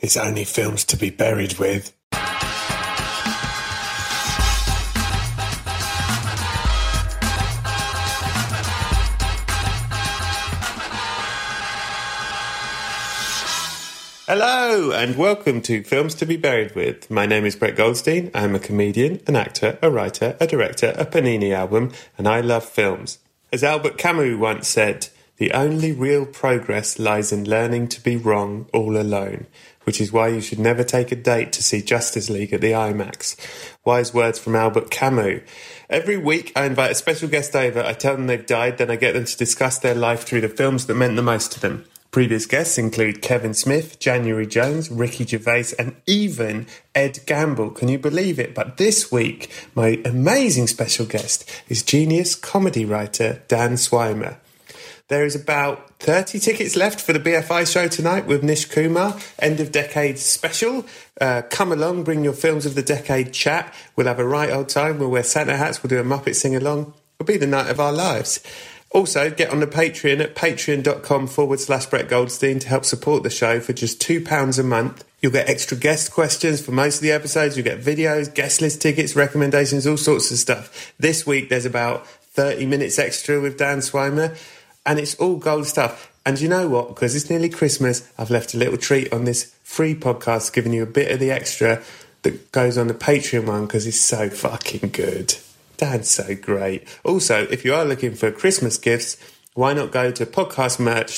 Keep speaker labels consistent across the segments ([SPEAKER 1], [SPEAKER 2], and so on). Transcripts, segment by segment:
[SPEAKER 1] It's only films to be buried with. Hello, and welcome to Films to be Buried with. My name is Brett Goldstein. I'm a comedian, an actor, a writer, a director, a Panini album, and I love films. As Albert Camus once said, the only real progress lies in learning to be wrong all alone, which is why you should never take a date to see Justice League at the IMAX. Wise words from Albert Camus. Every week, I invite a special guest over. I tell them they've died, then I get them to discuss their life through the films that meant the most to them. Previous guests include Kevin Smith, January Jones, Ricky Gervais, and even Ed Gamble. Can you believe it? But this week, my amazing special guest is genius comedy writer Dan Swymer. There is about 30 tickets left for the BFI show tonight with Nish Kumar, end of decade special. Uh, come along, bring your films of the decade chat. We'll have a right old time. We'll wear Santa hats, we'll do a Muppet sing along. It'll be the night of our lives. Also, get on the Patreon at patreon.com forward slash Brett Goldstein to help support the show for just £2 a month. You'll get extra guest questions for most of the episodes. You'll get videos, guest list tickets, recommendations, all sorts of stuff. This week, there's about 30 minutes extra with Dan Swymer, and it's all gold stuff. And you know what? Because it's nearly Christmas, I've left a little treat on this free podcast, giving you a bit of the extra that goes on the Patreon one because it's so fucking good. Dad's so great. Also, if you are looking for Christmas gifts, why not go to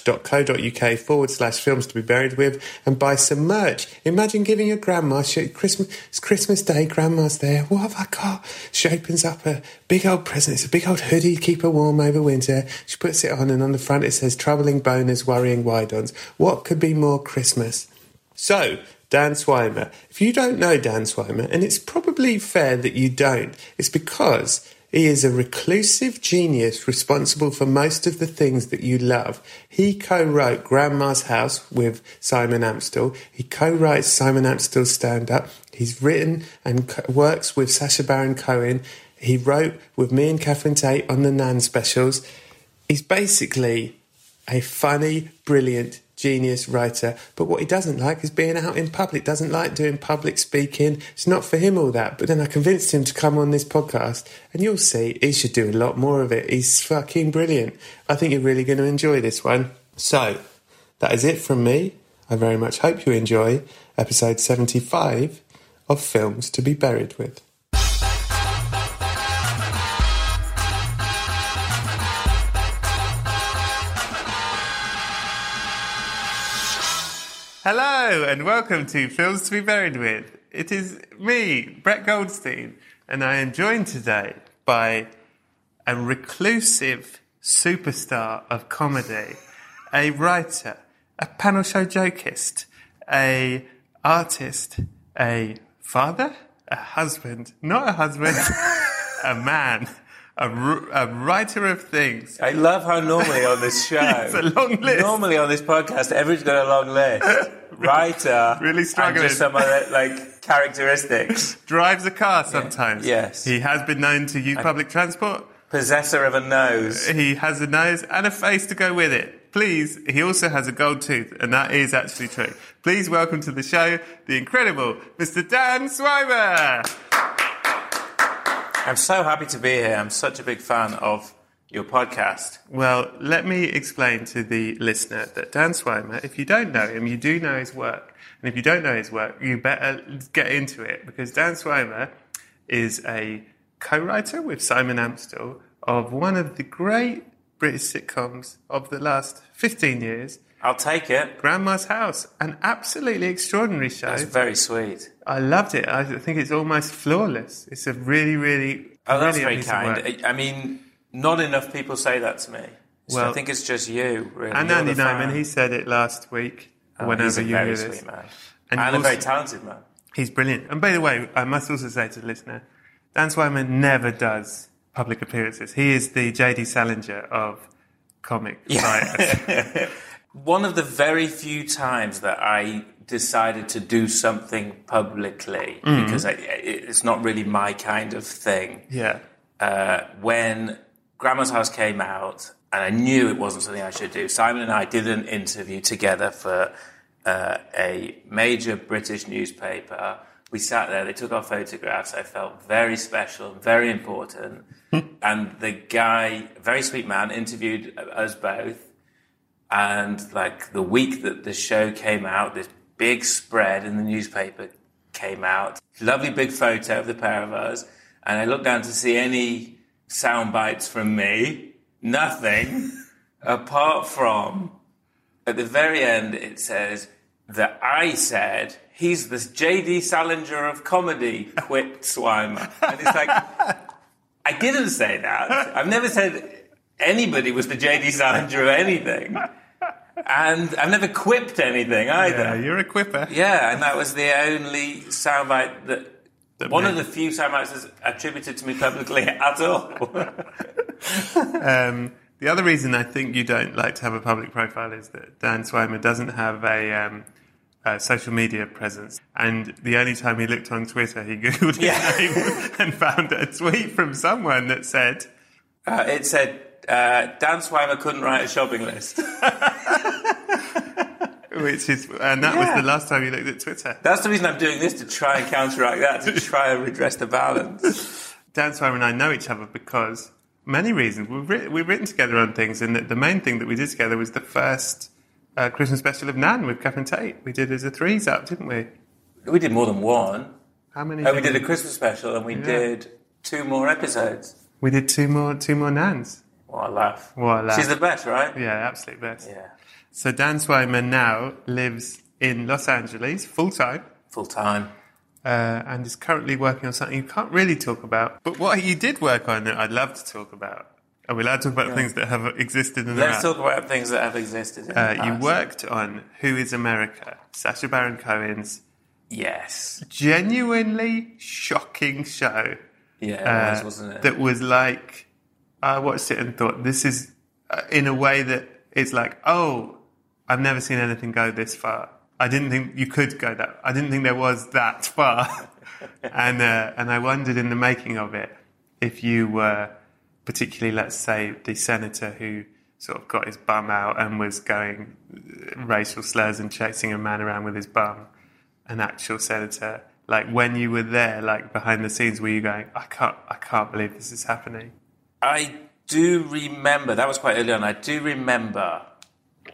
[SPEAKER 1] podcastmerch.co.uk forward slash films to be buried with and buy some merch? Imagine giving your grandma she, Christmas. It's Christmas Day, grandma's there. What have I got? She opens up a big old present. It's a big old hoodie, keep her warm over winter. She puts it on, and on the front it says troubling boners, worrying widons. What could be more Christmas? So, Dan Swymer. If you don't know Dan Swymer, and it's probably fair that you don't, it's because he is a reclusive genius responsible for most of the things that you love. He co wrote Grandma's House with Simon Amstel, he co writes Simon Amstel's stand up, he's written and co- works with Sacha Baron Cohen, he wrote with me and Catherine Tate on the Nan specials. He's basically a funny, brilliant, genius writer. But what he doesn't like is being out in public, doesn't like doing public speaking. It's not for him all that. But then I convinced him to come on this podcast, and you'll see he should do a lot more of it. He's fucking brilliant. I think you're really going to enjoy this one. So, that is it from me. I very much hope you enjoy episode 75 of Films to Be Buried with. Hello and welcome to Films to Be Buried With. It is me, Brett Goldstein, and I am joined today by a reclusive superstar of comedy, a writer, a panel show jokist, a artist, a father, a husband, not a husband, a man, a, r- a writer of things.
[SPEAKER 2] I love how normally on this show,
[SPEAKER 1] It's a long list.
[SPEAKER 2] normally on this podcast, everyone's got a long list. Writer,
[SPEAKER 1] Really struggling.
[SPEAKER 2] and just some other like characteristics.
[SPEAKER 1] Drives a car sometimes.
[SPEAKER 2] yes.
[SPEAKER 1] He has been known to use public transport.
[SPEAKER 2] Possessor of a nose.
[SPEAKER 1] He has a nose and a face to go with it. Please, he also has a gold tooth, and that is actually true. Please welcome to the show the incredible Mr. Dan Swymer.
[SPEAKER 2] I'm so happy to be here. I'm such a big fan of your podcast.
[SPEAKER 1] Well, let me explain to the listener that Dan Swymer, if you don't know him, you do know his work. And if you don't know his work, you better get into it because Dan Swymer is a co writer with Simon Amstel of one of the great British sitcoms of the last 15 years,
[SPEAKER 2] I'll take it.
[SPEAKER 1] Grandma's House, an absolutely extraordinary show.
[SPEAKER 2] That's very sweet.
[SPEAKER 1] I loved it. I think it's almost flawless. It's a really, really.
[SPEAKER 2] Oh, that's
[SPEAKER 1] brilliant
[SPEAKER 2] very
[SPEAKER 1] piece of work.
[SPEAKER 2] kind. I I mean, not enough people say that to me. So
[SPEAKER 1] Well-
[SPEAKER 2] I think it's just you, really.
[SPEAKER 1] And
[SPEAKER 2] You're
[SPEAKER 1] Andy
[SPEAKER 2] the fan.
[SPEAKER 1] Nyman, he said it last week.
[SPEAKER 2] Oh,
[SPEAKER 1] whenever
[SPEAKER 2] he's a
[SPEAKER 1] you
[SPEAKER 2] very
[SPEAKER 1] hear
[SPEAKER 2] sweet
[SPEAKER 1] this,
[SPEAKER 2] man.
[SPEAKER 1] And
[SPEAKER 2] And,
[SPEAKER 1] you
[SPEAKER 2] a very
[SPEAKER 1] also-
[SPEAKER 2] talented man.
[SPEAKER 1] he's brilliant. And by the way, I must also say to the listener, Dan Swyman never does public appearances. He is the J.D. Salinger of comic writers.
[SPEAKER 2] One of the very few times that I decided to do something publicly, because I, it- it's not really my kind of thing,
[SPEAKER 1] yeah.
[SPEAKER 2] uh, when Grandma's House came out, and I knew it wasn't something I should do, Simon and I did an interview together for uh, a major British newspaper. We sat there, they took our photographs. I felt very special and very important. and the guy, very sweet man, interviewed us both. And like the week that the show came out, this big spread in the newspaper came out. Lovely big photo of the pair of us. And I looked down to see any sound bites from me. Nothing. apart from at the very end, it says that I said, he's the JD Salinger of comedy, quipped Swymer. And it's like, I didn't say that. I've never said anybody was the JD Salinger of anything. And I've never quipped anything
[SPEAKER 1] Yeah,
[SPEAKER 2] either. Yeah,
[SPEAKER 1] you're a quipper.
[SPEAKER 2] and that was the only soundbite that. one
[SPEAKER 1] made-
[SPEAKER 2] of the few soundbites that's attributed to me publicly at all.
[SPEAKER 1] Um, the other reason I think you don't like to have a public profile is that Dan Swymer doesn't have a, um, a social media presence. And the only time he looked on Twitter, he Googled his
[SPEAKER 2] Yeah.
[SPEAKER 1] name and found a tweet from someone that said,
[SPEAKER 2] Uh, it said, uh, Dan Swymer couldn't write a shopping list.
[SPEAKER 1] which is, and that
[SPEAKER 2] Yeah.
[SPEAKER 1] was the last time he looked at Twitter.
[SPEAKER 2] That's the reason I'm doing this to try and counteract that, to try and redress the balance.
[SPEAKER 1] Dan Swymer and I know each other because many reasons. We've, writ we've written together on things, and the, the main thing that we did together was the first uh, Christmas special of Nan with Catherine Tate. We did as a threes up, didn't we?
[SPEAKER 2] We did more than one.
[SPEAKER 1] How many?
[SPEAKER 2] Oh, we
[SPEAKER 1] things-
[SPEAKER 2] did a Christmas special and we did two more episodes.
[SPEAKER 1] we did two more, two more Nans.
[SPEAKER 2] What a laugh.
[SPEAKER 1] What a laugh.
[SPEAKER 2] She's the best, right?
[SPEAKER 1] Yeah, absolute best.
[SPEAKER 2] Yeah.
[SPEAKER 1] So Dan Swymer now lives in Los Angeles full time.
[SPEAKER 2] Full time.
[SPEAKER 1] Uh, and is currently working on something you can't really talk about. But what you did work on that I'd love to talk about. Are we allowed to talk about things that have existed in the
[SPEAKER 2] Let's talk about things that have existed in the
[SPEAKER 1] Uh, you
[SPEAKER 2] past.
[SPEAKER 1] worked on Who is America? Sacha Baron Cohen's
[SPEAKER 2] Yes.
[SPEAKER 1] genuinely shocking show.
[SPEAKER 2] Yeah, it
[SPEAKER 1] uh,
[SPEAKER 2] was, wasn't it?
[SPEAKER 1] That was like, I watched it and thought, this is uh, in a way that it's like, oh, I've never seen anything go this far. I didn't think you could go that. I didn't think there was that far, and uh, and I wondered in the making of it if you were particularly, let's say, the senator who sort of got his bum out and was going uh, racial slurs and chasing a man around with his bum, an actual senator. Like when you were there, like behind the scenes, were you going, I can't, I can't believe this is happening?
[SPEAKER 2] I do remember that was quite early on. I do remember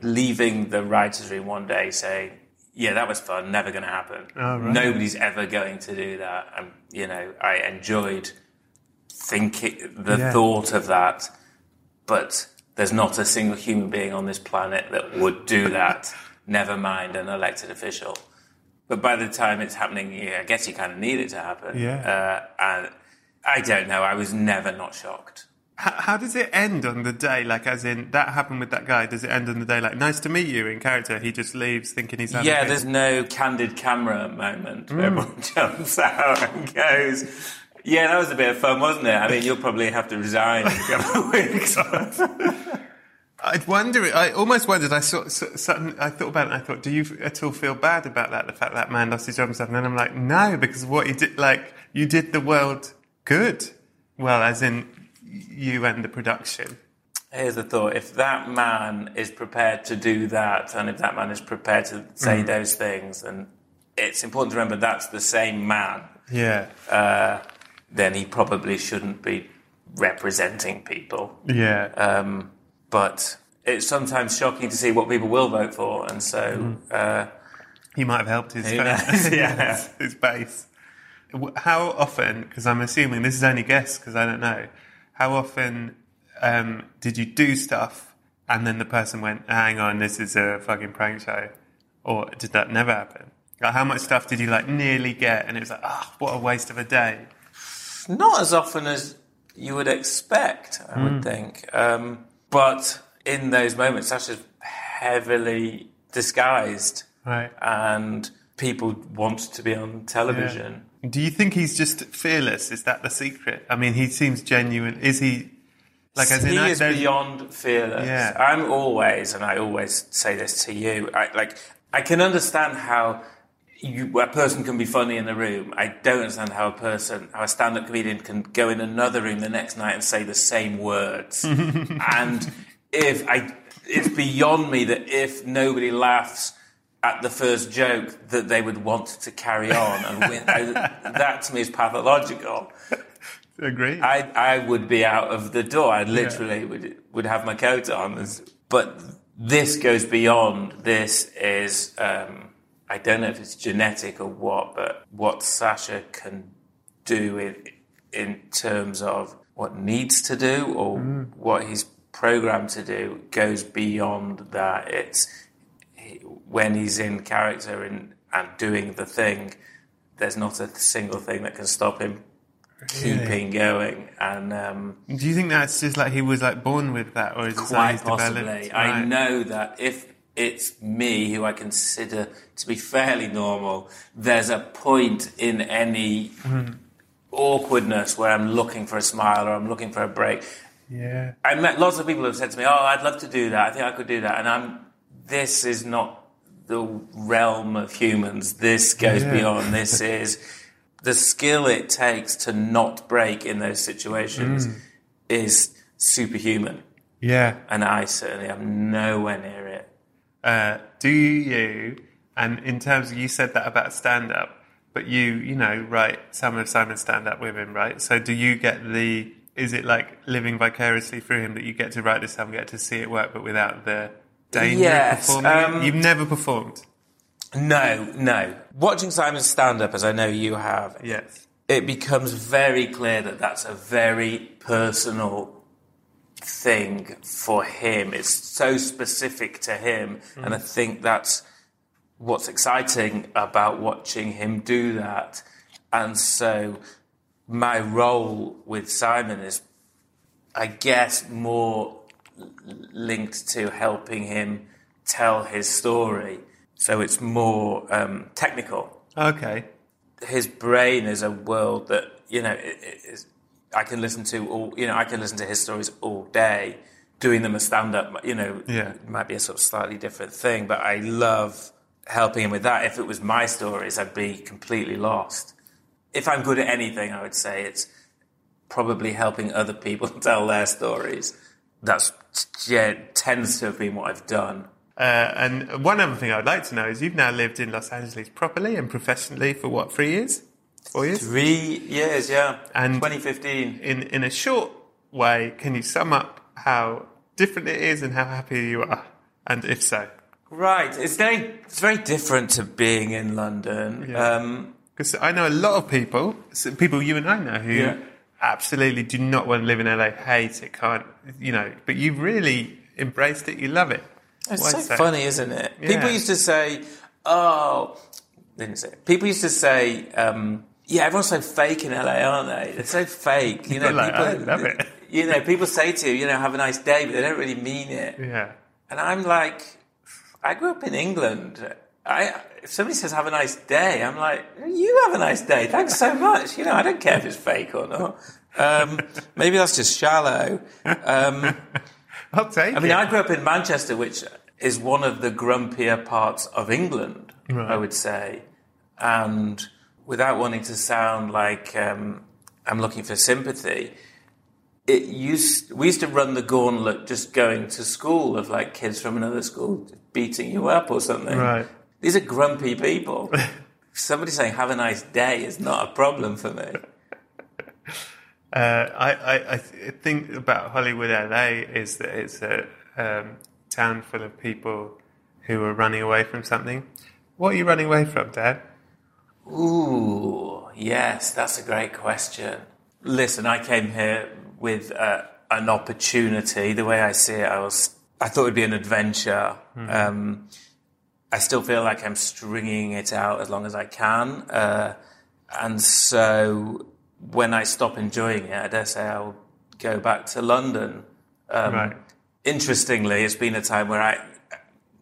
[SPEAKER 2] leaving the writers' room one day saying, "Yeah, that was fun. Never going to happen.
[SPEAKER 1] Oh,
[SPEAKER 2] Nobody's ever going to do that." And you know, I enjoyed thinking the
[SPEAKER 1] Yeah.
[SPEAKER 2] thought of that, but there's not a single human being on this planet that would do that. never mind an elected official. But by the time it's happening, yeah, I guess you kind of need it to happen.
[SPEAKER 1] Yeah.
[SPEAKER 2] Uh, and I don't know. I was never not shocked.
[SPEAKER 1] How, how does it end on the day? Like, as in that happened with that guy? Does it end on the day like, nice to meet you in character? He just leaves thinking he's had a
[SPEAKER 2] Yeah,
[SPEAKER 1] good-
[SPEAKER 2] there's no candid camera moment where everyone jumps out and goes, Yeah, that was a bit of fun, wasn't it? I mean, you'll probably have to resign in a couple of weeks.
[SPEAKER 1] I'd wonder. I almost wondered. I saw, saw sudden, I thought about it. and I thought, do you at all feel bad about that? The fact that man lost his job and stuff. And then I'm like, no, because what you did, like you did the world good. Well, as in you and the production.
[SPEAKER 2] Here's the thought if that man is prepared to do that, and if that man is prepared to say those things, then it's important to remember that's the same man,
[SPEAKER 1] Yeah.
[SPEAKER 2] uh, then he probably shouldn't be representing people.
[SPEAKER 1] Yeah.
[SPEAKER 2] Um, but it's sometimes shocking to see what people will vote for, and so uh,
[SPEAKER 1] He might have helped his
[SPEAKER 2] Who knows?
[SPEAKER 1] fan-
[SPEAKER 2] Yeah.
[SPEAKER 1] his base. W- How often? Because I'm assuming this is only guess because I don't know. How often um, did you do stuff and then the person went, "Hang on, this is a fucking prank show," or did that never happen? Like, how much stuff did you like nearly get and it was like, "Ah, what a waste of a day."
[SPEAKER 2] not as often as you would expect, I would think. Um, but in those moments, Sasha's heavily disguised,
[SPEAKER 1] Right.
[SPEAKER 2] and people want to be on television.
[SPEAKER 1] Do you think he's just fearless? Is that the secret? I mean, he seems genuine. Is he like as
[SPEAKER 2] he
[SPEAKER 1] in I-
[SPEAKER 2] is
[SPEAKER 1] there's-
[SPEAKER 2] beyond fearless.
[SPEAKER 1] Yeah.
[SPEAKER 2] I'm always, and I always say this to you. I, like I can understand how you, a person can be funny in a room. I don't understand how a person, how a stand-up comedian can go in another room the next night and say the same words. and if I, it's beyond me that if nobody laughs. At the first joke, that they would want to carry on, and win. I, that to me is pathological.
[SPEAKER 1] agree?
[SPEAKER 2] I, I would be out of the door. I literally would would have my coat on. It's- But this goes beyond. This is um, I don't know if it's genetic or what, but what Sasha can do in in terms of what needs to do or what he's programmed to do goes beyond that. It's he- when he's in character and, and doing the thing. There's not a single thing that can stop him keeping going and um,
[SPEAKER 1] Do you think that's just like he was like born with that, or is it something
[SPEAKER 2] quite
[SPEAKER 1] he's
[SPEAKER 2] possibly.
[SPEAKER 1] developed?
[SPEAKER 2] I
[SPEAKER 1] Right.
[SPEAKER 2] know that if it's me who I consider to be fairly normal, there's a point in any
[SPEAKER 1] Mm-hmm.
[SPEAKER 2] awkwardness where I'm looking for a smile or I'm looking for a break.
[SPEAKER 1] Yeah.
[SPEAKER 2] I met lots of people who have said to me, "Oh, I'd love to do that. I think I could do that." And I'm. This is not the realm of humans. This goes
[SPEAKER 1] Yeah.
[SPEAKER 2] beyond. This is the skill it takes to not break in those situations is superhuman,
[SPEAKER 1] Yeah.
[SPEAKER 2] and I certainly am nowhere near it.
[SPEAKER 1] Uh, do you? And in terms of you said that about stand up, but you you know write some of Simon's stand up with him, right? So do you get the? Is it like living vicariously through him that you get to write this stuff, and get to see it work, but without the danger
[SPEAKER 2] Yes,
[SPEAKER 1] of performing? it?
[SPEAKER 2] um,
[SPEAKER 1] You've never performed.
[SPEAKER 2] No, no. Watching Simon's stand up, as I know you have,
[SPEAKER 1] Yes.
[SPEAKER 2] it becomes very clear that that's a very personal thing for him. It's so specific to him. And I think that's what's exciting about watching him do that. And so my role with Simon is, I guess, more linked to helping him tell his story. So it's more um, technical
[SPEAKER 1] Okay.
[SPEAKER 2] his brain is a world that you know it, it, it's- I can listen to all you know I can listen to his stories all day doing them as stand up you know
[SPEAKER 1] Yeah.
[SPEAKER 2] it might be a sort of slightly different thing but I love helping him with that if it was my stories I'd be completely lost if I'm good at anything I would say it's probably helping other people tell their stories that's yeah tends to have been what I've done
[SPEAKER 1] Uh, and one other thing I'd like to know is you've now lived in Los Angeles properly and professionally for what three years, four years?
[SPEAKER 2] three years yeah
[SPEAKER 1] And-
[SPEAKER 2] 2015
[SPEAKER 1] in in a short way, can you sum up how different it is and how happy you are? And if so,
[SPEAKER 2] Right, it's very it's very different to being in London.
[SPEAKER 1] Yeah.
[SPEAKER 2] Um,
[SPEAKER 1] because I know a lot of people, s- people you and I know, who
[SPEAKER 2] Yeah.
[SPEAKER 1] absolutely do not want to live in LA, hate it, can't, you know. But you've really embraced it. You love it.
[SPEAKER 2] it's
[SPEAKER 1] Why
[SPEAKER 2] so
[SPEAKER 1] is that?
[SPEAKER 2] funny, isn't it?
[SPEAKER 1] Yeah.
[SPEAKER 2] People used to say, "Oh," they didn't say. It. People used to say, um, "Yeah, everyone's so fake in LA, aren't they? They're so fake." You know,
[SPEAKER 1] You're like,
[SPEAKER 2] people
[SPEAKER 1] "I love it."
[SPEAKER 2] You know, people say to you, "You know, have a nice day," but they don't really mean it.
[SPEAKER 1] Yeah.
[SPEAKER 2] And I'm like, I grew up in England. I if somebody says have a nice day, I'm like, you have a nice day. Thanks so much. You know, I don't care if it's fake or not. Um, maybe that's just shallow. Um,
[SPEAKER 1] I'll take
[SPEAKER 2] I mean,
[SPEAKER 1] it.
[SPEAKER 2] I grew up in Manchester, which is one of the grumpier parts of England,
[SPEAKER 1] Right.
[SPEAKER 2] I would say. And without wanting to sound like um, I'm looking for sympathy, it used we used to run the gauntlet just going to school of like kids from another school beating you up or something.
[SPEAKER 1] Right.
[SPEAKER 2] These are grumpy people. Somebody saying "Have a nice day" is not a problem for me.
[SPEAKER 1] Uh, I, I, I th- think about Hollywood LA is that it's a um, town full of people who are running away from something. What are you running away from, Dad?
[SPEAKER 2] Ooh, yes, that's a great question. Listen, I came here with uh, an opportunity. The way I see it, I was I thought it'd be an adventure. Um, I still feel like I'm stringing it out as long as I can, uh, and so when I stop enjoying it, I dare say I'll go back to London. Um,
[SPEAKER 1] Right.
[SPEAKER 2] Interestingly, it's been a time where I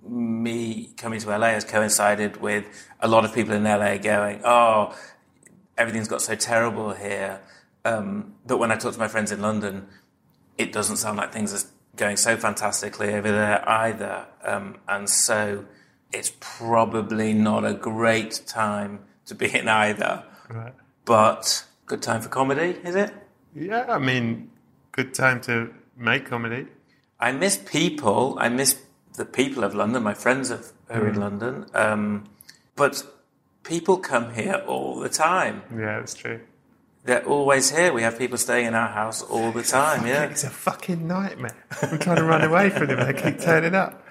[SPEAKER 2] me coming to LA has coincided with a lot of people in LA going, oh, everything's got so terrible here. Um, that when I talk to my friends in London, it doesn't sound like things are going so fantastically over there either. Um, and so it's probably not a great time to be in either.
[SPEAKER 1] Right.
[SPEAKER 2] But good time for comedy, is it?
[SPEAKER 1] Yeah, I mean, good time to make comedy.
[SPEAKER 2] I miss people. I miss the people of London, my friends of, who are
[SPEAKER 1] Hmm.
[SPEAKER 2] in London. Um, but people come here all the time.
[SPEAKER 1] Yeah, that's true.
[SPEAKER 2] They're always here. We have people staying in our house all the time. Yeah.
[SPEAKER 1] It's a fucking nightmare. I'm trying to run away from them and they keep turning up.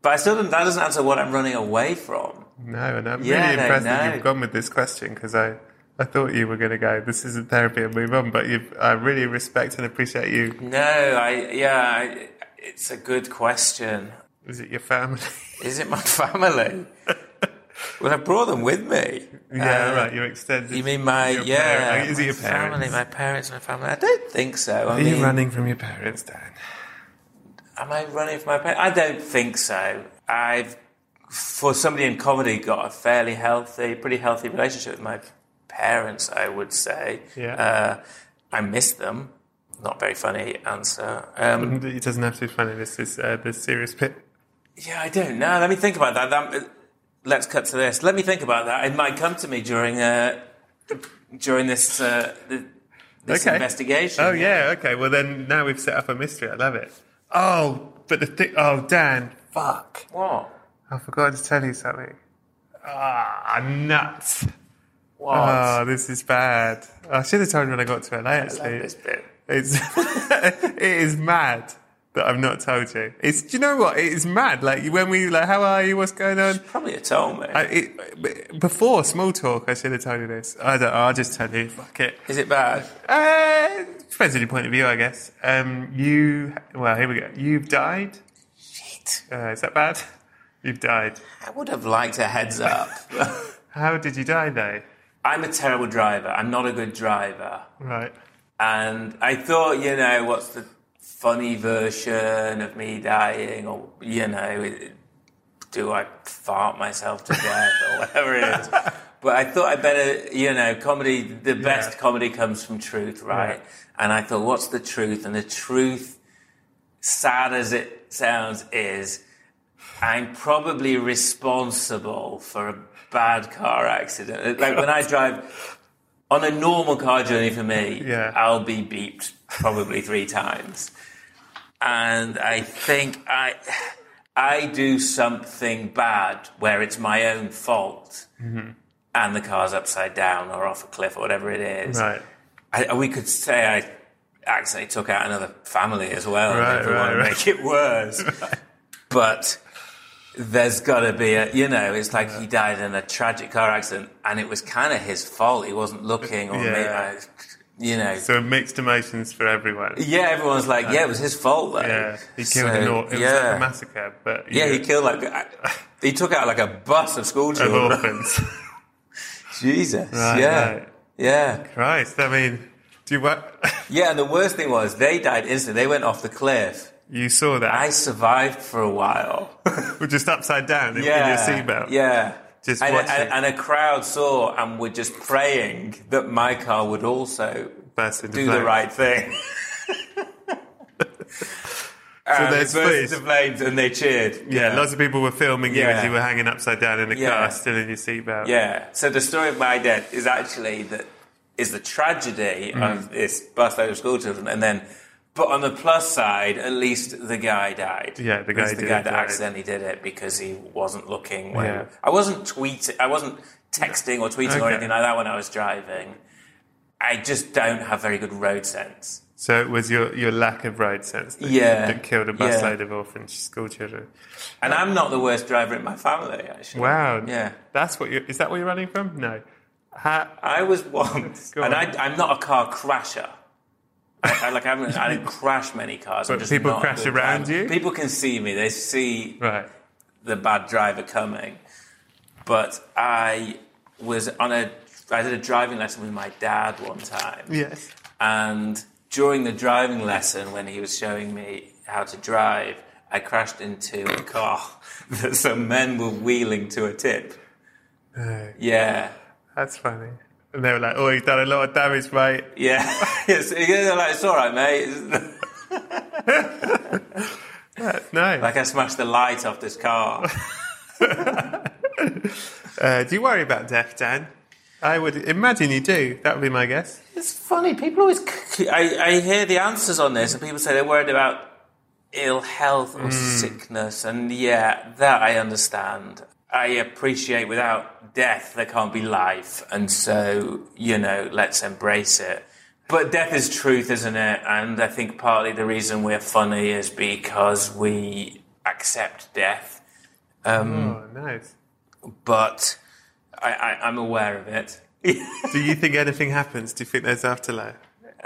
[SPEAKER 2] But I still don't, that doesn't answer what I'm running away from.
[SPEAKER 1] No, and I'm
[SPEAKER 2] Yeah,
[SPEAKER 1] really
[SPEAKER 2] no,
[SPEAKER 1] impressed that
[SPEAKER 2] no.
[SPEAKER 1] you've gone with this question because I, I thought you were going to go, this isn't therapy and move on, but you've, I really respect and appreciate you.
[SPEAKER 2] No, I yeah, I, it's a good question.
[SPEAKER 1] Is it your family?
[SPEAKER 2] Is it my family? well, I brought them with me.
[SPEAKER 1] yeah,
[SPEAKER 2] Uh,
[SPEAKER 1] right, your extended.
[SPEAKER 2] You mean my
[SPEAKER 1] your
[SPEAKER 2] yeah?
[SPEAKER 1] parent- Is it
[SPEAKER 2] my
[SPEAKER 1] your
[SPEAKER 2] family?
[SPEAKER 1] parents?
[SPEAKER 2] My parents, my family. I don't think so. I
[SPEAKER 1] Are you
[SPEAKER 2] mean,
[SPEAKER 1] running from your parents, Dan?
[SPEAKER 2] Am I running for my parents? I don't think so. I've, for somebody in comedy, got a fairly healthy, pretty healthy relationship with my parents, I would say.
[SPEAKER 1] Yeah.
[SPEAKER 2] Uh, I miss them. Not very funny answer. Um,
[SPEAKER 1] It doesn't have to be funny. This is uh, the serious bit.
[SPEAKER 2] yeah, I don't know. Let me think about that. that. Let's cut to this. Let me think about that. It might come to me during uh, during this uh, th- this
[SPEAKER 1] Okay.
[SPEAKER 2] investigation.
[SPEAKER 1] Oh yeah, okay. Well then, now we've set up a mystery. I love it. Oh, but the thing. Oh, Dan, fuck!
[SPEAKER 2] What?
[SPEAKER 1] I forgot to tell you something. Ah, nuts!
[SPEAKER 2] What?
[SPEAKER 1] Oh, this is bad. I should have told you when I got to LA. Actually,
[SPEAKER 2] this bit.
[SPEAKER 1] It's it is mad that I've not told you. It's do you know what? It is mad. Like when we like, how are you? What's going on?
[SPEAKER 2] Probably a told me.
[SPEAKER 1] I, it, before small talk, I should have told you this. I don't. know, I'll just tell you. Fuck it.
[SPEAKER 2] Is it bad?
[SPEAKER 1] Uh, depends on your point of view, I guess. Um, you, well, here we go. You've died.
[SPEAKER 2] Shit.
[SPEAKER 1] Uh, is that bad? You've died.
[SPEAKER 2] I would have liked a heads up.
[SPEAKER 1] How did you die, though?
[SPEAKER 2] I'm a terrible driver. I'm not a good driver.
[SPEAKER 1] Right.
[SPEAKER 2] And I thought, you know, what's the funny version of me dying? Or, you know, it- do I fart myself to death or whatever it is? But I thought I better, you know, comedy, the best comedy comes from truth, right? And I thought, what's the truth? And the truth, sad as it sounds, is I'm probably responsible for a bad car accident. Like when I drive on a normal car journey for me,
[SPEAKER 1] Yeah.
[SPEAKER 2] I'll be beeped probably three times. And I think I I do something bad where it's my own fault
[SPEAKER 1] Mm-hmm.
[SPEAKER 2] and the car's upside down or off a cliff or whatever it is.
[SPEAKER 1] Right.
[SPEAKER 2] I, we could say I accidentally took out another family as well,
[SPEAKER 1] Right,
[SPEAKER 2] if we
[SPEAKER 1] right,
[SPEAKER 2] want to
[SPEAKER 1] right.
[SPEAKER 2] make it worse. But there's got to be a, you know, it's like he died in a tragic car accident, and it was kind of his fault. He wasn't looking, or
[SPEAKER 1] Yeah.
[SPEAKER 2] maybe, I, you know,
[SPEAKER 1] So mixed emotions for everyone.
[SPEAKER 2] yeah, everyone's like, yeah, it was his fault though.
[SPEAKER 1] Yeah. He killed
[SPEAKER 2] So,
[SPEAKER 1] an or- It was like a massacre, but
[SPEAKER 2] yeah, he killed like I- he took out like a bus of school
[SPEAKER 1] of
[SPEAKER 2] children.
[SPEAKER 1] orphans.
[SPEAKER 2] Jesus,
[SPEAKER 1] Right,
[SPEAKER 2] yeah,
[SPEAKER 1] right.
[SPEAKER 2] yeah.
[SPEAKER 1] Christ. I mean, do you what?
[SPEAKER 2] Yeah, and the worst thing was they died instantly. They went off the cliff.
[SPEAKER 1] you saw that?
[SPEAKER 2] I survived for a while.
[SPEAKER 1] We're just upside down in-
[SPEAKER 2] yeah.
[SPEAKER 1] in your seatbelt.
[SPEAKER 2] Yeah.
[SPEAKER 1] Just
[SPEAKER 2] and,
[SPEAKER 1] watching.
[SPEAKER 2] and, and a crowd saw and were just praying that my car would also
[SPEAKER 1] Burst into
[SPEAKER 2] do the
[SPEAKER 1] flames.
[SPEAKER 2] right thing. and
[SPEAKER 1] there's
[SPEAKER 2] they
[SPEAKER 1] footage.
[SPEAKER 2] burst into flames and they cheered.
[SPEAKER 1] Yeah, lots of people were filming you
[SPEAKER 2] Yeah.
[SPEAKER 1] as you were hanging upside down in a
[SPEAKER 2] Yeah.
[SPEAKER 1] car, still in your seatbelt.
[SPEAKER 2] Yeah. So the story of my death is actually that is the tragedy
[SPEAKER 1] Mm.
[SPEAKER 2] of this busload of school children, and then, but on the plus side, at least the guy died.
[SPEAKER 1] Yeah, the
[SPEAKER 2] At least
[SPEAKER 1] guy
[SPEAKER 2] the
[SPEAKER 1] did
[SPEAKER 2] guy that
[SPEAKER 1] die.
[SPEAKER 2] accidentally did it because he wasn't looking. When,
[SPEAKER 1] Yeah.
[SPEAKER 2] I wasn't tweeting. I wasn't texting or tweeting or
[SPEAKER 1] Okay.
[SPEAKER 2] anything like that when I was driving. I just don't have very good road sense.
[SPEAKER 1] So it was your, your lack of road sense that,
[SPEAKER 2] Yeah.
[SPEAKER 1] that killed a
[SPEAKER 2] Yeah.
[SPEAKER 1] busload of orphan school children.
[SPEAKER 2] And I'm not the worst driver in my family, actually.
[SPEAKER 1] Wow.
[SPEAKER 2] Yeah.
[SPEAKER 1] That's what you is that what you're running from? No. Ha-
[SPEAKER 2] I was once,
[SPEAKER 1] Go
[SPEAKER 2] and
[SPEAKER 1] on.
[SPEAKER 2] I, I'm not a car crasher. I, I, like I haven't, I don't crash many cars. I'm
[SPEAKER 1] But
[SPEAKER 2] just
[SPEAKER 1] people
[SPEAKER 2] not a
[SPEAKER 1] crash
[SPEAKER 2] good
[SPEAKER 1] around
[SPEAKER 2] driver.
[SPEAKER 1] you?
[SPEAKER 2] People can see me. They see
[SPEAKER 1] right.
[SPEAKER 2] the bad driver coming. But I was on a, I did a driving lesson with my dad one time.
[SPEAKER 1] Yes.
[SPEAKER 2] And during the driving lesson, when he was showing me how to drive, I crashed into a car that some men were wheeling to a tip. Yeah,
[SPEAKER 1] That's funny. And they were like, Oh, you've done a lot of damage, mate.
[SPEAKER 2] yeah. it's, yeah, like, it's all right, mate. It's-
[SPEAKER 1] No.
[SPEAKER 2] like I smashed the light off this car.
[SPEAKER 1] uh, do you worry about death, Dan? I would imagine you do. That would be my guess.
[SPEAKER 2] It's funny. People always. c- c- I, I hear the answers on this, and people say they're worried about ill health or sickness, and yeah, that I understand. I appreciate without death there can't be life, and so you know, let's embrace it. But death is truth, isn't it? And I think partly the reason we're funny is because we accept death.
[SPEAKER 1] Oh, nice.
[SPEAKER 2] But I, I, I'm aware of it.
[SPEAKER 1] Do you think anything happens? Do you think there's afterlife?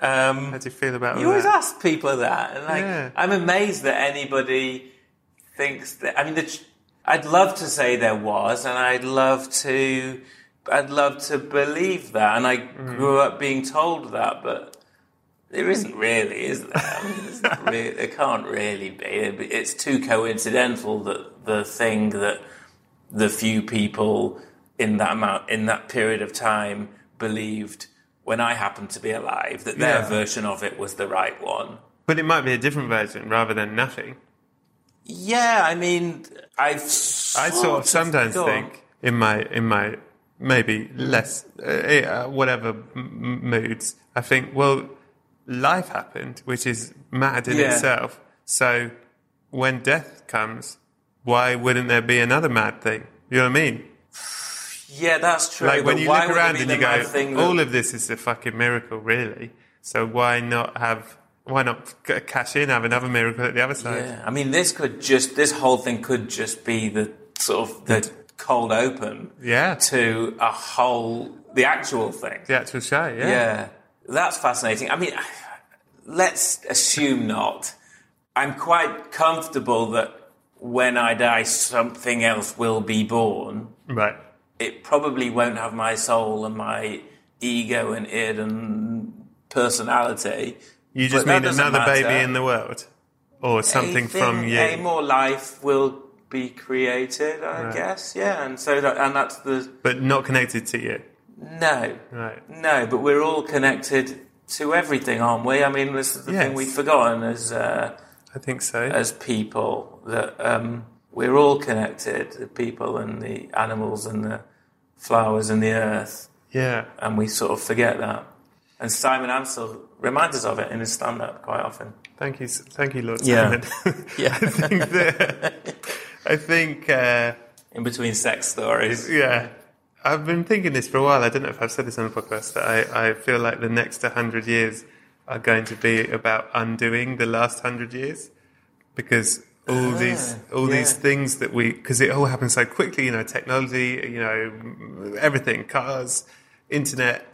[SPEAKER 2] Um,
[SPEAKER 1] How do you feel about all
[SPEAKER 2] You always
[SPEAKER 1] that?
[SPEAKER 2] ask people that, and like,
[SPEAKER 1] Yeah.
[SPEAKER 2] I'm amazed that anybody thinks that. I mean, the, tr- I'd love to say there was, and I'd love to, I'd love to believe that, and I grew up being told that, but there isn't really, is there? I mean, it's not re- there can't really be. It- It's too coincidental that the thing that the few people in that amount in that period of time believed when I happened to be alive that their
[SPEAKER 1] Yeah.
[SPEAKER 2] version of it was the right one.
[SPEAKER 1] But it might be a different version rather than nothing.
[SPEAKER 2] Yeah, I mean, I've
[SPEAKER 1] I sort of sometimes think in my in my maybe less uh, uh, whatever m- m- moods. I think well, life happened, which is mad in
[SPEAKER 2] Yeah.
[SPEAKER 1] itself. So when death comes, why wouldn't there be another mad thing? You know what I mean?
[SPEAKER 2] Yeah, that's true.
[SPEAKER 1] Like when
[SPEAKER 2] but
[SPEAKER 1] you
[SPEAKER 2] why
[SPEAKER 1] look
[SPEAKER 2] would it
[SPEAKER 1] around
[SPEAKER 2] be
[SPEAKER 1] and
[SPEAKER 2] the
[SPEAKER 1] you
[SPEAKER 2] mad
[SPEAKER 1] go,
[SPEAKER 2] thing that-
[SPEAKER 1] all of this is a fucking miracle, really. So why not have? Why not c- cash in, have another miracle at the other side?
[SPEAKER 2] Yeah, I mean, this could just this whole thing could just be the sort of the cold open
[SPEAKER 1] Yeah.
[SPEAKER 2] to a whole the actual thing.
[SPEAKER 1] The actual show, yeah.
[SPEAKER 2] Yeah, that's fascinating. I mean, let's assume not. I'm quite comfortable that when I die, something else will be born.
[SPEAKER 1] Right.
[SPEAKER 2] It probably won't have my soul and my ego and id and personality.
[SPEAKER 1] You just
[SPEAKER 2] But
[SPEAKER 1] mean
[SPEAKER 2] that doesn't
[SPEAKER 1] another baby
[SPEAKER 2] matter.
[SPEAKER 1] in the world, or something
[SPEAKER 2] Anything-
[SPEAKER 1] from you.
[SPEAKER 2] A more life will be created, I
[SPEAKER 1] Right.
[SPEAKER 2] guess. Yeah, and so that, and that's the
[SPEAKER 1] but not connected to you.
[SPEAKER 2] no,
[SPEAKER 1] Right.
[SPEAKER 2] no. But we're all connected to everything, aren't we? I mean, this is the thing
[SPEAKER 1] Yes.
[SPEAKER 2] we've forgotten as uh,
[SPEAKER 1] I think so.
[SPEAKER 2] as people that um, we're all connected. The people and the animals and the flowers and the earth,
[SPEAKER 1] yeah.
[SPEAKER 2] and we sort of forget that. And Simon Ansell reminds us of it in his stand-up quite often.
[SPEAKER 1] Thank you. s- Thank you, Lord
[SPEAKER 2] Yeah.
[SPEAKER 1] Simon.
[SPEAKER 2] Yeah.
[SPEAKER 1] I think. That, I think. Uh,
[SPEAKER 2] In between sex stories.
[SPEAKER 1] yeah. I've been thinking this for a while. I don't know if I've said this on the podcast. That I, I feel like the next hundred years are going to be about undoing the last hundred years, because all
[SPEAKER 2] Ah.
[SPEAKER 1] these all these
[SPEAKER 2] yeah.
[SPEAKER 1] things that we because it all happens so quickly. You know, technology. You know, everything, cars, internet,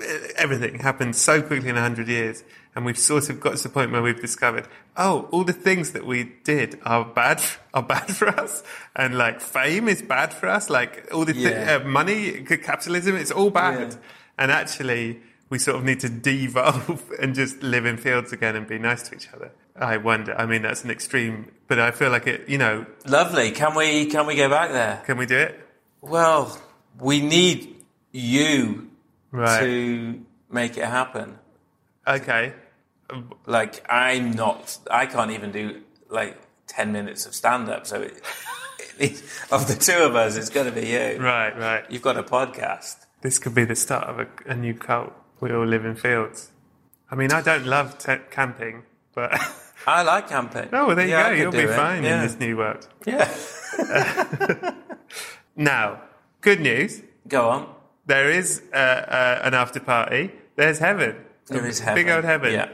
[SPEAKER 1] eh, everything happens so quickly in hundred years, and we've sort of got to the point where we've discovered, oh, all the things that we did are bad are bad for us, and like fame is bad for us. Like all the thi-
[SPEAKER 2] Yeah.
[SPEAKER 1] uh, money, c- capitalism, it's all bad.
[SPEAKER 2] Yeah.
[SPEAKER 1] And actually, we sort of need to devolve and just live in fields again and be nice to each other. I wonder. I mean, that's an extreme, but I feel like it. You know,
[SPEAKER 2] Lovely. Can we can we go back there?
[SPEAKER 1] can we do it?
[SPEAKER 2] Well, we need you
[SPEAKER 1] Right.
[SPEAKER 2] to make it happen.
[SPEAKER 1] Okay.
[SPEAKER 2] Like I'm not. I can't even do like ten minutes of stand up. So, it, it needs- of the two of us, it's going to be you.
[SPEAKER 1] Right. Right.
[SPEAKER 2] You've got a podcast.
[SPEAKER 1] This could be the start of a, a new cult. We all live in fields. I mean, I don't love te- camping, but
[SPEAKER 2] I like camping.
[SPEAKER 1] oh, well, there
[SPEAKER 2] Yeah, I
[SPEAKER 1] you
[SPEAKER 2] could
[SPEAKER 1] go. You'll
[SPEAKER 2] do
[SPEAKER 1] be
[SPEAKER 2] it.
[SPEAKER 1] fine
[SPEAKER 2] Yeah.
[SPEAKER 1] in this new world.
[SPEAKER 2] yeah.
[SPEAKER 1] Now, good news.
[SPEAKER 2] Go on.
[SPEAKER 1] There is uh, uh, an after party There's heaven.
[SPEAKER 2] There is
[SPEAKER 1] Big
[SPEAKER 2] heaven.
[SPEAKER 1] old heaven.
[SPEAKER 2] Yeah.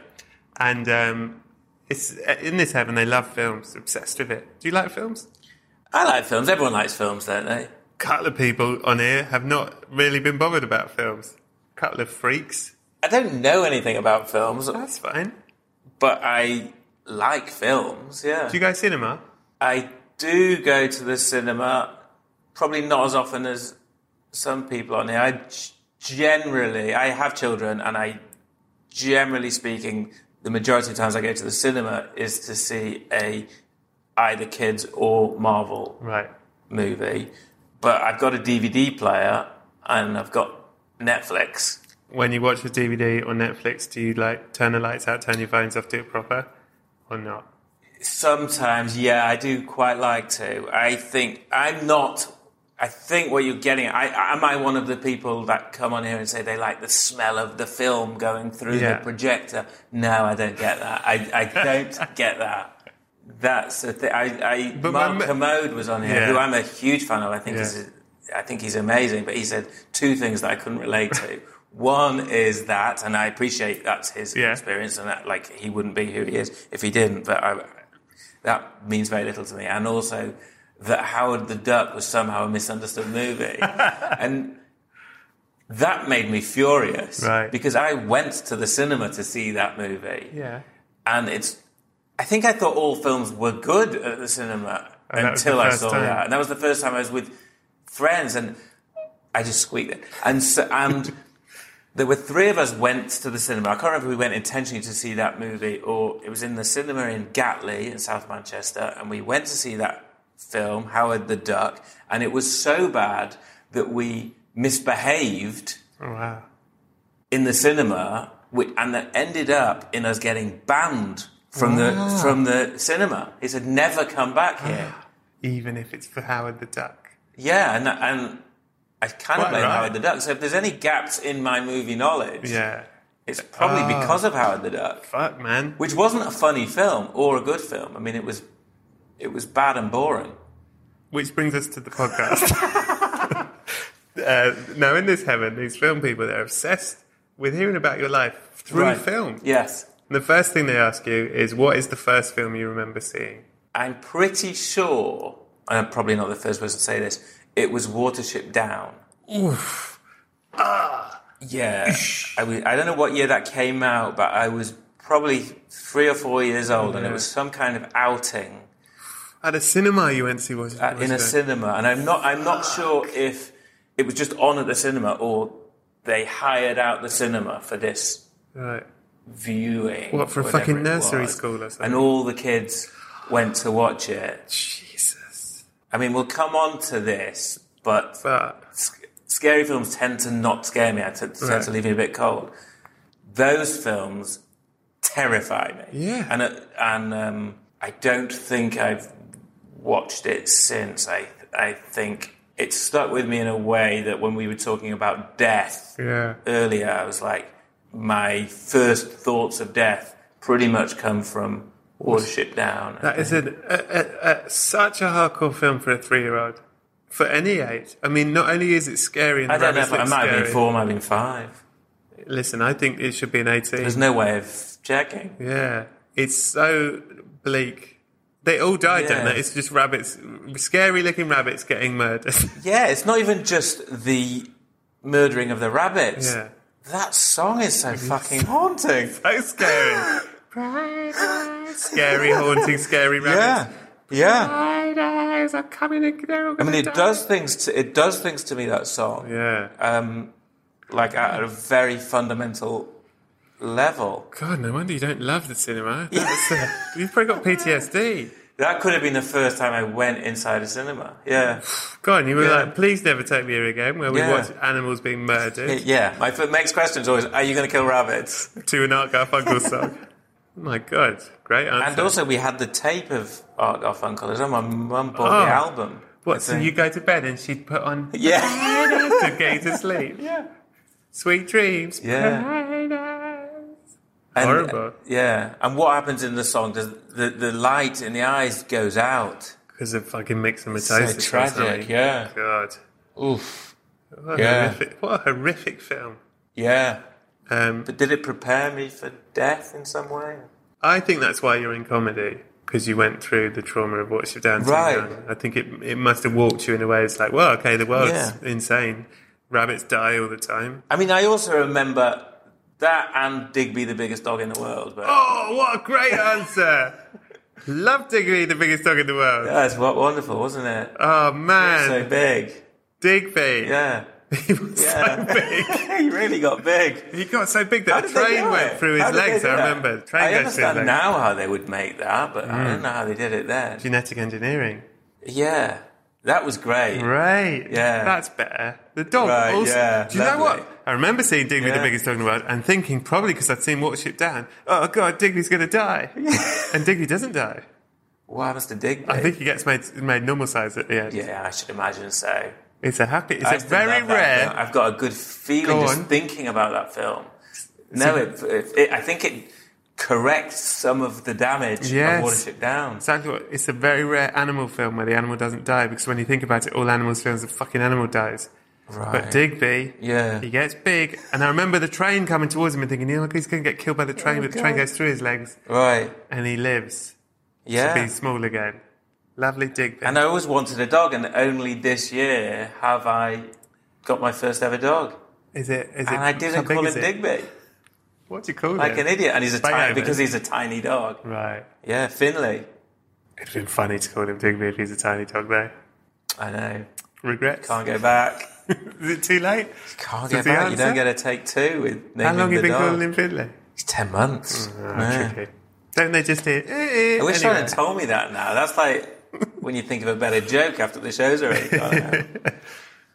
[SPEAKER 1] And um, it's in this heaven they love films, obsessed with it. Do you like films?
[SPEAKER 2] I like films. Everyone likes films, don't they?
[SPEAKER 1] couple of people on here have not really been bothered about films. Couple of freaks.
[SPEAKER 2] I don't know anything about films,
[SPEAKER 1] That's fine.
[SPEAKER 2] but I like films. Yeah.
[SPEAKER 1] Do you go cinema?
[SPEAKER 2] I do go to the cinema, probably not as often as some people on here. I g- generally, I have children, and I generally speaking, the majority of times I go to the cinema is to see a either kids or Marvel
[SPEAKER 1] Right.
[SPEAKER 2] movie. But I've got a DVD player and I've got Netflix.
[SPEAKER 1] When you watch a DVD or Netflix, do you like turn the lights out, turn your phones off, do it proper, or not?
[SPEAKER 2] Sometimes, yeah, I do quite like to. I think I'm not. I think what you're getting. at- I am I one of the people that come on here and say they like the smell of the film going through
[SPEAKER 1] Yeah.
[SPEAKER 2] the projector? No, I don't get that. I, I don't get that. That's the thing. I, I
[SPEAKER 1] But
[SPEAKER 2] Mark
[SPEAKER 1] my-
[SPEAKER 2] Commode was on here,
[SPEAKER 1] Yeah.
[SPEAKER 2] who I'm a huge fan of. I think
[SPEAKER 1] Yeah.
[SPEAKER 2] he's, I think he's amazing. But he said two things that I couldn't relate to. One is that, and I appreciate that's his
[SPEAKER 1] Yeah.
[SPEAKER 2] experience, and that like he wouldn't be who he is if he didn't. But I, that means very little to me. And also that Howard the Duck was somehow a misunderstood movie, and that made me furious
[SPEAKER 1] Right.
[SPEAKER 2] because I went to the cinema to see that movie,
[SPEAKER 1] Yeah.
[SPEAKER 2] and it's. I think I thought all films were good at the cinema
[SPEAKER 1] And that was
[SPEAKER 2] until
[SPEAKER 1] the
[SPEAKER 2] I
[SPEAKER 1] first
[SPEAKER 2] saw
[SPEAKER 1] time.
[SPEAKER 2] that. And that was the first time I was with friends, and I just squeaked it. And so, and there were three of us went to the cinema. I can't remember if we went intentionally to see that movie or it was in the cinema in Gatley in South Manchester, and we went to see that film, Howard the Duck, and it was so bad that we misbehaved
[SPEAKER 1] Oh, wow.
[SPEAKER 2] in the cinema, which, and that ended up in us getting banned from the
[SPEAKER 1] Ah.
[SPEAKER 2] from the cinema. He said, "Never come back here."
[SPEAKER 1] Even if it's for Howard the Duck.
[SPEAKER 2] yeah, and and I kind
[SPEAKER 1] Quite
[SPEAKER 2] of blame
[SPEAKER 1] right.
[SPEAKER 2] Howard the Duck. So if there's any gaps in my movie knowledge,
[SPEAKER 1] Yeah.
[SPEAKER 2] it's probably
[SPEAKER 1] Ah.
[SPEAKER 2] because of Howard the Duck,
[SPEAKER 1] Fuck, man.
[SPEAKER 2] which wasn't a funny film or a good film. I mean, it was it was bad and boring.
[SPEAKER 1] Which brings us to the podcast. uh, now, in this heaven, these film people, they're obsessed with hearing about your life through
[SPEAKER 2] Right.
[SPEAKER 1] film.
[SPEAKER 2] Yes.
[SPEAKER 1] And the first thing they ask you is, what is the first film you remember seeing?
[SPEAKER 2] I'm pretty sure, and I'm probably not the first person to say this, it was Watership Down. Ah.
[SPEAKER 1] Oof.
[SPEAKER 2] Yeah. I, was, I don't know what year that came out, but I was probably three or four years old, and it was some kind of outing
[SPEAKER 1] At a cinema you went to see was
[SPEAKER 2] uh, in a cinema. And I'm not, I'm not sure if it was just on at the cinema or they hired out the cinema for this
[SPEAKER 1] Right.
[SPEAKER 2] viewing.
[SPEAKER 1] What, for a
[SPEAKER 2] whatever
[SPEAKER 1] fucking
[SPEAKER 2] it
[SPEAKER 1] nursery
[SPEAKER 2] was.
[SPEAKER 1] school or something?
[SPEAKER 2] And all the kids went to watch it.
[SPEAKER 1] Jesus.
[SPEAKER 2] I mean, we'll come on to this, but
[SPEAKER 1] But
[SPEAKER 2] sc- scary films tend to not scare me. I t- tend
[SPEAKER 1] Right.
[SPEAKER 2] to leave me a bit cold. Those films terrify me.
[SPEAKER 1] Yeah.
[SPEAKER 2] and uh, and um, I don't think I've watched it since. I I think it stuck with me in a way that when we were talking about death
[SPEAKER 1] yeah.
[SPEAKER 2] earlier, I was like, my first thoughts of death pretty much come from Watership Down.
[SPEAKER 1] That is an, a, a, a, such a hardcore film for a three-year-old, for any age. I mean, not only is it scary, and the
[SPEAKER 2] I don't know
[SPEAKER 1] rabbits
[SPEAKER 2] if I
[SPEAKER 1] look
[SPEAKER 2] might have been
[SPEAKER 1] scary.
[SPEAKER 2] four, I might have been five.
[SPEAKER 1] Listen, I think it should be an eighteen.
[SPEAKER 2] There's no way of checking.
[SPEAKER 1] Yeah, it's so bleak. They all die, don't
[SPEAKER 2] Yeah.
[SPEAKER 1] they? It's just rabbits, scary-looking rabbits getting murdered.
[SPEAKER 2] Yeah, it's not even just the murdering of the rabbits.
[SPEAKER 1] yeah,
[SPEAKER 2] That song is so fucking haunting.
[SPEAKER 1] so scary. scary, haunting, scary rabbits.
[SPEAKER 2] Yeah, yeah.
[SPEAKER 1] Bright eyes are coming and they're all
[SPEAKER 2] I mean,
[SPEAKER 1] gonna
[SPEAKER 2] it
[SPEAKER 1] die.
[SPEAKER 2] does things. To, it does things to me. That song,
[SPEAKER 1] Yeah.
[SPEAKER 2] um, like at a very fundamental level.
[SPEAKER 1] God, no wonder you don't love the cinema. That's, uh, you've probably got PTSD.
[SPEAKER 2] That could have been the first time I went inside a cinema. Yeah,
[SPEAKER 1] God, you were
[SPEAKER 2] Yeah.
[SPEAKER 1] like, please never take me here again, where we
[SPEAKER 2] Yeah.
[SPEAKER 1] watch animals being murdered
[SPEAKER 2] yeah. My f- next question is always, "Are you going to kill rabbits?"
[SPEAKER 1] to an Art Garfunkel song. Oh my God, great answer.
[SPEAKER 2] And also, we had the tape of Art Garfunkel. It's on my mum bought
[SPEAKER 1] Oh.
[SPEAKER 2] the album. I
[SPEAKER 1] what? So
[SPEAKER 2] think.
[SPEAKER 1] you go to bed and she'd put on
[SPEAKER 2] Yeah.
[SPEAKER 1] to get to sleep. Yeah. Sweet dreams.
[SPEAKER 2] Yeah. And-
[SPEAKER 1] Horrible.
[SPEAKER 2] Yeah. And what happens in the song? Does the, the light in the eyes goes out?
[SPEAKER 1] Because of fucking mixomatosis.
[SPEAKER 2] So
[SPEAKER 1] or
[SPEAKER 2] tragic.
[SPEAKER 1] something.
[SPEAKER 2] Yeah.
[SPEAKER 1] God.
[SPEAKER 2] Oof.
[SPEAKER 1] What a,
[SPEAKER 2] Yeah.
[SPEAKER 1] horrific, what a horrific film.
[SPEAKER 2] Yeah.
[SPEAKER 1] Um,
[SPEAKER 2] But did it prepare me for death in some way?
[SPEAKER 1] I think that's why you're in comedy because you went through the trauma of what you've done.
[SPEAKER 2] Right.
[SPEAKER 1] I think it it must have walked you in a way. It's like, well, okay, the world's
[SPEAKER 2] Yeah.
[SPEAKER 1] insane. Rabbits die all the time.
[SPEAKER 2] I mean, I also remember that and Digby, the biggest dog in the world. But
[SPEAKER 1] Oh, what a great answer! Love Digby, the biggest dog in the world.
[SPEAKER 2] that's what wonderful, wasn't it?
[SPEAKER 1] Oh
[SPEAKER 2] so
[SPEAKER 1] man,
[SPEAKER 2] big.
[SPEAKER 1] Digby.
[SPEAKER 2] Yeah.
[SPEAKER 1] He was
[SPEAKER 2] Yeah.
[SPEAKER 1] so big.
[SPEAKER 2] he really got big.
[SPEAKER 1] He got so big
[SPEAKER 2] How
[SPEAKER 1] that a
[SPEAKER 2] did they
[SPEAKER 1] train
[SPEAKER 2] do
[SPEAKER 1] went
[SPEAKER 2] it?
[SPEAKER 1] through his
[SPEAKER 2] How did they
[SPEAKER 1] legs.
[SPEAKER 2] do
[SPEAKER 1] I
[SPEAKER 2] that?
[SPEAKER 1] remember. The train
[SPEAKER 2] I
[SPEAKER 1] goes through his
[SPEAKER 2] understand
[SPEAKER 1] legs. Mm.
[SPEAKER 2] now how they would make that, but I don't know how they did it then.
[SPEAKER 1] Genetic engineering.
[SPEAKER 2] Yeah, that was great.
[SPEAKER 1] Right.
[SPEAKER 2] Yeah.
[SPEAKER 1] That's better. The dog
[SPEAKER 2] Right,
[SPEAKER 1] also.
[SPEAKER 2] yeah,
[SPEAKER 1] do you know
[SPEAKER 2] lovely.
[SPEAKER 1] what? I remember seeing Digby the
[SPEAKER 2] Yeah.
[SPEAKER 1] biggest dog in the world and thinking, probably because I'd seen Watership Down, oh God, Digby's going to die. and Digby doesn't die.
[SPEAKER 2] What happens to Digby?
[SPEAKER 1] I think he gets made, made normal size at the end.
[SPEAKER 2] yeah, I should imagine so.
[SPEAKER 1] It's a happy, it's
[SPEAKER 2] I
[SPEAKER 1] a
[SPEAKER 2] still
[SPEAKER 1] very
[SPEAKER 2] love that film.
[SPEAKER 1] rare.
[SPEAKER 2] I've got a good feeling
[SPEAKER 1] Go
[SPEAKER 2] just
[SPEAKER 1] on.
[SPEAKER 2] thinking about that film. No, it, it, it, I think it corrects some of the damage
[SPEAKER 1] Yes.
[SPEAKER 2] of Watership Down.
[SPEAKER 1] Exactly what, it's a very rare animal film where the animal doesn't die because when you think about it, all animals films, the fucking animal dies.
[SPEAKER 2] Right.
[SPEAKER 1] But Digby,
[SPEAKER 2] Yeah.
[SPEAKER 1] he gets big, and I remember the train coming towards him and thinking, you know, he's going to get killed
[SPEAKER 2] Oh,
[SPEAKER 1] by the train, but the train goes through his legs,
[SPEAKER 2] Right.
[SPEAKER 1] and he lives.
[SPEAKER 2] Yeah.
[SPEAKER 1] be small again. Lovely Digby.
[SPEAKER 2] And I always wanted a dog, and only this year have I got my first ever dog.
[SPEAKER 1] is it? Is it?
[SPEAKER 2] And I
[SPEAKER 1] how
[SPEAKER 2] didn't
[SPEAKER 1] big
[SPEAKER 2] call
[SPEAKER 1] is
[SPEAKER 2] him
[SPEAKER 1] it?
[SPEAKER 2] Digby,
[SPEAKER 1] What do you call
[SPEAKER 2] like
[SPEAKER 1] it?
[SPEAKER 2] an idiot. And he's a
[SPEAKER 1] Bang
[SPEAKER 2] tiny
[SPEAKER 1] over.
[SPEAKER 2] because he's a tiny dog.
[SPEAKER 1] Right.
[SPEAKER 2] Yeah, Finley.
[SPEAKER 1] It'd have been funny to call him Digby if he's a tiny dog, though.
[SPEAKER 2] I know.
[SPEAKER 1] Regrets.
[SPEAKER 2] Can't go back.
[SPEAKER 1] is it too late?
[SPEAKER 2] Can't
[SPEAKER 1] Is
[SPEAKER 2] go
[SPEAKER 1] the
[SPEAKER 2] back. You don't
[SPEAKER 1] answer?
[SPEAKER 2] get a take two with
[SPEAKER 1] How
[SPEAKER 2] naming
[SPEAKER 1] long
[SPEAKER 2] the
[SPEAKER 1] have you been
[SPEAKER 2] dog.
[SPEAKER 1] calling him Fiddler?
[SPEAKER 2] It's ten months.
[SPEAKER 1] Oh,
[SPEAKER 2] Yeah.
[SPEAKER 1] tricky. Don't they just hear? Eh, eh,
[SPEAKER 2] I
[SPEAKER 1] anyway.
[SPEAKER 2] wish someone had told me that now. That's like when you think of a better joke after the show's already gone.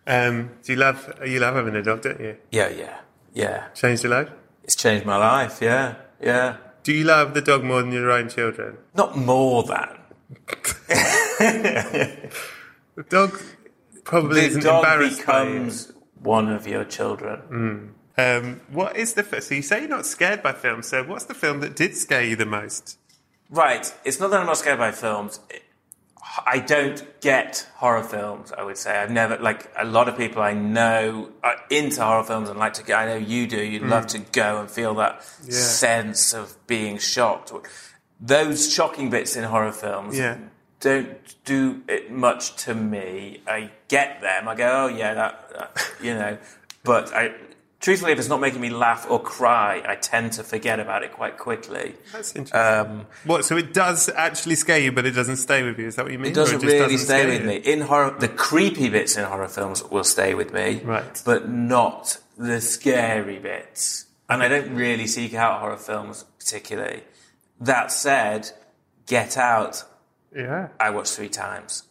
[SPEAKER 2] out.
[SPEAKER 1] um, do you love? You love having a dog, don't you?
[SPEAKER 2] yeah, yeah, yeah.
[SPEAKER 1] Changed your life.
[SPEAKER 2] It's changed my life. Yeah, yeah.
[SPEAKER 1] Do you love the dog more than your own children?
[SPEAKER 2] Not more than
[SPEAKER 1] The dog probably
[SPEAKER 2] the
[SPEAKER 1] isn't
[SPEAKER 2] dog
[SPEAKER 1] embarrassed. by you.
[SPEAKER 2] becomes one of your children.
[SPEAKER 1] Um, what is the first? So you say you're not scared by films. So what's the film that did scare you the most?
[SPEAKER 2] Right. It's not that I'm not scared by films. I don't get horror films. I would say I've never like a lot of people I know are into horror films and like to. go. I know you do. You'd
[SPEAKER 1] Hmm.
[SPEAKER 2] love to go and feel that sense of being shocked. Those shocking bits in horror films
[SPEAKER 1] Yeah.
[SPEAKER 2] don't do it much to me. I get them. I go, oh yeah, that, that you know. But I, truthfully, if it's not making me laugh or cry, I tend to forget about it quite quickly. Um,
[SPEAKER 1] That's interesting. Uh, what? So it does actually scare you, but it doesn't stay with you. Is that what you mean?
[SPEAKER 2] It doesn't
[SPEAKER 1] Or just
[SPEAKER 2] really
[SPEAKER 1] scare
[SPEAKER 2] stay with
[SPEAKER 1] you?
[SPEAKER 2] me. In horror, the creepy bits in horror films will stay with me,
[SPEAKER 1] Right.
[SPEAKER 2] But not the scary bits. And I don't really seek out horror films particularly. That said, Get Out,
[SPEAKER 1] Yeah.
[SPEAKER 2] I watched three times,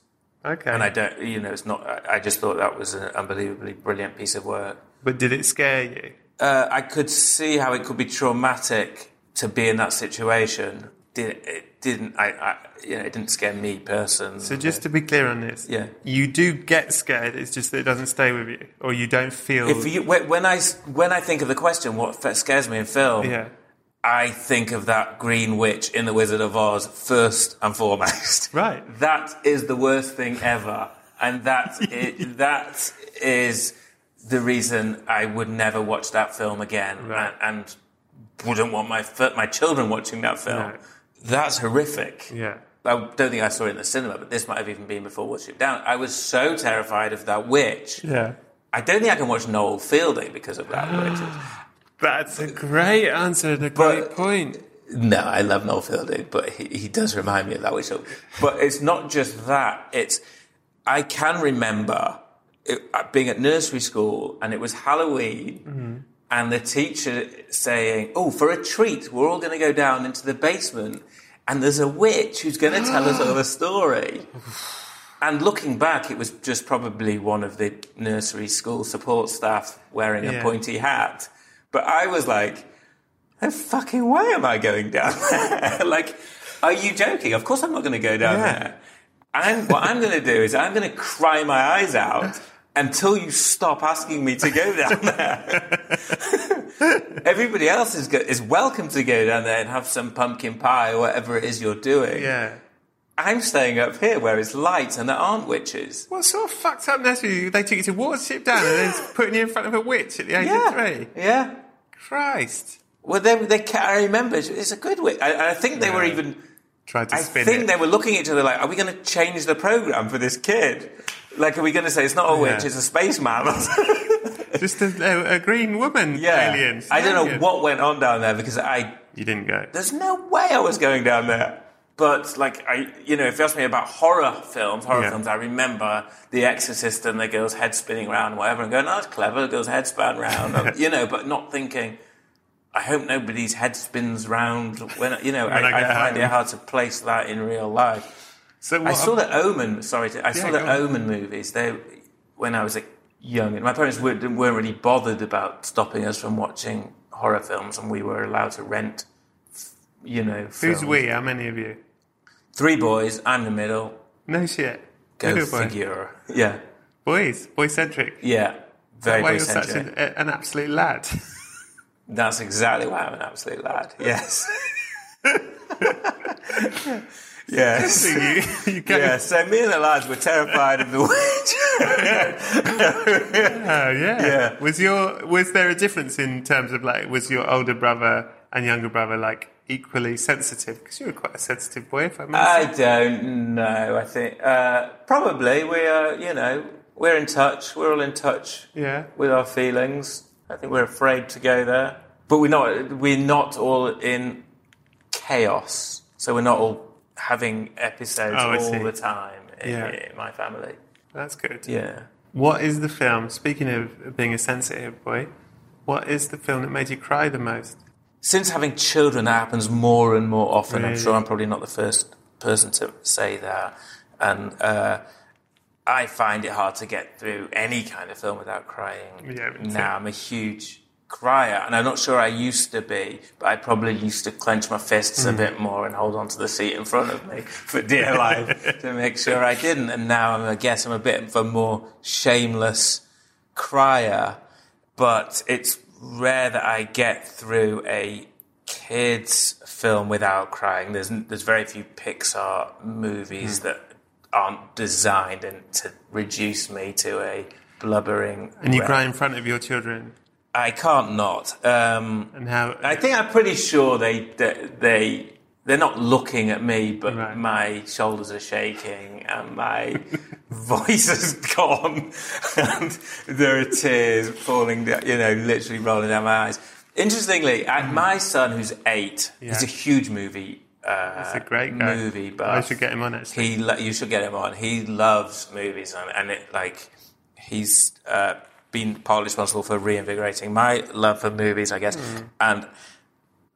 [SPEAKER 1] Okay.
[SPEAKER 2] and I don't. You know, it's not. I I just thought that was an unbelievably brilliant piece of work.
[SPEAKER 1] but did it scare you?
[SPEAKER 2] Uh, I could see how it could be traumatic to be in that situation. Did it didn't? I, I you know, it didn't scare me personally.
[SPEAKER 1] So just to be clear on this,
[SPEAKER 2] Yeah.
[SPEAKER 1] you do get scared. It's just that it doesn't stay with you, or you don't feel.
[SPEAKER 2] If you, when when I when I think of the question, what f- scares me in film,
[SPEAKER 1] yeah.
[SPEAKER 2] I think of that Green Witch in The Wizard of Oz first and foremost.
[SPEAKER 1] Right.
[SPEAKER 2] That is the worst thing ever, and that i that is the reason I would never watch that film again,
[SPEAKER 1] Right.
[SPEAKER 2] a- and, wouldn't want my fi- my children watching that film.
[SPEAKER 1] No.
[SPEAKER 2] That's horrific.
[SPEAKER 1] Yeah.
[SPEAKER 2] I don't think I saw it in the cinema, but this might have even been before Watership Down. I was so terrified of that witch.
[SPEAKER 1] Yeah.
[SPEAKER 2] I don't think I can watch Noel Fielding because of that. Richard.
[SPEAKER 1] That's a great answer and a
[SPEAKER 2] But-
[SPEAKER 1] great point.
[SPEAKER 2] No, I love Noel Fielding, but he, he does remind me of that witch. But it's not just that. It's I can remember it, uh, being at nursery school and it was Halloween, and the teacher saying, "Oh, for a treat, we're all going to go down into the basement, and there's a witch who's going to tell us all a story." And looking back, it was just probably one of the nursery school support staff wearing
[SPEAKER 1] Yeah.
[SPEAKER 2] a pointy hat. But I was like, no fucking way am I going down there. like, are you joking? Of course I'm not going to go down
[SPEAKER 1] Yeah.
[SPEAKER 2] there. And what I'm going to do is I'm going to cry my eyes out until you stop asking me to go down there. Everybody else is, go- is welcome to go down there and have some pumpkin pie or whatever it is you're doing.
[SPEAKER 1] Yeah.
[SPEAKER 2] I'm staying up here where it's light and there aren't witches.
[SPEAKER 1] What sort of fucked up nursery? They took you to Watership Down and they're just putting you in front of a witch at the age of
[SPEAKER 2] Yeah.
[SPEAKER 1] three.
[SPEAKER 2] Yeah.
[SPEAKER 1] Christ.
[SPEAKER 2] Well, they, they ca- I remember it's- it's a good way. I, I think they were
[SPEAKER 1] Yeah.
[SPEAKER 2] even.
[SPEAKER 1] Tried to
[SPEAKER 2] I
[SPEAKER 1] spin
[SPEAKER 2] think
[SPEAKER 1] it.
[SPEAKER 2] they were looking at each other like, "Are we going to change the program for this kid? Like, are we going to say it's not a witch,
[SPEAKER 1] Yeah.
[SPEAKER 2] it's a spaceman?"
[SPEAKER 1] Just a, a, a green woman
[SPEAKER 2] yeah,
[SPEAKER 1] alien.
[SPEAKER 2] I don't know
[SPEAKER 1] Alien.
[SPEAKER 2] what went on down there because I
[SPEAKER 1] You didn't go.
[SPEAKER 2] there's no way I was going down there. But like I, you know, if you ask me about horror films, horror
[SPEAKER 1] Yeah.
[SPEAKER 2] films, I remember The Exorcist and the girl's head spinning around, and whatever, and going, "Oh, that's clever." The girl's head span round, and, you know, but not thinking. I hope nobody's head spins round when you know.
[SPEAKER 1] When
[SPEAKER 2] I,
[SPEAKER 1] I
[SPEAKER 2] I,
[SPEAKER 1] get
[SPEAKER 2] find it
[SPEAKER 1] home.
[SPEAKER 2] hard to place that in real life.
[SPEAKER 1] So what
[SPEAKER 2] I saw the Omen. Sorry, to, I saw
[SPEAKER 1] Yeah,
[SPEAKER 2] the
[SPEAKER 1] go on.
[SPEAKER 2] Omen movies. They when I was like young, and my parents weren't, weren't really bothered about stopping us from watching horror films, and we were allowed to rent. You know,
[SPEAKER 1] Who's
[SPEAKER 2] films.
[SPEAKER 1] we? How many of you?
[SPEAKER 2] Three boys. I'm the middle.
[SPEAKER 1] No shit.
[SPEAKER 2] Go
[SPEAKER 1] Good boy.
[SPEAKER 2] figure. Yeah,
[SPEAKER 1] Boys. Boy centric.
[SPEAKER 2] yeah. Very
[SPEAKER 1] Why
[SPEAKER 2] boy
[SPEAKER 1] you're such
[SPEAKER 2] centric.
[SPEAKER 1] an, a- an absolute lad.
[SPEAKER 2] That's exactly why I'm an absolute lad. Yes. yes.
[SPEAKER 1] you, you go,
[SPEAKER 2] Yeah, so me and the lads were terrified of the witch.
[SPEAKER 1] Oh, yeah.
[SPEAKER 2] Yeah.
[SPEAKER 1] Was your was there a difference in terms of like was your older brother and younger brother like equally sensitive? Because you were quite a sensitive boy, if I may.
[SPEAKER 2] I don't know. I think uh, probably we are. You know, we're in touch. We're all in touch.
[SPEAKER 1] Yeah.
[SPEAKER 2] With our feelings, I think we're afraid to go there, but we're not. We're not all in chaos, so we're not all having episodes
[SPEAKER 1] Oh, I see.
[SPEAKER 2] all the time. In,
[SPEAKER 1] Yeah.
[SPEAKER 2] in my family.
[SPEAKER 1] That's good.
[SPEAKER 2] Yeah.
[SPEAKER 1] What is the film? Speaking of being a sensitive boy, what is the film that made you cry the most?
[SPEAKER 2] Since having children, that happens more and more often. I'm
[SPEAKER 1] Really?
[SPEAKER 2] sure I'm probably not the first person to say that, and uh, I find it hard to get through any kind of film without crying.
[SPEAKER 1] Yeah, me too.
[SPEAKER 2] now I'm a huge crier, and I'm not sure I used to be, but I probably used to clench my fists
[SPEAKER 1] Hmm.
[SPEAKER 2] a bit more and hold onto the seat in front of me for dear life to make sure I didn't. And now I'm, I guess I'm a bit of a more shameless crier, but it's rare that I get through a kids film without crying. There's there's very few Pixar
[SPEAKER 1] Hmm.
[SPEAKER 2] movies that aren't designed and to reduce me to a blubbering.
[SPEAKER 1] And you
[SPEAKER 2] wreck.
[SPEAKER 1] cry in front of your children.
[SPEAKER 2] I can't not. Um,
[SPEAKER 1] And how?
[SPEAKER 2] I think I'm pretty sure they they- they they're not looking at me, but
[SPEAKER 1] Right.
[SPEAKER 2] my shoulders are shaking and my voice is gone, and there are tears falling down. You know, literally rolling down my eyes. Interestingly, I my son, who's eight, he's a huge movie. Uh,
[SPEAKER 1] He's a great guy.
[SPEAKER 2] movie, but
[SPEAKER 1] I should get him on, actually.
[SPEAKER 2] He, lo- you should get him on. He loves movies, and, and it like he's uh, been partly responsible for reinvigorating my love for movies, I guess.
[SPEAKER 1] Mm.
[SPEAKER 2] And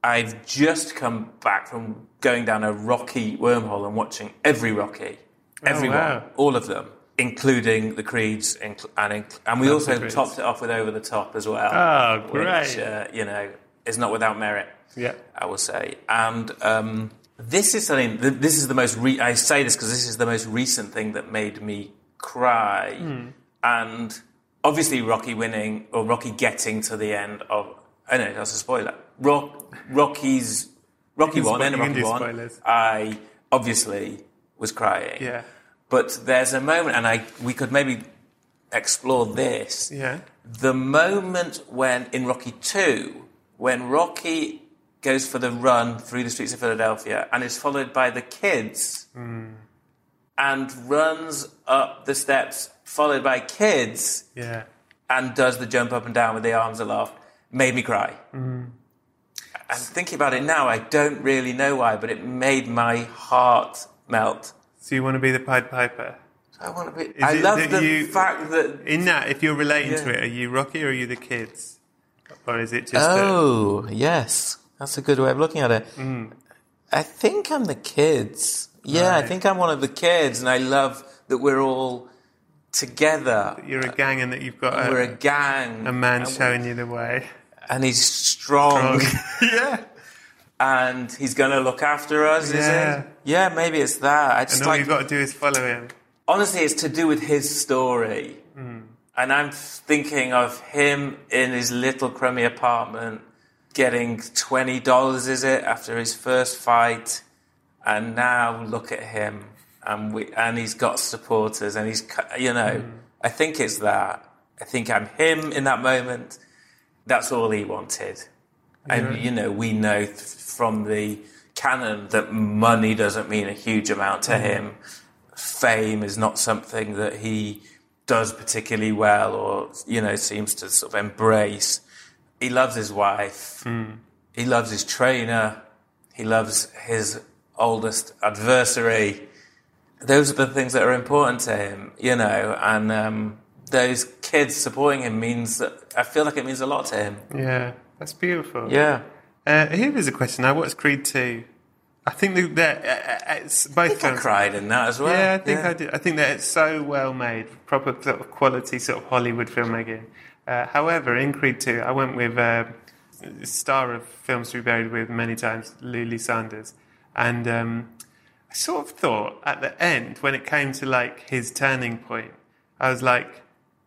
[SPEAKER 2] I've just come back from going down a Rocky wormhole and watching every Rocky, everyone,
[SPEAKER 1] Oh, wow.
[SPEAKER 2] all of them, including the Creeds, inc- and inc- and we also
[SPEAKER 1] Creeds.
[SPEAKER 2] topped it off with Over the Top as well.
[SPEAKER 1] Oh,
[SPEAKER 2] Which,
[SPEAKER 1] great.
[SPEAKER 2] uh, you know, is not without merit.
[SPEAKER 1] yeah.
[SPEAKER 2] I will say. And um, this is something. th- This is the most. Re- I say this because this is the most recent thing that made me cry.
[SPEAKER 1] Hmm.
[SPEAKER 2] And obviously, Rocky winning or Rocky getting to the end of. I know that's a spoiler. Rock, Rocky's Rocky
[SPEAKER 1] You can
[SPEAKER 2] one,
[SPEAKER 1] spo-
[SPEAKER 2] end of
[SPEAKER 1] you can
[SPEAKER 2] Rocky
[SPEAKER 1] do
[SPEAKER 2] one.
[SPEAKER 1] spoilers.
[SPEAKER 2] I obviously was crying.
[SPEAKER 1] Yeah.
[SPEAKER 2] But there's a moment, and I we could maybe explore this
[SPEAKER 1] Yeah.
[SPEAKER 2] the moment when in Rocky Two, when Rocky goes for the run through the streets of Philadelphia and is followed by the kids
[SPEAKER 1] Hmm.
[SPEAKER 2] and runs up the steps followed by kids
[SPEAKER 1] Yeah.
[SPEAKER 2] and does the jump up and down with the arms aloft made me cry.
[SPEAKER 1] Hmm.
[SPEAKER 2] And thinking about it now, I don't really know why, but it made my heart melt.
[SPEAKER 1] So you want to be the Pied Piper?
[SPEAKER 2] I want to be.
[SPEAKER 1] Is
[SPEAKER 2] I
[SPEAKER 1] it
[SPEAKER 2] love
[SPEAKER 1] that
[SPEAKER 2] the
[SPEAKER 1] you-
[SPEAKER 2] fact that
[SPEAKER 1] In that, if you're relating to
[SPEAKER 2] Yeah.
[SPEAKER 1] it, are you Rocky or are you the kids? Or is it just a,
[SPEAKER 2] Oh, yes. That's a good way of looking at it. I think I'm the kids. Yeah, I
[SPEAKER 1] Mm. Right.
[SPEAKER 2] think I'm one of the kids, and I love that we're all together.
[SPEAKER 1] you're a gang and that you've got
[SPEAKER 2] We're
[SPEAKER 1] a,
[SPEAKER 2] a gang.
[SPEAKER 1] a man showing you the way?
[SPEAKER 2] And he's strong,
[SPEAKER 1] yeah.
[SPEAKER 2] and he's going to look after us,
[SPEAKER 1] Yeah.
[SPEAKER 2] is it? Yeah, maybe it's that. I
[SPEAKER 1] And
[SPEAKER 2] just
[SPEAKER 1] all
[SPEAKER 2] like
[SPEAKER 1] you've got to do is follow him.
[SPEAKER 2] honestly, it's to do with his story. And I'm thinking of him in his little crummy apartment getting $20, is it, after his first fight. And now look at him. And, we, and he's got supporters, and he's, cu- you know, I think it's that. I think I'm him in that moment. That's all he wanted. And, you know, we know th- from the canon that money doesn't mean a huge amount to him. Fame is not something that he does particularly well or, you know, seems to sort of embrace. He loves his wife. He loves his trainer. He loves his oldest adversary. Those are the things that are important to him, you know, and um, those kids supporting him means that I feel like it means a lot to him.
[SPEAKER 1] Yeah, that's beautiful.
[SPEAKER 2] Yeah.
[SPEAKER 1] Uh, here is a question. I watched Creed 2. I think that that, uh, uh, it's both
[SPEAKER 2] I
[SPEAKER 1] films.
[SPEAKER 2] cried in that as well.
[SPEAKER 1] Yeah, I think I did. I think that it's so well made, proper sort of quality, sort of Hollywood filmmaking. Uh, however, in Creed 2, I went with uh, star of films we buried with many times, Lily Sanders, and um, I sort of thought at the end when it came to like his turning point, I was like.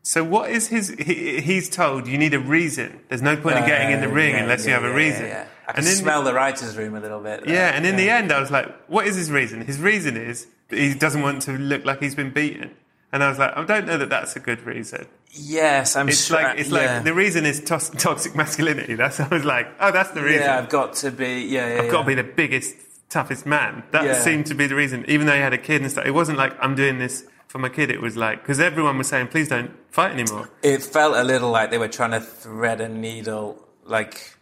[SPEAKER 1] So what is his? He, he's told you need a reason. There's no point in getting in the ring
[SPEAKER 2] Uh, Yeah,
[SPEAKER 1] unless
[SPEAKER 2] yeah,
[SPEAKER 1] you have a
[SPEAKER 2] yeah,
[SPEAKER 1] reason.
[SPEAKER 2] yeah. I can
[SPEAKER 1] And in the-
[SPEAKER 2] smell the writer's room a little bit. there.
[SPEAKER 1] yeah, and in the end, I was like, what is his reason? His reason is that he doesn't want to look like he's been beaten. And I was like, I don't know that that's a good reason.
[SPEAKER 2] Yes, I'm
[SPEAKER 1] It's
[SPEAKER 2] sure.
[SPEAKER 1] like it's
[SPEAKER 2] yeah.
[SPEAKER 1] like the reason is tos- toxic masculinity. That's I was like, oh, that's the reason.
[SPEAKER 2] Yeah, I've got to be. Yeah, yeah
[SPEAKER 1] I've got to be the biggest, toughest man. That
[SPEAKER 2] Yeah.
[SPEAKER 1] seemed to be the reason. Even though he had a kid and stuff, it wasn't like I'm doing this for my kid. It was like because everyone was saying, please don't fight anymore.
[SPEAKER 2] It felt a little like they were trying to thread a needle. Like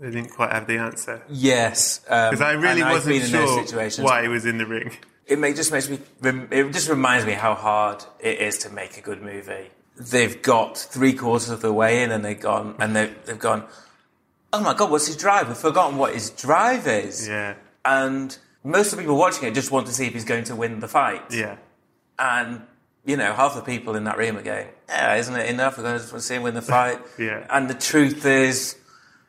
[SPEAKER 1] They didn't quite have the answer
[SPEAKER 2] yes, because
[SPEAKER 1] because I really wasn't
[SPEAKER 2] been in those
[SPEAKER 1] sure
[SPEAKER 2] situations.
[SPEAKER 1] why he was in the ring.
[SPEAKER 2] it make, just makes me. rem- It just reminds me how hard it is to make a good movie. They've got three quarters of the way in, and they've gone, and they've, they've gone. Oh my god, what's his drive? We've forgotten what his drive is.
[SPEAKER 1] Yeah,
[SPEAKER 2] And most of the people watching it just want to see if he's going to win the fight.
[SPEAKER 1] yeah.
[SPEAKER 2] And you know, half the people in that room are going, "Yeah, isn't it enough? We're going to see him win the fight."
[SPEAKER 1] Yeah.
[SPEAKER 2] And the truth is,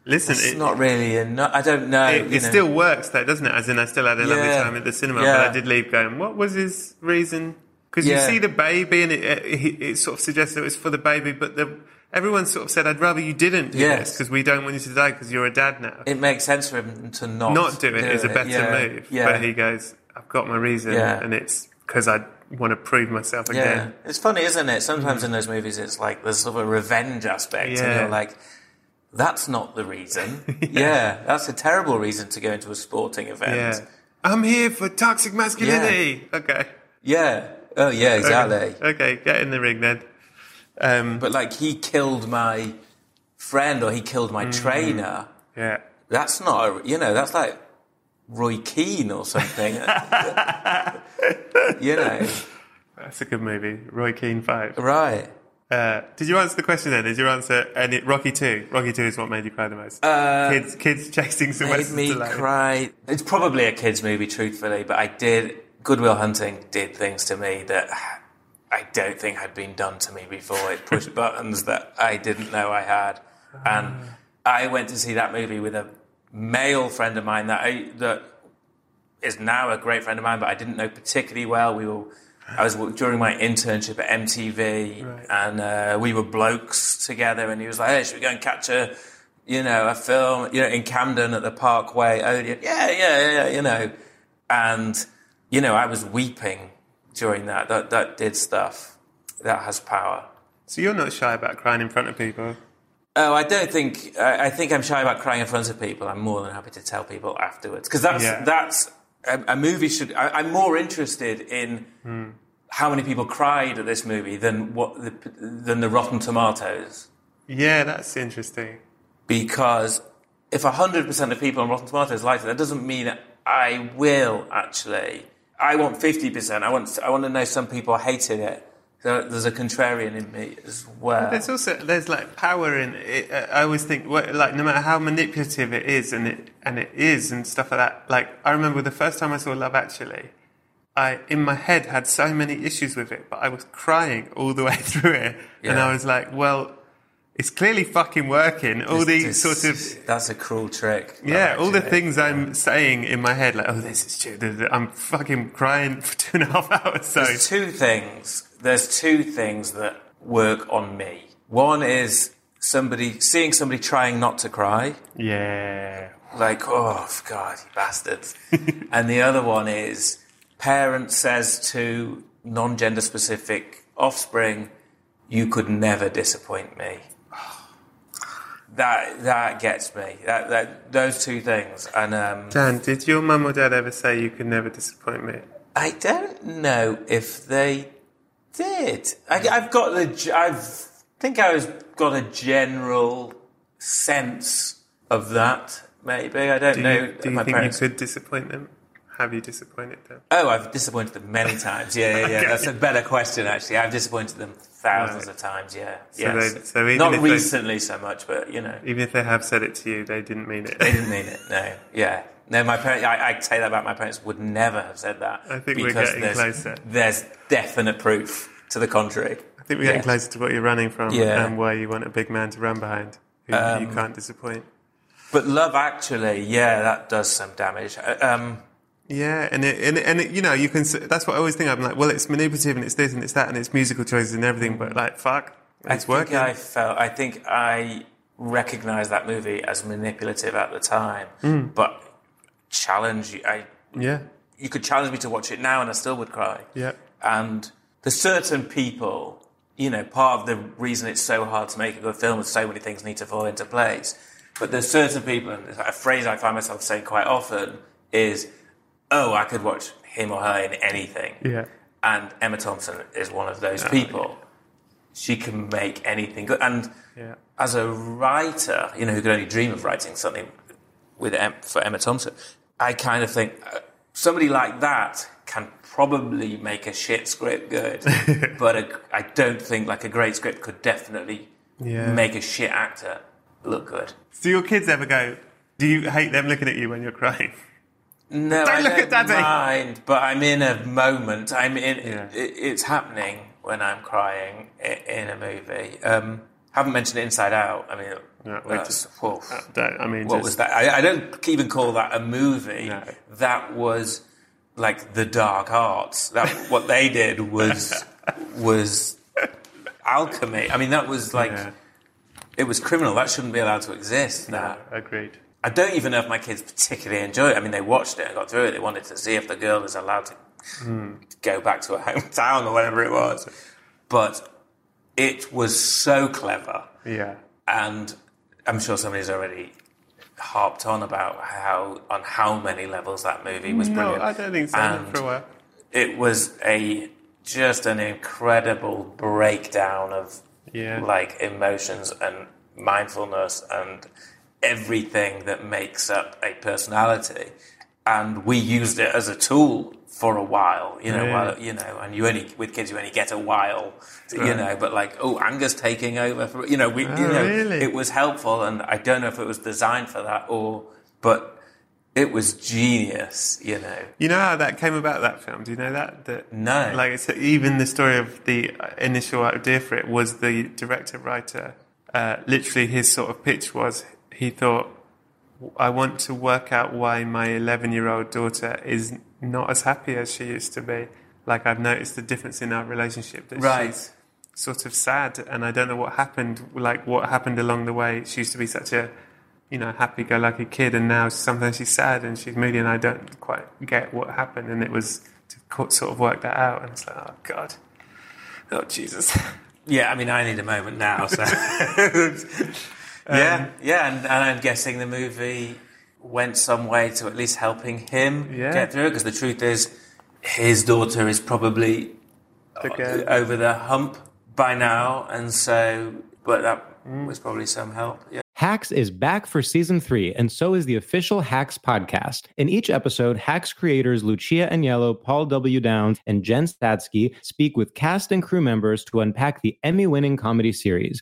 [SPEAKER 1] Listen,
[SPEAKER 2] it's
[SPEAKER 1] it-
[SPEAKER 2] not really enough. I don't know.
[SPEAKER 1] it,
[SPEAKER 2] you
[SPEAKER 1] it
[SPEAKER 2] know.
[SPEAKER 1] still works though, doesn't it? As in, I still had a lovely
[SPEAKER 2] Yeah.
[SPEAKER 1] time at the cinema, but
[SPEAKER 2] Yeah.
[SPEAKER 1] I did leave going, what was his reason? Because you
[SPEAKER 2] Yeah.
[SPEAKER 1] see the baby, and it, it, it- it sort of suggests that it was for the baby, but the, everyone sort of said, I'd rather you didn't do
[SPEAKER 2] Yes.
[SPEAKER 1] this because we don't want you to die because you're a dad now.
[SPEAKER 2] It makes sense for him to not
[SPEAKER 1] Not do it is a better
[SPEAKER 2] Yeah,
[SPEAKER 1] move.
[SPEAKER 2] Yeah.
[SPEAKER 1] But he goes, I've got my reason,
[SPEAKER 2] Yeah.
[SPEAKER 1] and it's because I want to prove myself
[SPEAKER 2] Yeah.
[SPEAKER 1] again.
[SPEAKER 2] It's funny, isn't it? Sometimes in those movies, it's like there's sort of a revenge aspect, and
[SPEAKER 1] Mm. Yeah.
[SPEAKER 2] you're like, that's not the reason. yeah. that's a terrible reason to go into a sporting event.
[SPEAKER 1] Yeah. I'm here for toxic masculinity. Okay.
[SPEAKER 2] Yeah. Oh, yeah, exactly.
[SPEAKER 1] Okay, get in the ring then. Um,
[SPEAKER 2] But like, he killed my friend or he killed my trainer.
[SPEAKER 1] yeah.
[SPEAKER 2] That's not, a, you know, that's like Roy Keane or something. you know,
[SPEAKER 1] That's a good movie. Roy Keane 5.
[SPEAKER 2] right.
[SPEAKER 1] Uh, did you answer the question then? Is your answer any, Rocky Two? Rocky Two is what made you cry the most. Uh, kids, kids chasing
[SPEAKER 2] made
[SPEAKER 1] Sylvester
[SPEAKER 2] me
[SPEAKER 1] Stallone.
[SPEAKER 2] cry. It's probably a kids' movie, truthfully, but I did. Goodwill Hunting did things to me that I don't think had been done to me before. It pushed buttons that I didn't know I had, and I went to see that movie with a male friend of mine that I, that is now a great friend of mine, but I didn't know particularly well. We were. I was during my internship at MTV, and uh, we were blokes together. And he was like, "Hey, should we go and catch a, you know, a film, you know, in Camden at the Parkway Odeon?" Yeah, yeah, yeah, you know. And you know, I was weeping during that. That that did stuff. That has power.
[SPEAKER 1] So you're not shy about crying in front of people.
[SPEAKER 2] Oh, I don't think. I, I think I'm shy about crying in front of people. I'm more than happy to tell people afterwards because that's
[SPEAKER 1] Yeah.
[SPEAKER 2] that's a, a movie should. I, I'm more interested in how many people cried at this movie than what the, than the Rotten Tomatoes
[SPEAKER 1] Yeah, that's interesting.
[SPEAKER 2] because if 100% of people on Rotten Tomatoes like it, that doesn't mean I will actually. I want 50%. I want I want to know some people hated it. So There's a contrarian in me as well.
[SPEAKER 1] There's also there's like power in it. Uh, I always think what, like no matter how manipulative it is, and it and it is, and stuff like that. Like I remember the first time I saw Love Actually, I in my head had so many issues with it, but I was crying all the way through it, and
[SPEAKER 2] Yeah.
[SPEAKER 1] I was like, well, it's clearly fucking working. All these
[SPEAKER 2] It's-
[SPEAKER 1] sort of
[SPEAKER 2] That's a cruel trick.
[SPEAKER 1] Yeah, all the
[SPEAKER 2] actually.
[SPEAKER 1] things I'm saying in my head, like, oh, this is true. th- th- I'm fucking crying for two and a half hours. So,
[SPEAKER 2] There's two things. There's two things that work on me. One is somebody seeing somebody trying not to cry,
[SPEAKER 1] yeah.
[SPEAKER 2] like oh f- god, you bastards. and the other one is parent says to non-gender specific offspring, "You could never disappoint me." that that gets me. That, that those two things, and um,
[SPEAKER 1] Dan, did your mum or dad ever say you can never disappoint me?
[SPEAKER 2] I don't know if they did. I, I've got the. g- I've think I was got a general sense of that. Maybe I don't
[SPEAKER 1] Do
[SPEAKER 2] know.
[SPEAKER 1] you, do you
[SPEAKER 2] my
[SPEAKER 1] think
[SPEAKER 2] parents.
[SPEAKER 1] you could disappoint them? Have you disappointed them?
[SPEAKER 2] Oh, I've disappointed them many times. Yeah, yeah, yeah.
[SPEAKER 1] Okay.
[SPEAKER 2] That's a better question, actually. I've disappointed them thousands
[SPEAKER 1] Right.
[SPEAKER 2] of times. Yeah,
[SPEAKER 1] So
[SPEAKER 2] yes.
[SPEAKER 1] they- so even
[SPEAKER 2] Not
[SPEAKER 1] if they-
[SPEAKER 2] recently so much, but you know,
[SPEAKER 1] Even if they have said it to you, they didn't mean
[SPEAKER 2] they
[SPEAKER 1] it.
[SPEAKER 2] didn't mean it. No, yeah, no. My parents. I, I say that about my parents. Would never have said that.
[SPEAKER 1] I think we're
[SPEAKER 2] because
[SPEAKER 1] getting
[SPEAKER 2] there's,
[SPEAKER 1] closer.
[SPEAKER 2] There's definite proof to the contrary.
[SPEAKER 1] I think we're getting
[SPEAKER 2] Yeah.
[SPEAKER 1] closer to what you're running from
[SPEAKER 2] Yeah. Um,
[SPEAKER 1] and where you want a big man to run behind, who you can't disappoint.
[SPEAKER 2] But love, actually, yeah, that does some damage. Uh, Um,
[SPEAKER 1] Yeah, and it, and it, and it, you know you can. s- That's what I always think. I'm like, well, it's manipulative and it's this and it's that and it's musical choices and everything, but like, fuck,
[SPEAKER 2] Mm. I
[SPEAKER 1] it's
[SPEAKER 2] think
[SPEAKER 1] working.
[SPEAKER 2] I felt. I think I recognized that movie as manipulative at the time,
[SPEAKER 1] Hmm.
[SPEAKER 2] but challenge. you- I
[SPEAKER 1] Yeah,
[SPEAKER 2] you could challenge me to watch it now and I still would cry.
[SPEAKER 1] yeah,
[SPEAKER 2] And there's certain people, you know, part of the reason it's so hard to make a good film is so many things need to fall into place. But there's certain people, and a phrase I find myself saying quite often is, oh, I could watch him or her in anything.
[SPEAKER 1] yeah.
[SPEAKER 2] And Emma Thompson is one of those people. She can make anything good. And
[SPEAKER 1] Yeah.
[SPEAKER 2] as a writer, you know, who could only dream of writing something with em- for Emma Thompson, I kind of think uh, somebody like that can probably make a shit script good, but a, I don't think like a great script could definitely
[SPEAKER 1] Yeah.
[SPEAKER 2] make a shit actor look good.
[SPEAKER 1] Do your kids ever go? Do you hate them looking at you when you're crying?
[SPEAKER 2] No, I
[SPEAKER 1] look
[SPEAKER 2] don't
[SPEAKER 1] at Daddy.
[SPEAKER 2] mind, but I'm in a moment. I'm in.
[SPEAKER 1] Yeah.
[SPEAKER 2] It, it's happening when I'm crying i- in a movie. Um, haven't mentioned Inside Out. I mean,
[SPEAKER 1] No, we
[SPEAKER 2] that's,
[SPEAKER 1] just-
[SPEAKER 2] whoa.
[SPEAKER 1] Don't- I mean,
[SPEAKER 2] what
[SPEAKER 1] just-
[SPEAKER 2] was that? I, I don't even call that a movie.
[SPEAKER 1] No.
[SPEAKER 2] That was like the dark arts. That what they did was was alchemy. I mean, that was like
[SPEAKER 1] Yeah.
[SPEAKER 2] it was criminal. That shouldn't be allowed to exist. That
[SPEAKER 1] Agreed.
[SPEAKER 2] I don't even know if my kids particularly enjoy it. I mean, they watched it and got through it. They wanted to see if the girl was allowed to
[SPEAKER 1] Hmm.
[SPEAKER 2] go back to her hometown or whatever it was. But it was so clever.
[SPEAKER 1] Yeah.
[SPEAKER 2] And I'm sure somebody's already harped on about how, on how many levels that movie was
[SPEAKER 1] No,
[SPEAKER 2] brilliant.
[SPEAKER 1] Oh, I don't think so.
[SPEAKER 2] And
[SPEAKER 1] for a while.
[SPEAKER 2] it was a just an incredible breakdown of
[SPEAKER 1] Yeah.
[SPEAKER 2] like emotions and mindfulness and everything that makes up a personality and we used it as a tool for a while you know
[SPEAKER 1] Yeah.
[SPEAKER 2] while, you know and you only with kids you only get a while to- you
[SPEAKER 1] Right.
[SPEAKER 2] know but like oh anger's taking over for you know we you
[SPEAKER 1] Oh,
[SPEAKER 2] know
[SPEAKER 1] really?
[SPEAKER 2] it was helpful and i don't know if it was designed for that or but it was genius you know
[SPEAKER 1] You know how that came about? That film? Do you know that? That
[SPEAKER 2] No.
[SPEAKER 1] Like it's even the story of the initial idea for it was the director writer. Uh, literally, his sort of pitch was he thought, "I want to work out why my 11 year old daughter is not as happy as she used to be. Like I've noticed the difference in our relationship. That
[SPEAKER 2] Right.
[SPEAKER 1] She's, sort of sad and I don't know what happened like what happened along the way. She used to be such a you know, happy go lucky kid and now sometimes she's sad and she's moody and I don't quite get what happened and it was to co- sort of work that out and it's like, Oh God. Oh Jesus.
[SPEAKER 2] Yeah, I mean, I need a moment now. So, yeah, yeah, and, and I'm guessing the movie went some way to at least helping him
[SPEAKER 1] Yeah.
[SPEAKER 2] get through it. Because the truth is, his daughter is probably
[SPEAKER 1] The girl-
[SPEAKER 2] over the hump by now, and so, but that
[SPEAKER 1] Mm.
[SPEAKER 2] was probably some help. Yeah.
[SPEAKER 3] Hacks is back for season three, and so is the official Hacks podcast. In each episode, Hacks creators Lucia Agnello, Paul W. Downs, and Jen Statsky speak with cast and crew members to unpack the Emmy winning comedy series.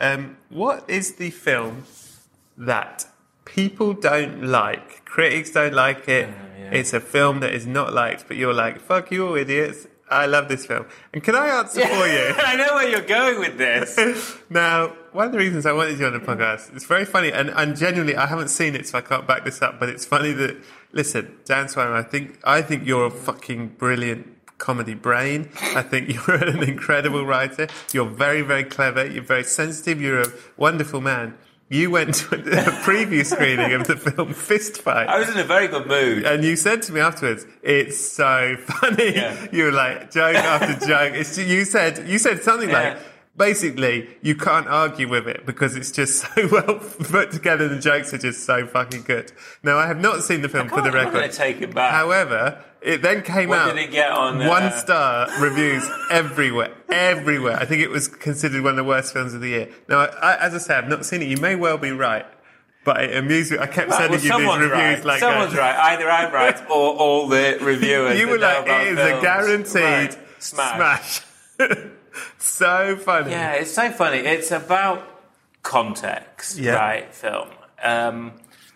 [SPEAKER 1] Um, what is the film that people don't like? Critics don't like it. It's a film that is not liked, but you're like, fuck you all idiots. I love this film. And can I answer
[SPEAKER 2] I know where you're going with this.
[SPEAKER 1] for you? now, one of the reasons I wanted you on the podcast, it's very funny, and, and genuinely, I haven't seen it, so I can't back this up, but it's funny that, listen, Dan Swymer, I think, I think you're a fucking brilliant comedy brain. I think you're an incredible writer. You're very, very clever. You're very sensitive. You're a wonderful man. You went to a preview screening of the film Fist Fight.
[SPEAKER 2] I was in a very good mood.
[SPEAKER 1] And you said to me afterwards, "It's so funny."
[SPEAKER 2] Yeah.
[SPEAKER 1] You were like joke after joke. It's, you said you said something like,
[SPEAKER 2] Yeah.
[SPEAKER 1] basically, you can't argue with it because it's just so well put together. The jokes are just so fucking good. Now, I have not seen the film for the
[SPEAKER 2] I'm not gonna
[SPEAKER 1] record.
[SPEAKER 2] take it back.
[SPEAKER 1] However, it then came
[SPEAKER 2] What
[SPEAKER 1] out.
[SPEAKER 2] did it get on, uh,
[SPEAKER 1] One star reviews everywhere, everywhere. I think it was considered one of the worst films of the year. Now, I, I, as I say, I've not seen it. You may well be right. But it amused me. I kept
[SPEAKER 2] Well,
[SPEAKER 1] sending you these
[SPEAKER 2] someone's
[SPEAKER 1] reviews
[SPEAKER 2] right.
[SPEAKER 1] like uh,
[SPEAKER 2] someone's
[SPEAKER 1] going,
[SPEAKER 2] right. Either I'm right or all the reviewers.
[SPEAKER 1] you
[SPEAKER 2] that
[SPEAKER 1] were
[SPEAKER 2] know
[SPEAKER 1] like,
[SPEAKER 2] about
[SPEAKER 1] it is a
[SPEAKER 2] films."
[SPEAKER 1] guaranteed
[SPEAKER 2] Right. smash.
[SPEAKER 1] smash. so funny.
[SPEAKER 2] Yeah, it's so funny. It's about context,
[SPEAKER 1] Yeah.
[SPEAKER 2] right? Film. Um,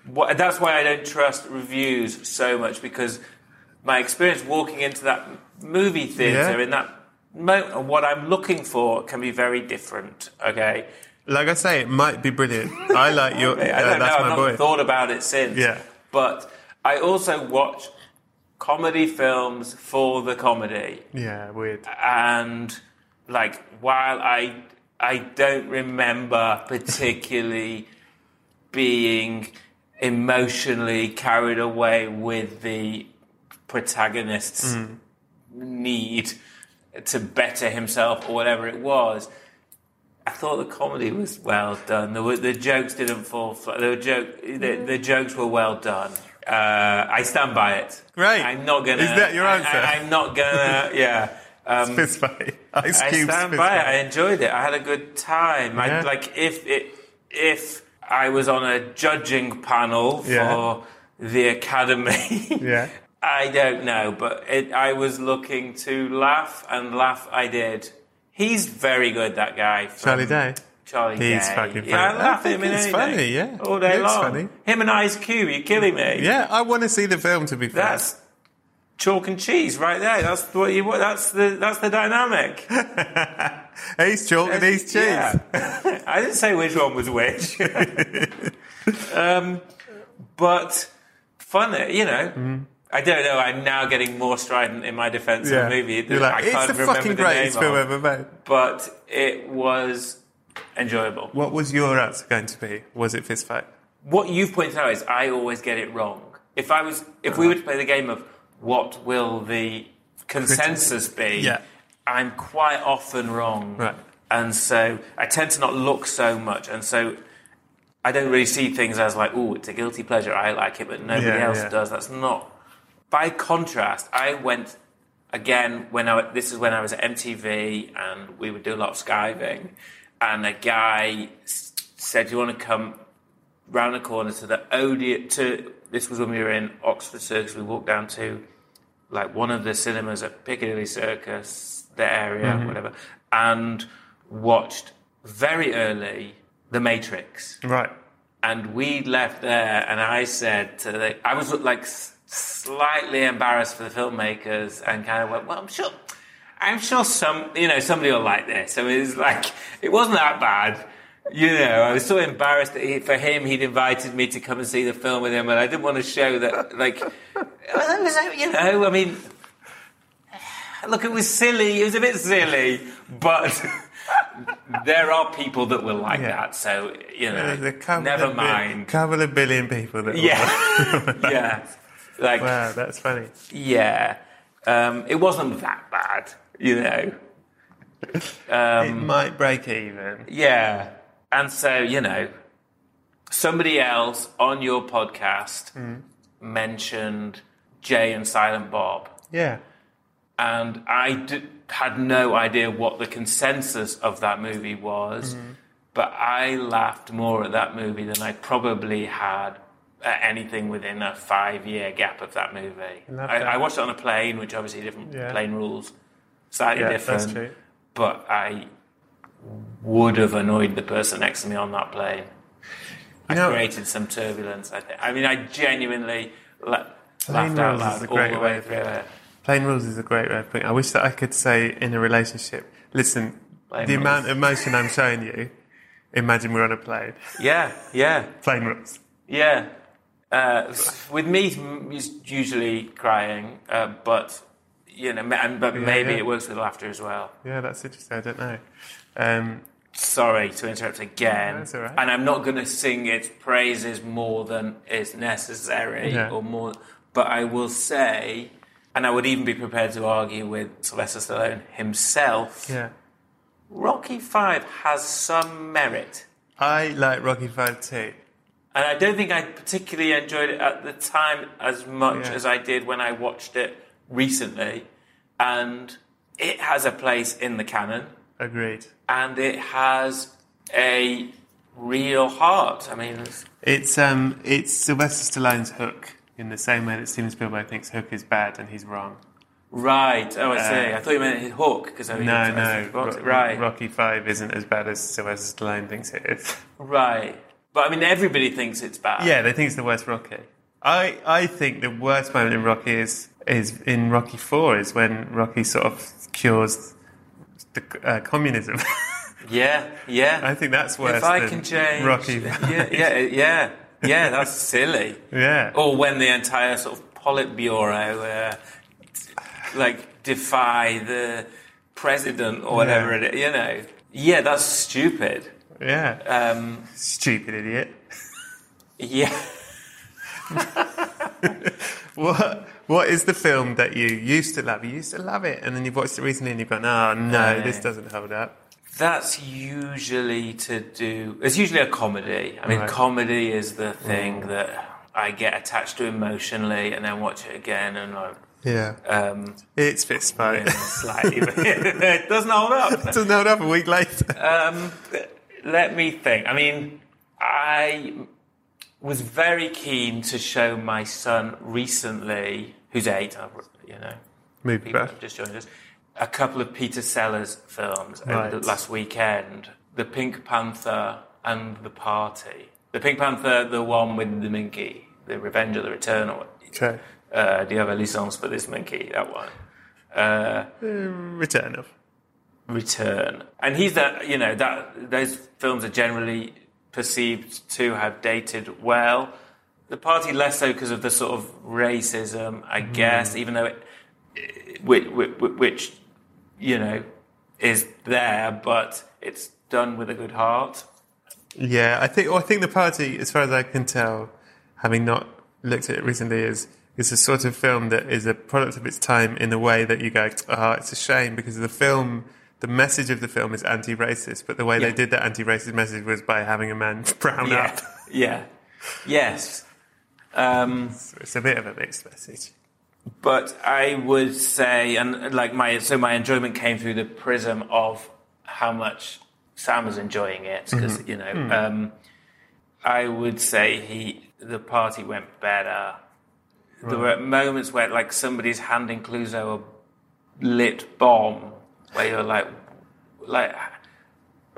[SPEAKER 2] what, that's why I don't trust reviews so much because my experience walking into that movie theater
[SPEAKER 1] Yeah.
[SPEAKER 2] in that moment, and what I'm looking for can be very different. Okay,
[SPEAKER 1] Like I say, it might be brilliant. I like your.
[SPEAKER 2] I
[SPEAKER 1] uh,
[SPEAKER 2] don't
[SPEAKER 1] that's
[SPEAKER 2] know.
[SPEAKER 1] my
[SPEAKER 2] I've
[SPEAKER 1] boy.
[SPEAKER 2] not thought about it since.
[SPEAKER 1] Yeah.
[SPEAKER 2] But I also watch comedy films for the comedy.
[SPEAKER 1] Yeah, weird.
[SPEAKER 2] and like while I I don't remember particularly being emotionally carried away with the protagonist's
[SPEAKER 1] Hmm.
[SPEAKER 2] need to better himself or whatever it was. I thought the comedy was well done. The, the jokes didn't fall flat. The, joke, the, the jokes were well done. Uh, I stand by it.
[SPEAKER 1] Great.
[SPEAKER 2] I'm not gonna.
[SPEAKER 1] Is that your
[SPEAKER 2] I-
[SPEAKER 1] answer?
[SPEAKER 2] I, am not gonna. Yeah. Um,
[SPEAKER 1] Fist fight. Ice
[SPEAKER 2] I
[SPEAKER 1] Cube's
[SPEAKER 2] stand
[SPEAKER 1] fist
[SPEAKER 2] by it.
[SPEAKER 1] fight.
[SPEAKER 2] I enjoyed it. I had a good time.
[SPEAKER 1] Yeah.
[SPEAKER 2] I like if it if I was on a judging panel for
[SPEAKER 1] Yeah.
[SPEAKER 2] the Academy.
[SPEAKER 1] Yeah.
[SPEAKER 2] I don't know, but it, I was looking to laugh and laugh. I did. He's very good. That guy, from
[SPEAKER 1] Charlie Day.
[SPEAKER 2] Charlie
[SPEAKER 1] He's
[SPEAKER 2] Day.
[SPEAKER 1] fucking
[SPEAKER 2] Yeah, I
[SPEAKER 1] funny. I
[SPEAKER 2] laugh at
[SPEAKER 1] think
[SPEAKER 2] him in
[SPEAKER 1] he's
[SPEAKER 2] anything.
[SPEAKER 1] funny, yeah.
[SPEAKER 2] all day
[SPEAKER 1] He looks
[SPEAKER 2] long.
[SPEAKER 1] funny.
[SPEAKER 2] Him and Ice Cube. You're killing me.
[SPEAKER 1] Yeah, I want to see the film to be fair.
[SPEAKER 2] That's chalk and cheese right there. That's what you. That's the that's the dynamic.
[SPEAKER 1] he's chalk and he's cheese.
[SPEAKER 2] Yeah. I didn't say which one was which. um, but funny, you know. I don't know. I'm now getting more strident in my defence
[SPEAKER 1] Yeah.
[SPEAKER 2] of the movie.
[SPEAKER 1] You're like,
[SPEAKER 2] I
[SPEAKER 1] it's
[SPEAKER 2] can't
[SPEAKER 1] the
[SPEAKER 2] remember
[SPEAKER 1] fucking
[SPEAKER 2] the
[SPEAKER 1] greatest
[SPEAKER 2] name
[SPEAKER 1] film
[SPEAKER 2] of,
[SPEAKER 1] ever made.
[SPEAKER 2] But it was enjoyable.
[SPEAKER 1] What was your answer going to be? Was it fist fight?
[SPEAKER 2] What you've pointed out is I always get it wrong. If I was, if
[SPEAKER 1] Uh-huh.
[SPEAKER 2] we were to play the game of what will the consensus be,
[SPEAKER 1] Yeah.
[SPEAKER 2] I'm quite often wrong,
[SPEAKER 1] Right.
[SPEAKER 2] and so I tend to not look so much, and so I don't really see things as like, oh, it's a guilty pleasure. I like it, but nobody
[SPEAKER 1] Yeah,
[SPEAKER 2] else
[SPEAKER 1] yeah.
[SPEAKER 2] does. That's not. By contrast, I went again when I this is when I was at MTV and we would do a lot of skiving, and a guy s- said, "Do you want to come round the corner to the Odeon?" To this was when we were in Oxford Circus. We walked down to like one of the cinemas at Piccadilly Circus, the area, whatever, and watched very early The Matrix
[SPEAKER 1] Right.
[SPEAKER 2] and we left there and i said to the i was like s- slightly embarrassed for the filmmakers and kind of went well i'm sure i'm sure some you know somebody will like this so it was like it wasn't that bad you know i was so embarrassed that he, for him he'd invited me to come and see the film with him and i didn't want to show that like well, it was, you know i mean look it was silly it was a bit silly but there are people that will like
[SPEAKER 1] Yeah.
[SPEAKER 2] that so you know
[SPEAKER 1] There's a couple
[SPEAKER 2] Never
[SPEAKER 1] of bil-
[SPEAKER 2] mind.
[SPEAKER 1] couple of billion people that.
[SPEAKER 2] Yeah. yeah. Like,
[SPEAKER 1] Wow, that's funny.
[SPEAKER 2] yeah. Um, it wasn't that bad, you know. Um,
[SPEAKER 1] it might break even.
[SPEAKER 2] Yeah. And so, you know, somebody else on your podcast mentioned Jay and Silent Bob.
[SPEAKER 1] Yeah.
[SPEAKER 2] and I d- had no idea what the consensus of that movie
[SPEAKER 1] Mm-hmm.
[SPEAKER 2] was, but I laughed more at that movie than I probably had uh, anything within a five-year gap of that movie.
[SPEAKER 1] that
[SPEAKER 2] I, I
[SPEAKER 1] fair?
[SPEAKER 2] watched it on a plane, which obviously different
[SPEAKER 1] Yeah.
[SPEAKER 2] plane rules, slightly
[SPEAKER 1] Yeah, that's
[SPEAKER 2] different.
[SPEAKER 1] true.
[SPEAKER 2] But I would have annoyed the person next to me on that plane. I
[SPEAKER 1] know-
[SPEAKER 2] created some turbulence. I think. I mean, I genuinely la-
[SPEAKER 1] Plane
[SPEAKER 2] laughed out
[SPEAKER 1] rules is
[SPEAKER 2] loud
[SPEAKER 1] a
[SPEAKER 2] all
[SPEAKER 1] great
[SPEAKER 2] the
[SPEAKER 1] way
[SPEAKER 2] way
[SPEAKER 1] of
[SPEAKER 2] through
[SPEAKER 1] doing
[SPEAKER 2] it.
[SPEAKER 1] Plain rules is a great way of putting it. I wish that I could say in a relationship, listen,
[SPEAKER 2] Plain
[SPEAKER 1] the
[SPEAKER 2] rules.
[SPEAKER 1] amount of emotion I'm showing you, imagine we're on a plane.
[SPEAKER 2] Yeah, yeah.
[SPEAKER 1] Plain rules.
[SPEAKER 2] Yeah. Uh, with me, m- it's usually crying, uh, but you know, ma- and, but maybe
[SPEAKER 1] yeah.
[SPEAKER 2] it works with laughter as well.
[SPEAKER 1] Yeah, that's interesting. I don't know. Um,
[SPEAKER 2] Sorry to interrupt again,
[SPEAKER 1] No, that's all right.
[SPEAKER 2] and I'm not going to sing its praises more than is necessary,
[SPEAKER 1] Yeah.
[SPEAKER 2] or more. But I will say, and I would even be prepared to argue with Sylvester Stallone himself.
[SPEAKER 1] yeah.
[SPEAKER 2] Rocky Five has some merit.
[SPEAKER 1] I like Rocky Five too.
[SPEAKER 2] And I don't think I particularly enjoyed it at the time as much
[SPEAKER 1] Yeah.
[SPEAKER 2] as I did when I watched it recently. And it has a place in the canon
[SPEAKER 1] Agreed.
[SPEAKER 2] and it has a real heart. I mean, it's-
[SPEAKER 1] It's um, it's Sylvester Stallone's Hook in the same way that Steven Spielberg thinks Hook is bad and he's wrong.
[SPEAKER 2] right. Oh, I see.
[SPEAKER 1] Uh,
[SPEAKER 2] I thought you meant hook because I mean,
[SPEAKER 1] No,
[SPEAKER 2] I
[SPEAKER 1] no,
[SPEAKER 2] think box-
[SPEAKER 1] Ro-
[SPEAKER 2] right,
[SPEAKER 1] Rocky Five isn't as bad as Sylvester Stallone thinks it is.
[SPEAKER 2] right. But I mean, everybody thinks it's bad.
[SPEAKER 1] Yeah, they think it's the worst Rocky. I, I think the worst moment in Rocky is is in Rocky Four is when Rocky sort of cures the uh, communism.
[SPEAKER 2] yeah, yeah.
[SPEAKER 1] I think that's worse.
[SPEAKER 2] if I
[SPEAKER 1] than
[SPEAKER 2] can change,
[SPEAKER 1] Rocky.
[SPEAKER 2] yeah, yeah, yeah, yeah. That's silly.
[SPEAKER 1] yeah.
[SPEAKER 2] Or when the entire sort of Politburo, uh, like, defy the president or whatever
[SPEAKER 1] Yeah.
[SPEAKER 2] it is, you know. Yeah, that's stupid.
[SPEAKER 1] yeah.
[SPEAKER 2] Um,
[SPEAKER 1] Stupid idiot.
[SPEAKER 2] yeah.
[SPEAKER 1] What What is the film that you used to love? You used to love it, and then you've watched it recently, and you've gone, "Oh no,
[SPEAKER 2] Uh,
[SPEAKER 1] this doesn't hold up."
[SPEAKER 2] That's usually to do. It's usually a comedy. I mean,
[SPEAKER 1] Right. Mm.
[SPEAKER 2] comedy is the thing that I get attached to emotionally, and then watch it again, and I'm
[SPEAKER 1] Yeah,
[SPEAKER 2] um,
[SPEAKER 1] it's fist fight.
[SPEAKER 2] slightly. it doesn't hold up.
[SPEAKER 1] doesn't hold up a week later.
[SPEAKER 2] Um, let me think. I mean, I was very keen to show my son recently, who's eight, uh, you know,
[SPEAKER 1] Movie
[SPEAKER 2] people
[SPEAKER 1] buff.
[SPEAKER 2] have just joined us, a couple of Peter Sellers films over
[SPEAKER 1] Right.
[SPEAKER 2] the last weekend The Pink Panther and The Party. The Pink Panther, the one with the monkey, The Revenge of the Return, or
[SPEAKER 1] Okay,
[SPEAKER 2] uh, Do You Have a Licence for This Monkey? That one. Uh,
[SPEAKER 1] Return of.
[SPEAKER 2] return. And he's that you know that those films are generally perceived to have dated well. The party less so because of the sort of racism, I guess, even though it, which, which you know is there, but it's done with a good heart.
[SPEAKER 1] Yeah, I think. Well, I think the party, as far as I can tell, having not looked at it recently, is is a sort of film that is a product of its time in a way that you go, oh, it's a shame because the film, the message of the film is anti-racist, but the way they
[SPEAKER 2] Yeah.
[SPEAKER 1] did that anti-racist message was by having a man brown
[SPEAKER 2] Yeah,
[SPEAKER 1] up.
[SPEAKER 2] yeah, yes. Um,
[SPEAKER 1] So it's a bit of a mixed message.
[SPEAKER 2] but I would say, and like my so my enjoyment came through the prism of how much Sam was enjoying it
[SPEAKER 1] Mm-hmm.
[SPEAKER 2] because you know
[SPEAKER 1] Mm.
[SPEAKER 2] um, I would say he the party went better.
[SPEAKER 1] Mm.
[SPEAKER 2] There were moments where like somebody's handing Cluzo a lit bomb where you're like, like h-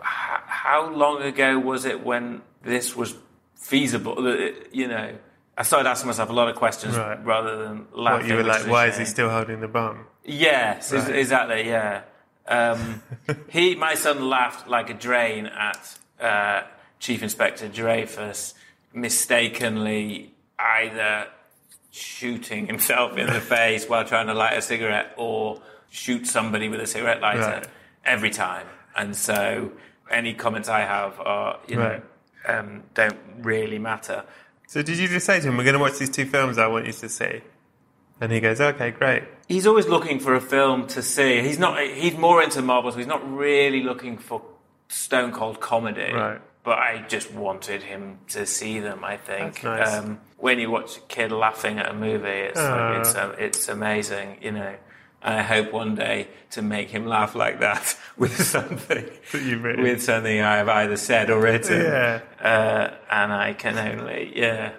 [SPEAKER 2] how long ago was it when this was feasible? That, You know. I started asking myself a lot of questions
[SPEAKER 1] Right.
[SPEAKER 2] rather than
[SPEAKER 1] But
[SPEAKER 2] laughing.
[SPEAKER 1] you were
[SPEAKER 2] which
[SPEAKER 1] like,
[SPEAKER 2] is a
[SPEAKER 1] why is he
[SPEAKER 2] shame.
[SPEAKER 1] still holding the bomb?
[SPEAKER 2] Yes, ex-
[SPEAKER 1] Right.
[SPEAKER 2] exactly. Yeah, um, he, my son, laughed like a drain at uh, Chief Inspector Dreyfus mistakenly either shooting himself in the face while trying to light a cigarette or shoot somebody with a cigarette lighter
[SPEAKER 1] Right.
[SPEAKER 2] every time. And so, any comments I have are, you
[SPEAKER 1] Right.
[SPEAKER 2] know, um, don't really matter.
[SPEAKER 1] So did you just say to him, we're going to watch these two films I want you to see? And he goes, okay, great.
[SPEAKER 2] he's always looking for a film to see. He's not. He's more into Marvel, so he's not really looking for stone cold comedy.
[SPEAKER 1] Right.
[SPEAKER 2] But I just wanted him to see them. I think Um,
[SPEAKER 1] That's nice.
[SPEAKER 2] when you watch a kid laughing at a movie, it's
[SPEAKER 1] Uh.
[SPEAKER 2] like, it's, um, it's amazing. You know. And I hope one day to make him laugh like that with something
[SPEAKER 1] That you've written.
[SPEAKER 2] with something I have either said or written.
[SPEAKER 1] Yeah.
[SPEAKER 2] Uh, and I can only yeah.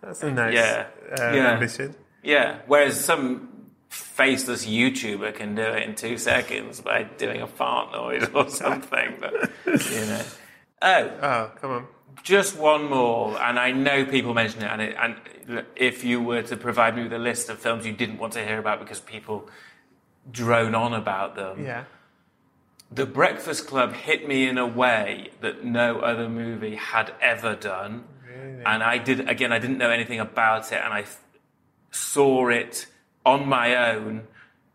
[SPEAKER 1] That's a nice
[SPEAKER 2] Yeah.
[SPEAKER 1] Uh,
[SPEAKER 2] Yeah.
[SPEAKER 1] ambition.
[SPEAKER 2] Yeah. Whereas some faceless YouTuber can do it in two seconds by doing a fart noise or something. But, you know. Oh,
[SPEAKER 1] Oh, come on.
[SPEAKER 2] just one more, and I know people mention it. And, it, and look, if you were to provide me with a list of films you didn't want to hear about because people drone on about them,
[SPEAKER 1] Yeah.
[SPEAKER 2] The Breakfast Club hit me in a way that no other movie had ever done, and I did again. I didn't know anything about it, and I th- saw it on my own.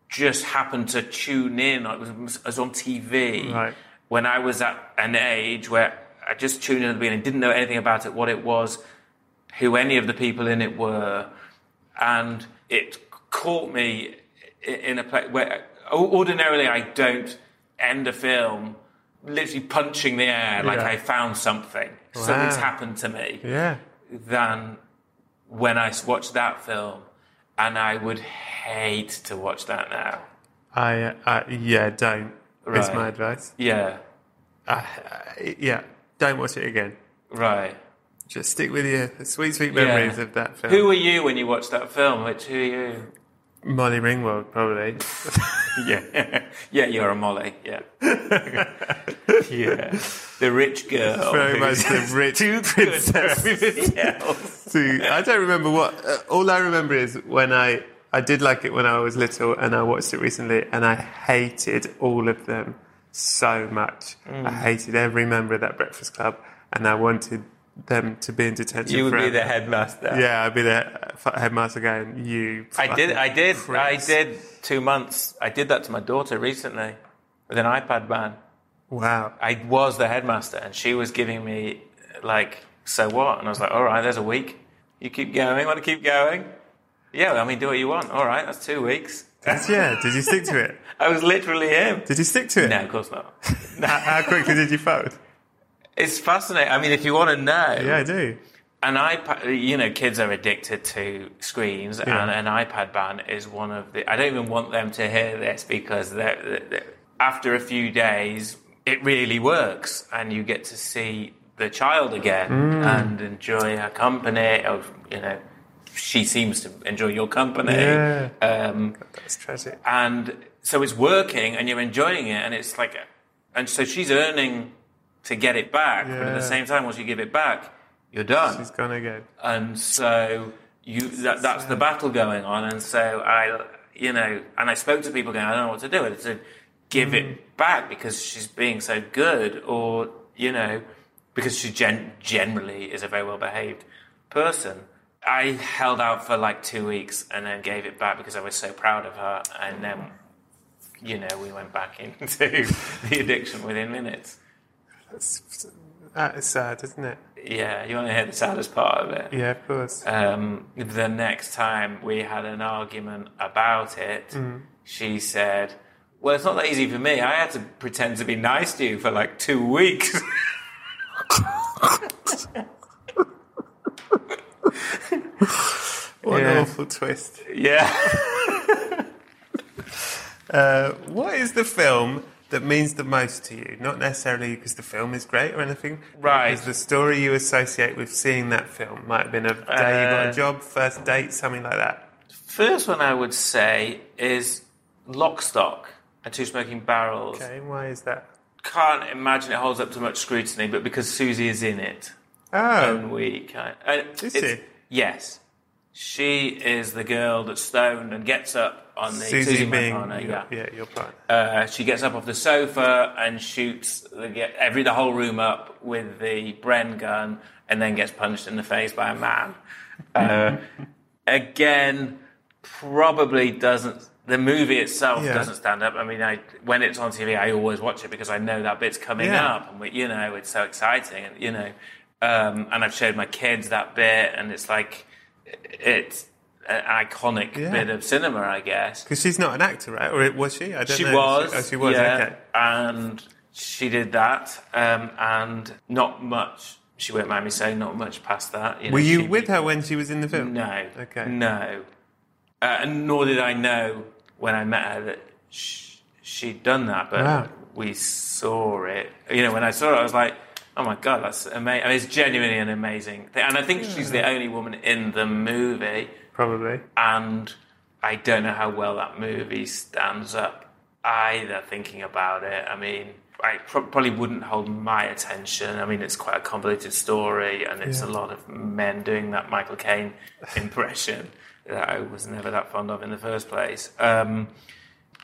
[SPEAKER 2] Just happened to tune in. It was, it was on TV
[SPEAKER 1] Right.
[SPEAKER 2] when I was at an age where I just tuned in at the beginning, didn't know anything about it, what it was, who any of the people in it were, and it caught me i- in a place where o- ordinarily I don't end a film literally punching the air like
[SPEAKER 1] Yeah.
[SPEAKER 2] I found something, something's
[SPEAKER 1] Wow.
[SPEAKER 2] happened to me
[SPEAKER 1] Yeah.
[SPEAKER 2] than when I s- watched that film, and I would hate to watch that now.
[SPEAKER 1] I, uh, I yeah, don't. Is
[SPEAKER 2] Right.
[SPEAKER 1] my advice.
[SPEAKER 2] Yeah,
[SPEAKER 1] I, I, yeah, don't watch it again.
[SPEAKER 2] right.
[SPEAKER 1] Just stick with your sweet, sweet memories
[SPEAKER 2] Yeah.
[SPEAKER 1] of that film.
[SPEAKER 2] Who were you when you watched that film? Which who are you?
[SPEAKER 1] Molly Ringwald, probably.
[SPEAKER 2] Yeah, yeah, you're a Molly. Yeah, yeah, the rich girl.
[SPEAKER 1] Very much
[SPEAKER 2] who's
[SPEAKER 1] the rich
[SPEAKER 2] Oh, too good for
[SPEAKER 1] princess.
[SPEAKER 2] everybody else.
[SPEAKER 1] to, I don't remember what. Uh, all I remember is when I I did like it when I was little, and I watched it recently, and I hated all of them so much.
[SPEAKER 2] Mm.
[SPEAKER 1] I hated every member of that Breakfast Club, and I wanted them to be in detention.
[SPEAKER 2] You would be
[SPEAKER 1] forever.
[SPEAKER 2] the headmaster.
[SPEAKER 1] Yeah, I'd be the uh, fu- headmaster going. You.
[SPEAKER 2] I did. I did.
[SPEAKER 1] pricks."
[SPEAKER 2] I did two months. I did that to my daughter recently with an iPad ban.
[SPEAKER 1] Wow.
[SPEAKER 2] I was the headmaster, and she was giving me like, "So what?" And I was like, "All right, there's a week. You keep going. Want to keep going? Yeah. I mean, do what you want. All right, that's two weeks."
[SPEAKER 1] That's- yeah. Did you stick to it?
[SPEAKER 2] I was literally him.
[SPEAKER 1] Did you stick to it?
[SPEAKER 2] No, of course not.
[SPEAKER 1] How, how quickly did you fold?
[SPEAKER 2] It's fascinating. I mean, if you want to know,
[SPEAKER 1] Yeah, I do.
[SPEAKER 2] an iPad, you know, kids are addicted to screens,
[SPEAKER 1] Yeah.
[SPEAKER 2] and an iPad ban is one of the. I don't even want them to hear this because they're, they're- they're- after a few days, it really works, and you get to see the child again
[SPEAKER 1] Mm.
[SPEAKER 2] and enjoy her company. Or, you know, she seems to enjoy your company.
[SPEAKER 1] Yeah.
[SPEAKER 2] Um,
[SPEAKER 1] That's tragic.
[SPEAKER 2] and so it's working and you're enjoying it and it's like and so she's earning to get it back but at the
[SPEAKER 1] Yeah.
[SPEAKER 2] same time once you give it back you're done
[SPEAKER 1] She's gone again.
[SPEAKER 2] and so you that, that's the battle going on and so i you know and i spoke to people going i don't know what to do I said give it back because she's being so good or you know because she gen- generally is a very well behaved person i held out for like two weeks and then gave it back because i was so proud of her and then you know we went back into the addiction within minutes
[SPEAKER 1] That's, that is sad, isn't it? Uh,
[SPEAKER 2] yeah you want to hear the saddest part of it
[SPEAKER 1] Yeah, of course.
[SPEAKER 2] um, the next time we had an argument about it,
[SPEAKER 1] Mm.
[SPEAKER 2] she said, Well, it's not that easy for me. I had to pretend to be nice to you for like two weeks.
[SPEAKER 1] What an
[SPEAKER 2] Yeah.
[SPEAKER 1] awful twist.
[SPEAKER 2] yeah.
[SPEAKER 1] Uh, what is the film that means the most to you? Not necessarily because the film is great or anything. but
[SPEAKER 2] Right.
[SPEAKER 1] Because the story you associate with seeing that film might have been a day you got a
[SPEAKER 2] Uh,
[SPEAKER 1] job, first date, something like that.
[SPEAKER 2] First one I would say is Lockstock and Two Smoking Barrels.
[SPEAKER 1] Okay, why is that?
[SPEAKER 2] Can't imagine it holds up to much scrutiny, but because Susie is in it,
[SPEAKER 1] Oh,
[SPEAKER 2] and we kind and
[SPEAKER 1] Is
[SPEAKER 2] it's-
[SPEAKER 1] she?
[SPEAKER 2] Yes. She is the girl that's stoned and gets up on the
[SPEAKER 1] Susie, being
[SPEAKER 2] Manana,
[SPEAKER 1] your,
[SPEAKER 2] yeah.
[SPEAKER 1] yeah, your partner.
[SPEAKER 2] Uh, she gets up off the sofa and shoots the, get every the whole room up with the Bren gun, and then gets punched in the face by a man. Uh, again, probably doesn't. The movie itself
[SPEAKER 1] Yeah.
[SPEAKER 2] doesn't stand up. I mean, I, when it's on TV, I always watch it because I know that bit's coming
[SPEAKER 1] Yeah.
[SPEAKER 2] up, and we, you know it's so exciting, and you know, um, and I've showed my kids that bit, and it's like it's an iconic
[SPEAKER 1] Yeah.
[SPEAKER 2] bit of cinema, I guess.
[SPEAKER 1] Because she's not an actor, right? Or it- was she? I don't
[SPEAKER 2] She
[SPEAKER 1] know.
[SPEAKER 2] was.
[SPEAKER 1] oh, she was.
[SPEAKER 2] yeah,
[SPEAKER 1] Okay.
[SPEAKER 2] And she did that, um, and not much. She won't mind me saying not much past that. know,
[SPEAKER 1] Were you
[SPEAKER 2] she-
[SPEAKER 1] with her when she was in the film?
[SPEAKER 2] No.
[SPEAKER 1] Okay.
[SPEAKER 2] No. Uh, and nor did I know when I met her that sh she'd done that, but
[SPEAKER 1] Wow.
[SPEAKER 2] we saw it. You know, when I saw it, I was like, Oh my god, that's amazing! I mean, it's genuinely an amazing thing, and I think she's
[SPEAKER 1] Hmm.
[SPEAKER 2] the only woman in the movie.
[SPEAKER 1] Probably.
[SPEAKER 2] And I don't know how well that movie stands up either. Thinking about it, I mean, I pro- probably wouldn't hold my attention. I mean, it's quite a convoluted story, and it's a lot of men doing that Michael Caine impression that I was never that fond of in the first place. Um,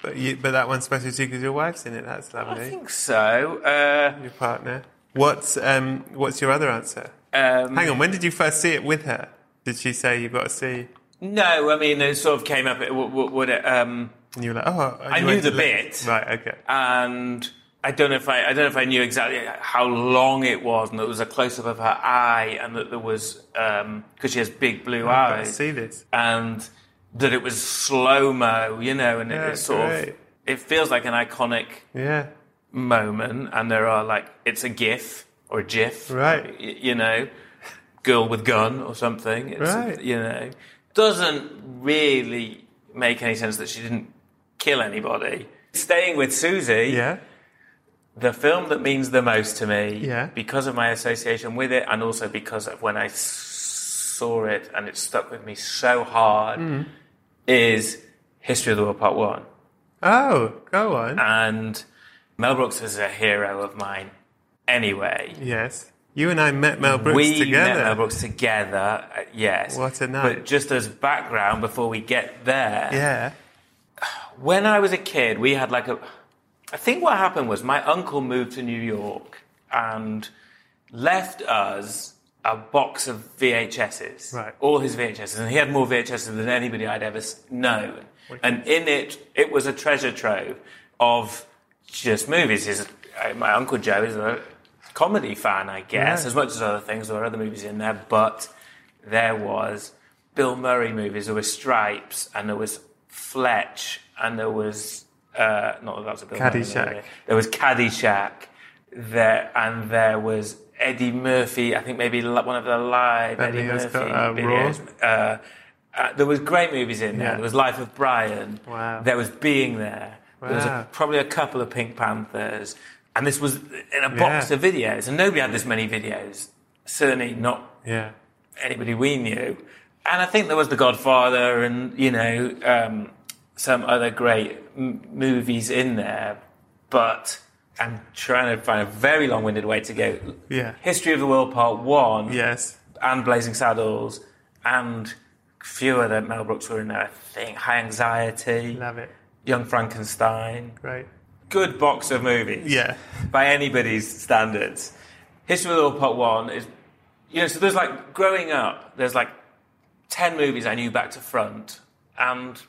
[SPEAKER 1] But you, but that one's special to you because your wife's in it. That's lovely.
[SPEAKER 2] I think so. Uh,
[SPEAKER 1] Your partner. What's um What's your other answer?
[SPEAKER 2] um,
[SPEAKER 1] Hang on. When did you first see it with her? Did she say you've got to see?
[SPEAKER 2] No, I mean it sort of came up. It, what, what, it, um,
[SPEAKER 1] And you were like, oh, I
[SPEAKER 2] knew the bit.
[SPEAKER 1] Right. Okay.
[SPEAKER 2] and I don't know if I, I don't know if I knew exactly how long it was, and there was a close up of her eye, and that there was because she has big blue
[SPEAKER 1] I've got to
[SPEAKER 2] eyes,
[SPEAKER 1] Ah, see this.
[SPEAKER 2] and that it was slow mo, you know, and
[SPEAKER 1] Yeah,
[SPEAKER 2] it, it sort
[SPEAKER 1] great.
[SPEAKER 2] of it feels like an iconic
[SPEAKER 1] Yeah.
[SPEAKER 2] moment, and there are like it's a GIF or a GIF,
[SPEAKER 1] Right.
[SPEAKER 2] y- you know, girl with gun or something. It's,
[SPEAKER 1] Right.
[SPEAKER 2] You know, doesn't really make any sense that she didn't kill anybody. Staying with Susie,
[SPEAKER 1] Yeah.
[SPEAKER 2] the film that means the most to me,
[SPEAKER 1] Yeah.
[SPEAKER 2] because of my association with it, and also because of when I s- saw it and it stuck with me so hard,
[SPEAKER 1] Mm.
[SPEAKER 2] is History of the World Part One
[SPEAKER 1] Oh, go on.
[SPEAKER 2] Uh, and Mel Brooks is a hero of mine. Anyway,
[SPEAKER 1] yes. You and I met Mel Brooks
[SPEAKER 2] we
[SPEAKER 1] together.
[SPEAKER 2] met Mel Brooks together. uh, yes,
[SPEAKER 1] What a night.
[SPEAKER 2] But just as background, before we get there,
[SPEAKER 1] Yeah.
[SPEAKER 2] when I was a kid, we had like a. I think what happened was my uncle moved to New York and left us a box of VHSs.
[SPEAKER 1] Right.
[SPEAKER 2] All his VHSs. And he had more VHSs than anybody I'd ever s- known. And in it, it was a treasure trove of just movies. His, uh, my uncle Joe is a comedy fan, I guess,
[SPEAKER 1] Right.
[SPEAKER 2] as much as other things. There were other movies in there, but there was Bill Murray movies. There was Stripes, and there was Fletch, and there was uh, not that that's a Bill Murray movie.
[SPEAKER 1] Caddyshack.
[SPEAKER 2] There was Caddyshack. There and there was Eddie Murphy. I think maybe li- one of the live
[SPEAKER 1] Bentley
[SPEAKER 2] Eddie
[SPEAKER 1] has
[SPEAKER 2] Murphy
[SPEAKER 1] got, uh,
[SPEAKER 2] videos. Uh, uh, there was great movies in there.
[SPEAKER 1] Yeah.
[SPEAKER 2] There was Life of Brian.
[SPEAKER 1] Wow.
[SPEAKER 2] There was Being There. There was
[SPEAKER 1] Wow.
[SPEAKER 2] a, probably a couple of Pink Panthers. And this was in a box
[SPEAKER 1] Yeah.
[SPEAKER 2] of videos, and nobody had this many videos. Certainly not
[SPEAKER 1] Yeah.
[SPEAKER 2] anybody we knew. And I think there was The Godfather and, you know, um, some other great m- movies in there. But I'm trying to find a very long winded way to go.
[SPEAKER 1] Yeah.
[SPEAKER 2] History of the World Part 1
[SPEAKER 1] Yes.
[SPEAKER 2] and Blazing Saddles and few other Mel Brooks were in there, I think. High Anxiety,
[SPEAKER 1] Love it.
[SPEAKER 2] Young Frankenstein.
[SPEAKER 1] Great.
[SPEAKER 2] Good box of movies
[SPEAKER 1] Yeah.
[SPEAKER 2] by anybody's standards. History of the World Part One is, you know, so there's like growing up, there's like ten movies I knew back to front, and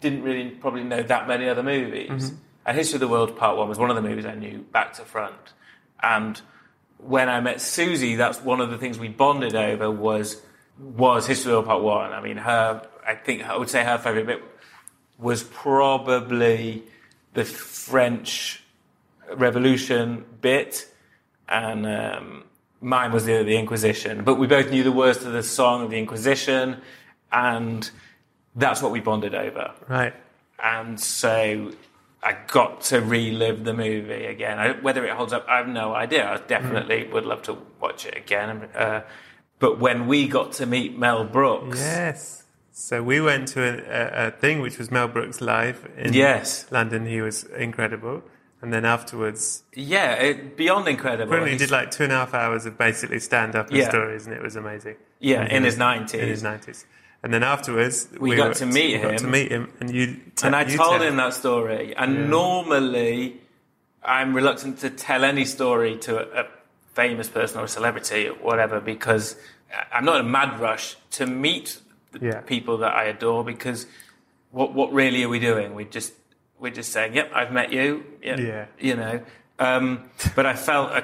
[SPEAKER 2] didn't really probably know that many other movies. And History of the World Part One was one of the movies I knew back to front, and when I met Susie, that's one of the things we bonded over was was History of the World Part One. I mean, her, I think I would say her favorite bit was probably the French revolution bit, and um, mine was the, the Inquisition. But we both knew the words to the song of the Inquisition, and that's what we bonded over.
[SPEAKER 1] Right.
[SPEAKER 2] And so I got to relive the movie again. I, whether it holds up, I have no idea. I definitely
[SPEAKER 1] Mm.
[SPEAKER 2] would love to watch it again. Uh, but when we got to meet Mel Brooks,
[SPEAKER 1] Yes. So we went to a, a, a thing which was Mel Brooks live in
[SPEAKER 2] Yes.
[SPEAKER 1] London. He was incredible. And then afterwards,
[SPEAKER 2] yeah, it, beyond incredible.
[SPEAKER 1] apparently he
[SPEAKER 2] He's-
[SPEAKER 1] did like two and a half hours of basically stand up and
[SPEAKER 2] Yeah.
[SPEAKER 1] stories, and it was amazing.
[SPEAKER 2] yeah,
[SPEAKER 1] And
[SPEAKER 2] in
[SPEAKER 1] he
[SPEAKER 2] his
[SPEAKER 1] was-
[SPEAKER 2] nineties.
[SPEAKER 1] Mm-hmm. In his nineties. And then afterwards, we,
[SPEAKER 2] got
[SPEAKER 1] were-
[SPEAKER 2] to meet
[SPEAKER 1] got
[SPEAKER 2] him.
[SPEAKER 1] to meet him, and you te-
[SPEAKER 2] and I
[SPEAKER 1] you
[SPEAKER 2] told
[SPEAKER 1] te-
[SPEAKER 2] him that story. And normally, I'm reluctant to tell any story to a, a famous person or a celebrity or whatever because I- I'm not in a mad rush to meet the
[SPEAKER 1] Yeah.
[SPEAKER 2] people that I adore. Because what what really are we doing? We just we're just saying, "Yep, I've met you." Yep,
[SPEAKER 1] Yeah.
[SPEAKER 2] you know. Um, but I felt a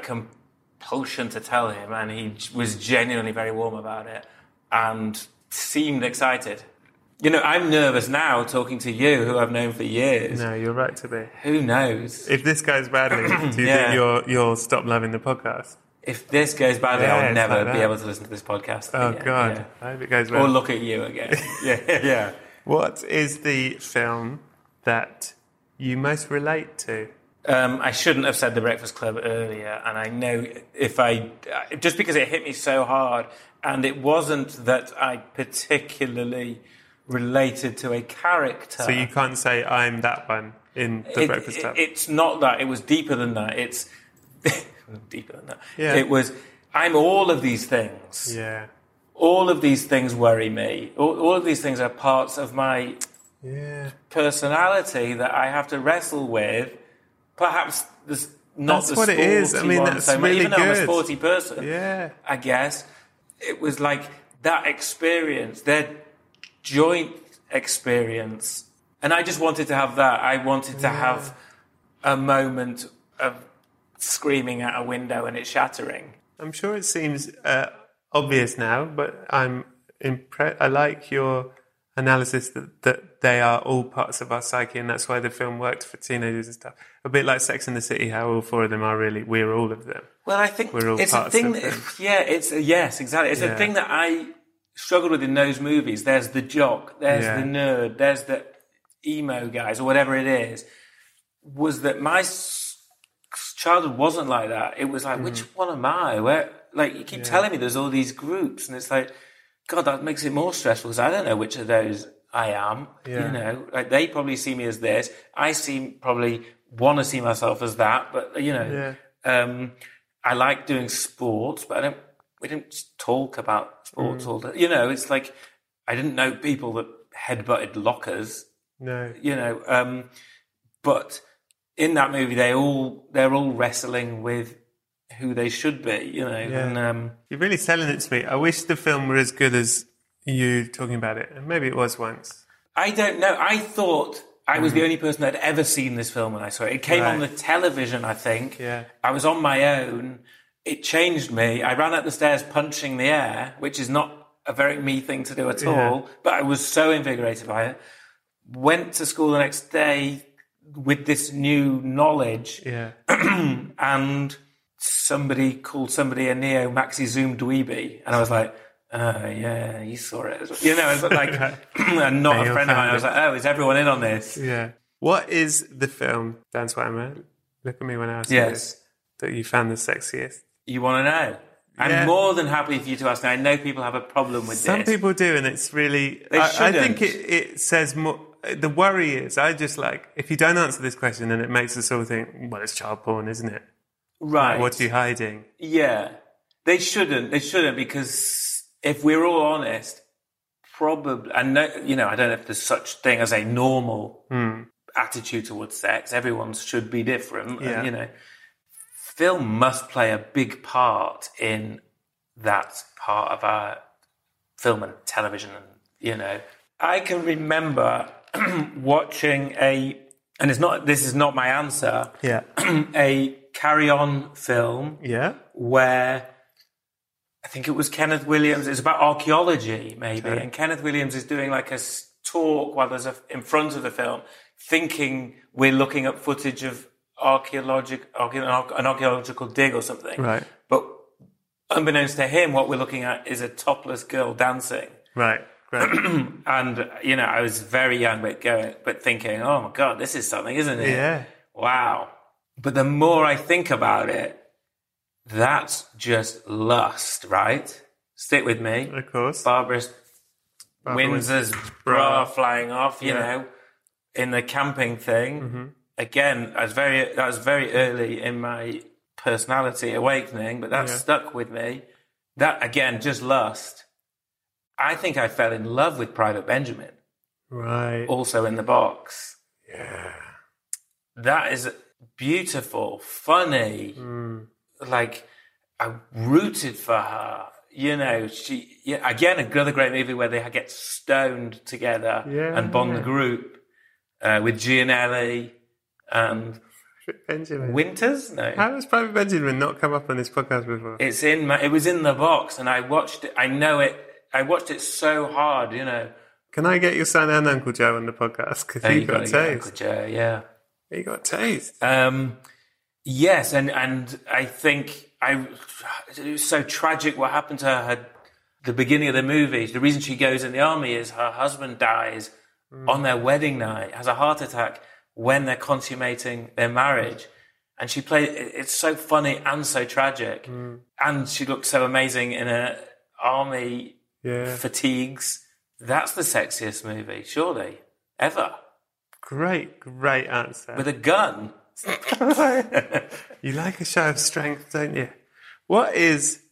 [SPEAKER 2] compulsion to tell him, and he j- was genuinely very warm about it and seemed excited. You know, I'm nervous now talking to you, who I've known for years.
[SPEAKER 1] No, you're right to be.
[SPEAKER 2] Who knows?
[SPEAKER 1] If this goes badly, do you
[SPEAKER 2] Yeah.
[SPEAKER 1] think you'll you'll stop loving the podcast?
[SPEAKER 2] If this goes badly,
[SPEAKER 1] Yeah,
[SPEAKER 2] I'll
[SPEAKER 1] it's
[SPEAKER 2] never
[SPEAKER 1] like that.
[SPEAKER 2] be able to listen to this podcast.
[SPEAKER 1] Oh
[SPEAKER 2] Yeah,
[SPEAKER 1] God,
[SPEAKER 2] yeah.
[SPEAKER 1] I hope it goes well.
[SPEAKER 2] Or look at you again. yeah, yeah.
[SPEAKER 1] What is the film that you most relate to?
[SPEAKER 2] Um, I shouldn't have said the Breakfast Club earlier, and I know if I uh, just because it hit me so hard, and it wasn't that I particularly related to a character.
[SPEAKER 1] So you can't say I'm that one in the
[SPEAKER 2] It-
[SPEAKER 1] Breakfast
[SPEAKER 2] it-
[SPEAKER 1] Club.
[SPEAKER 2] It's not that. It was deeper than that. It's deeper than that.
[SPEAKER 1] Yeah.
[SPEAKER 2] It was. I'm all of these things.
[SPEAKER 1] yeah.
[SPEAKER 2] All of these things worry me. All, all of these things are parts of my
[SPEAKER 1] Yeah.
[SPEAKER 2] personality that I have to wrestle with. Perhaps there's not
[SPEAKER 1] That's
[SPEAKER 2] the
[SPEAKER 1] what it is. I
[SPEAKER 2] sporty
[SPEAKER 1] mean,
[SPEAKER 2] one
[SPEAKER 1] that's
[SPEAKER 2] so much.
[SPEAKER 1] really
[SPEAKER 2] Even though I'm a
[SPEAKER 1] good.
[SPEAKER 2] sporty person,
[SPEAKER 1] Yeah.
[SPEAKER 2] I guess it was like that experience, their joint experience, and I just wanted to have that. I wanted to have a moment of screaming at a window and it shattering.
[SPEAKER 1] I'm sure it seems uh, obvious now, but I'm impre- I like your analysis that, that they are all parts of our psyche, and that's why the film worked for teenagers and stuff. A bit like Sex in the City, how all four of them are really we're all of them.
[SPEAKER 2] Well, I think
[SPEAKER 1] We're all
[SPEAKER 2] it's a
[SPEAKER 1] parts
[SPEAKER 2] thing
[SPEAKER 1] of
[SPEAKER 2] that,
[SPEAKER 1] them.
[SPEAKER 2] yeah, it's a, yes, exactly. It's
[SPEAKER 1] Yeah.
[SPEAKER 2] a thing that I struggled with in those movies. There's the jock, there's
[SPEAKER 1] Yeah.
[SPEAKER 2] the nerd, there's the emo guys, or whatever it is. Was that my s- childhood wasn't like that? It was like,
[SPEAKER 1] Mm.
[SPEAKER 2] which one am I? Where, like, you keep telling me there's all these groups, and it's like, God, that makes it more stressful because I don't know which of those I am.
[SPEAKER 1] Yeah.
[SPEAKER 2] You know, like they probably see me as this. I seem probably want to see myself as that, but you know, um, I like doing sports, but I don't. We didn't talk about sports all the. You know, it's like I didn't know people that headbutted lockers.
[SPEAKER 1] No.
[SPEAKER 2] You know, um, but in that movie, they all they're all wrestling with who they should be. You know,
[SPEAKER 1] Yeah.
[SPEAKER 2] and um,
[SPEAKER 1] You're really selling it to me. I wish the film were as good as you talking about it, and maybe it was once.
[SPEAKER 2] I don't know. I thought I was the only person that had ever seen this film when I saw it. It came on the
[SPEAKER 1] Mm-hmm. Right.
[SPEAKER 2] television, I think.
[SPEAKER 1] Yeah.
[SPEAKER 2] I was on my own. It changed me. I ran up the stairs punching the air, which is not a very me thing to do at all, but I was so invigorated by it. Went to school the next day with this new knowledge
[SPEAKER 1] Yeah.
[SPEAKER 2] and somebody called somebody a neo maxi zoom dweeby, and I was like, oh, yeah, you saw it, as well. you know, it's like, and not
[SPEAKER 1] They
[SPEAKER 2] a
[SPEAKER 1] all
[SPEAKER 2] friend of mine.
[SPEAKER 1] found
[SPEAKER 2] I was
[SPEAKER 1] it.
[SPEAKER 2] like, oh, is everyone in on this?
[SPEAKER 1] Yeah. What is the film, Dan Swammer? Look at me when I ask you
[SPEAKER 2] Yes,
[SPEAKER 1] this, that you found the sexiest.
[SPEAKER 2] you want to know? I'm
[SPEAKER 1] Yeah.
[SPEAKER 2] more than happy for you to ask. Now I know people have a problem with
[SPEAKER 1] Some
[SPEAKER 2] this.
[SPEAKER 1] people do, and it's really.
[SPEAKER 2] They
[SPEAKER 1] I, I think it,
[SPEAKER 2] shouldn't.
[SPEAKER 1] it says more. The worry is, I just like if you don't answer this question, then it makes us all think, well, it's child porn, isn't it?
[SPEAKER 2] right?
[SPEAKER 1] What are you hiding?
[SPEAKER 2] Yeah, they shouldn't. They shouldn't because if we're all honest, probably. And no, you know, I don't know if there's such thing as a normal attitude towards sex. Everyone should be different.
[SPEAKER 1] Yeah.
[SPEAKER 2] And, you know, film must play a big part in that part of our film and television. And you know, I can remember watching a, and it's not. This is not my answer.
[SPEAKER 1] Yeah,
[SPEAKER 2] a Carry On film
[SPEAKER 1] yeah,
[SPEAKER 2] where I think it was Kenneth Williams. It's about archaeology, maybe, and Kenneth Williams is doing like a s- talk while there's a in front of the film, thinking we're looking at footage of archaeologic archae- an archaeological dig or something.
[SPEAKER 1] Right.
[SPEAKER 2] But unbeknownst to him, what we're looking at is a topless girl dancing.
[SPEAKER 1] right, great.
[SPEAKER 2] And you know, I was very young, but going, but thinking, oh my god, this is something, isn't it?
[SPEAKER 1] yeah,
[SPEAKER 2] Wow. But the more I think about it, that's just lust, right? Stick with me.
[SPEAKER 1] of course.
[SPEAKER 2] Barbara's
[SPEAKER 1] Barbara
[SPEAKER 2] Windsor's
[SPEAKER 1] bra.
[SPEAKER 2] bra flying off, you
[SPEAKER 1] Yeah. Mm-hmm.
[SPEAKER 2] know, in the camping thing. Again, I was very that was very early in my personality awakening, but that
[SPEAKER 1] Yeah.
[SPEAKER 2] stuck with me. That again, just lust. I think I fell in love with Private Benjamin
[SPEAKER 1] Right.
[SPEAKER 2] also in the box. Yeah. That is beautiful, funny.
[SPEAKER 1] Hmm. Mm.
[SPEAKER 2] Like I rooted for her. You know, she yeah, again another great movie where they get stoned together
[SPEAKER 1] Yeah.
[SPEAKER 2] and bond the group uh, with Gianelli and
[SPEAKER 1] Benjamin.
[SPEAKER 2] Winters. No,
[SPEAKER 1] How has Private Benjamin not come up on this podcast before?
[SPEAKER 2] it's in my. It was in the box, and I watched it. I know it. I watched it so hard. You know,
[SPEAKER 1] Can I get your son and Uncle Joe on the podcast? Because
[SPEAKER 2] Oh,
[SPEAKER 1] he
[SPEAKER 2] you
[SPEAKER 1] got
[SPEAKER 2] gotta get Uncle
[SPEAKER 1] taste.
[SPEAKER 2] Joe, yeah.
[SPEAKER 1] He got taste.
[SPEAKER 2] Um, yes, and and I think I it was so tragic what happened to her. her the beginning of the movie. The reason she goes in the army is her husband dies on their wedding night, has a heart attack when they're consummating their marriage, and she played. it- It's so funny and so tragic, and she looked so amazing in her army
[SPEAKER 1] Yeah.
[SPEAKER 2] fatigues. That's the sexiest movie, surely ever,
[SPEAKER 1] Great, great answer.
[SPEAKER 2] with a gun.
[SPEAKER 1] you like a show of strength, don't you? What is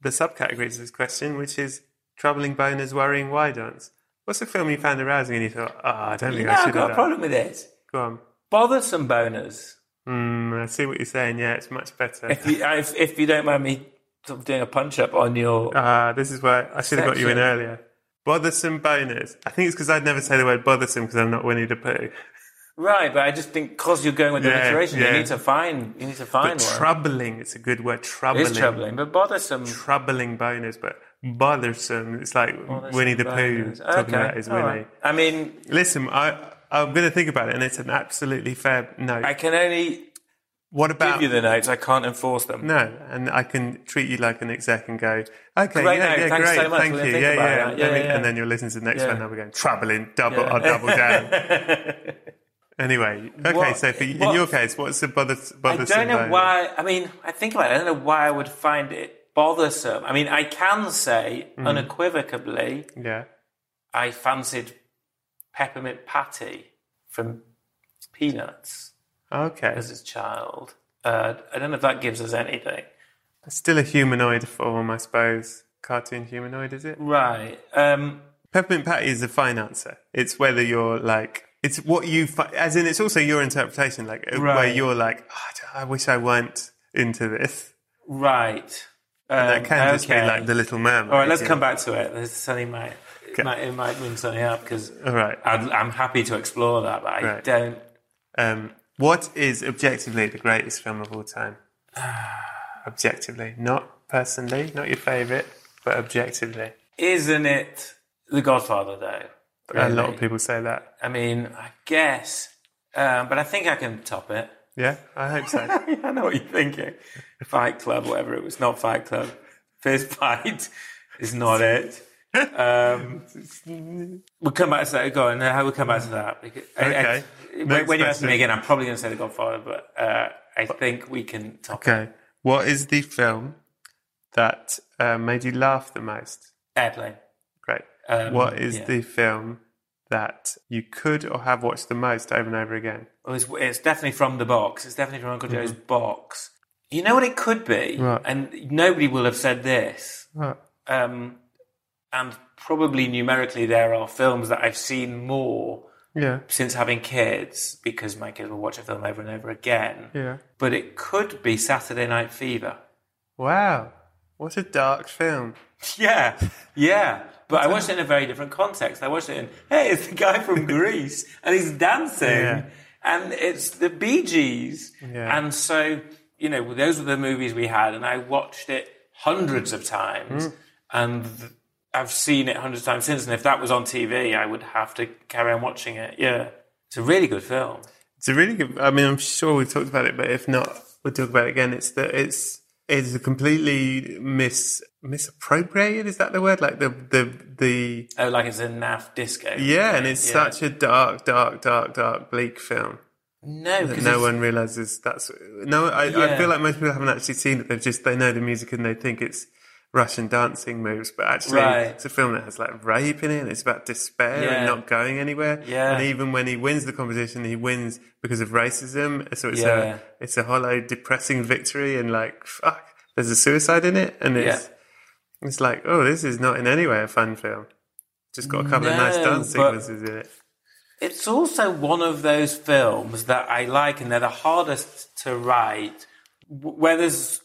[SPEAKER 1] the subcategory to this question, which is troubling boners, worrying why dance? What's a film you found arousing and you thought, oh, I don't
[SPEAKER 2] You
[SPEAKER 1] think
[SPEAKER 2] know,
[SPEAKER 1] I should
[SPEAKER 2] I've got a
[SPEAKER 1] do
[SPEAKER 2] problem with it.
[SPEAKER 1] that. Go on.
[SPEAKER 2] Bothersome boners.
[SPEAKER 1] Mm, I see what you're saying. Yeah, it's much better.
[SPEAKER 2] If you, if, if you don't mind me sort of doing a punch up on your
[SPEAKER 1] Ah, this is why I should have got you in
[SPEAKER 2] Section.
[SPEAKER 1] earlier. Bothersome boners. I think it's because I'd never say the word bothersome because I'm not Winnie the Pooh.
[SPEAKER 2] right, but I just think because you're going with the
[SPEAKER 1] Yeah,
[SPEAKER 2] alliteration,
[SPEAKER 1] yeah.
[SPEAKER 2] you need to find you need to
[SPEAKER 1] But
[SPEAKER 2] find one.
[SPEAKER 1] troubling, it's a good word.
[SPEAKER 2] It
[SPEAKER 1] Troubling.
[SPEAKER 2] is troubling, but bothersome.
[SPEAKER 1] troubling boners, but bothersome. It's like
[SPEAKER 2] bothersome
[SPEAKER 1] Winnie the Pooh
[SPEAKER 2] boners.
[SPEAKER 1] talking
[SPEAKER 2] Okay,
[SPEAKER 1] about his
[SPEAKER 2] all
[SPEAKER 1] Winnie.
[SPEAKER 2] right. I mean,
[SPEAKER 1] Listen, I I'm going to think about it, and it's an absolutely fair note.
[SPEAKER 2] I can only
[SPEAKER 1] what about
[SPEAKER 2] give you the notes. I can't enforce them.
[SPEAKER 1] no? And I can treat you like an exec and go, okay,
[SPEAKER 2] Great
[SPEAKER 1] yeah,
[SPEAKER 2] note,
[SPEAKER 1] yeah,
[SPEAKER 2] thanks
[SPEAKER 1] great,
[SPEAKER 2] so much,
[SPEAKER 1] thank
[SPEAKER 2] we'll
[SPEAKER 1] you,
[SPEAKER 2] think
[SPEAKER 1] yeah,
[SPEAKER 2] about
[SPEAKER 1] yeah.
[SPEAKER 2] that, yeah,
[SPEAKER 1] I mean,
[SPEAKER 2] yeah.
[SPEAKER 1] And then you'll listen to the next
[SPEAKER 2] Yeah.
[SPEAKER 1] one, and we're going troubling, double, I'll double down. anyway, okay,
[SPEAKER 2] What-
[SPEAKER 1] so for, in
[SPEAKER 2] what-
[SPEAKER 1] your case, what's the bother,
[SPEAKER 2] I
[SPEAKER 1] bothersome?
[SPEAKER 2] don't know
[SPEAKER 1] boner?
[SPEAKER 2] why. I mean, I think about it. I don't know why I would find it bothersome. I mean, I can say
[SPEAKER 1] Mm.
[SPEAKER 2] unequivocally,
[SPEAKER 1] Yeah,
[SPEAKER 2] I fancied peppermint patty from Peanuts.
[SPEAKER 1] okay.
[SPEAKER 2] as a child. Uh, I don't know if that gives us anything.
[SPEAKER 1] Still a humanoid form, I suppose. Cartoon humanoid, is it?
[SPEAKER 2] Right. Um,
[SPEAKER 1] Peppermint patty is a fine answer. It's whether you're like, it's what you, fi- as in, it's also your interpretation, like uh, where
[SPEAKER 2] Right.
[SPEAKER 1] you're like, "Ah, d- I wish I weren't into this.
[SPEAKER 2] right. Um,
[SPEAKER 1] And that can just be like the Little Mermaid.
[SPEAKER 2] All right, let's
[SPEAKER 1] you
[SPEAKER 2] come
[SPEAKER 1] know.
[SPEAKER 2] back to it. There's something might,
[SPEAKER 1] Okay.
[SPEAKER 2] it might it might bring something up because
[SPEAKER 1] All right.
[SPEAKER 2] I'm happy to explore that, but I
[SPEAKER 1] Right.
[SPEAKER 2] don't.
[SPEAKER 1] Um, what is objectively the greatest film of all time? objectively, not personally, not your favorite, but objectively.
[SPEAKER 2] Isn't it The Godfather though?
[SPEAKER 1] A lot
[SPEAKER 2] Really?
[SPEAKER 1] of people say that.
[SPEAKER 2] I mean, I guess, um, but I think I can top it.
[SPEAKER 1] Yeah, I hope so.
[SPEAKER 2] I know what you're thinking. Fight Club, whatever it was. Not Fight Club. First Fight is not it. Um, we'll come back to that. Go on. How we'll come back to that. Because I- I-
[SPEAKER 1] Okay.
[SPEAKER 2] when,
[SPEAKER 1] Next
[SPEAKER 2] when you ask
[SPEAKER 1] question.
[SPEAKER 2] me again, I'm probably going to say The Godfather, but uh, I think we can top it.
[SPEAKER 1] okay, what is the film that uh, made you laugh the most?
[SPEAKER 2] Airplane.
[SPEAKER 1] Great.
[SPEAKER 2] Um,
[SPEAKER 1] what is
[SPEAKER 2] yeah.
[SPEAKER 1] the film that you could or have watched the most over and over again?
[SPEAKER 2] Well, it's, it's definitely from the box. It's definitely from Uncle Joe's box. You know what it could be,
[SPEAKER 1] Mm-hmm. Right.
[SPEAKER 2] and nobody will have said this. um, and probably numerically there are films that I've seen more
[SPEAKER 1] Yeah.
[SPEAKER 2] since having kids because my kids will watch a film over and over again.
[SPEAKER 1] Yeah.
[SPEAKER 2] But it could be Saturday Night Fever.
[SPEAKER 1] Wow. What a dark film.
[SPEAKER 2] Yeah, yeah. But I watched it in a very different context. I watched it in, hey, it's the guy from Greece and he's dancing
[SPEAKER 1] Yeah.
[SPEAKER 2] and it's the Bee Gees.
[SPEAKER 1] Yeah.
[SPEAKER 2] And so, you know, those were the movies we had and I watched it hundreds of
[SPEAKER 1] Hmm.
[SPEAKER 2] times and th- I've seen it hundreds of times since. And if that was on TV, I would have to carry on watching it. Yeah. It's a really good film.
[SPEAKER 1] It's a really good. I mean, I'm sure we talked about it, but if not, we'll talk about it again. It's that it's it's a completely mis misappropriated. Is that the word? Like the the the
[SPEAKER 2] Oh, like it's a NAF disco.
[SPEAKER 1] yeah, and it's
[SPEAKER 2] Yeah.
[SPEAKER 1] such a dark, dark, dark, dark, bleak film.
[SPEAKER 2] No,
[SPEAKER 1] that
[SPEAKER 2] because
[SPEAKER 1] no one realizes that's no. I, I
[SPEAKER 2] Yeah.
[SPEAKER 1] feel like most people haven't actually seen it. They've just they know the music and they think it's Russian dancing moves, but actually
[SPEAKER 2] Right.
[SPEAKER 1] it's a film that has like rape in it. It's about despair and
[SPEAKER 2] Yeah.
[SPEAKER 1] not going anywhere.
[SPEAKER 2] Yeah.
[SPEAKER 1] And even when he wins the competition, he wins because of racism. So it's
[SPEAKER 2] Yeah.
[SPEAKER 1] a it's a hollow, depressing victory, and like fuck, there's a suicide in it, and it's it's like oh, this is not in any way a fun film. Just got a couple of nice
[SPEAKER 2] No,
[SPEAKER 1] dance
[SPEAKER 2] but-
[SPEAKER 1] sequences in it.
[SPEAKER 2] It's also one of those films that I like, and they're the hardest to write. w- Where there's,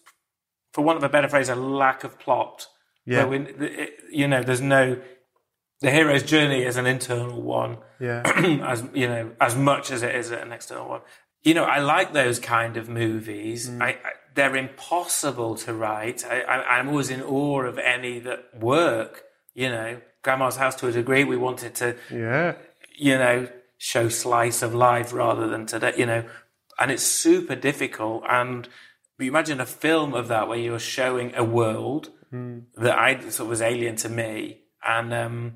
[SPEAKER 2] for want of a better phrase, a lack of plot.
[SPEAKER 1] Yeah.
[SPEAKER 2] Where we, th- it- you know, there's no. The hero's journey is an internal one,
[SPEAKER 1] Yeah.
[SPEAKER 2] as you know, as much as it is an external one. You know, I like those kind of movies.
[SPEAKER 1] Mm.
[SPEAKER 2] I, I, they're impossible to write. I, I, I'm always in awe of any that work. You know, Grandma's House to a degree. We wanted to
[SPEAKER 1] Yeah.
[SPEAKER 2] you know, show slice of life rather than today, you know, and it's super difficult. And you imagine a film of that where you're showing a world that I sort of was alien to me and um,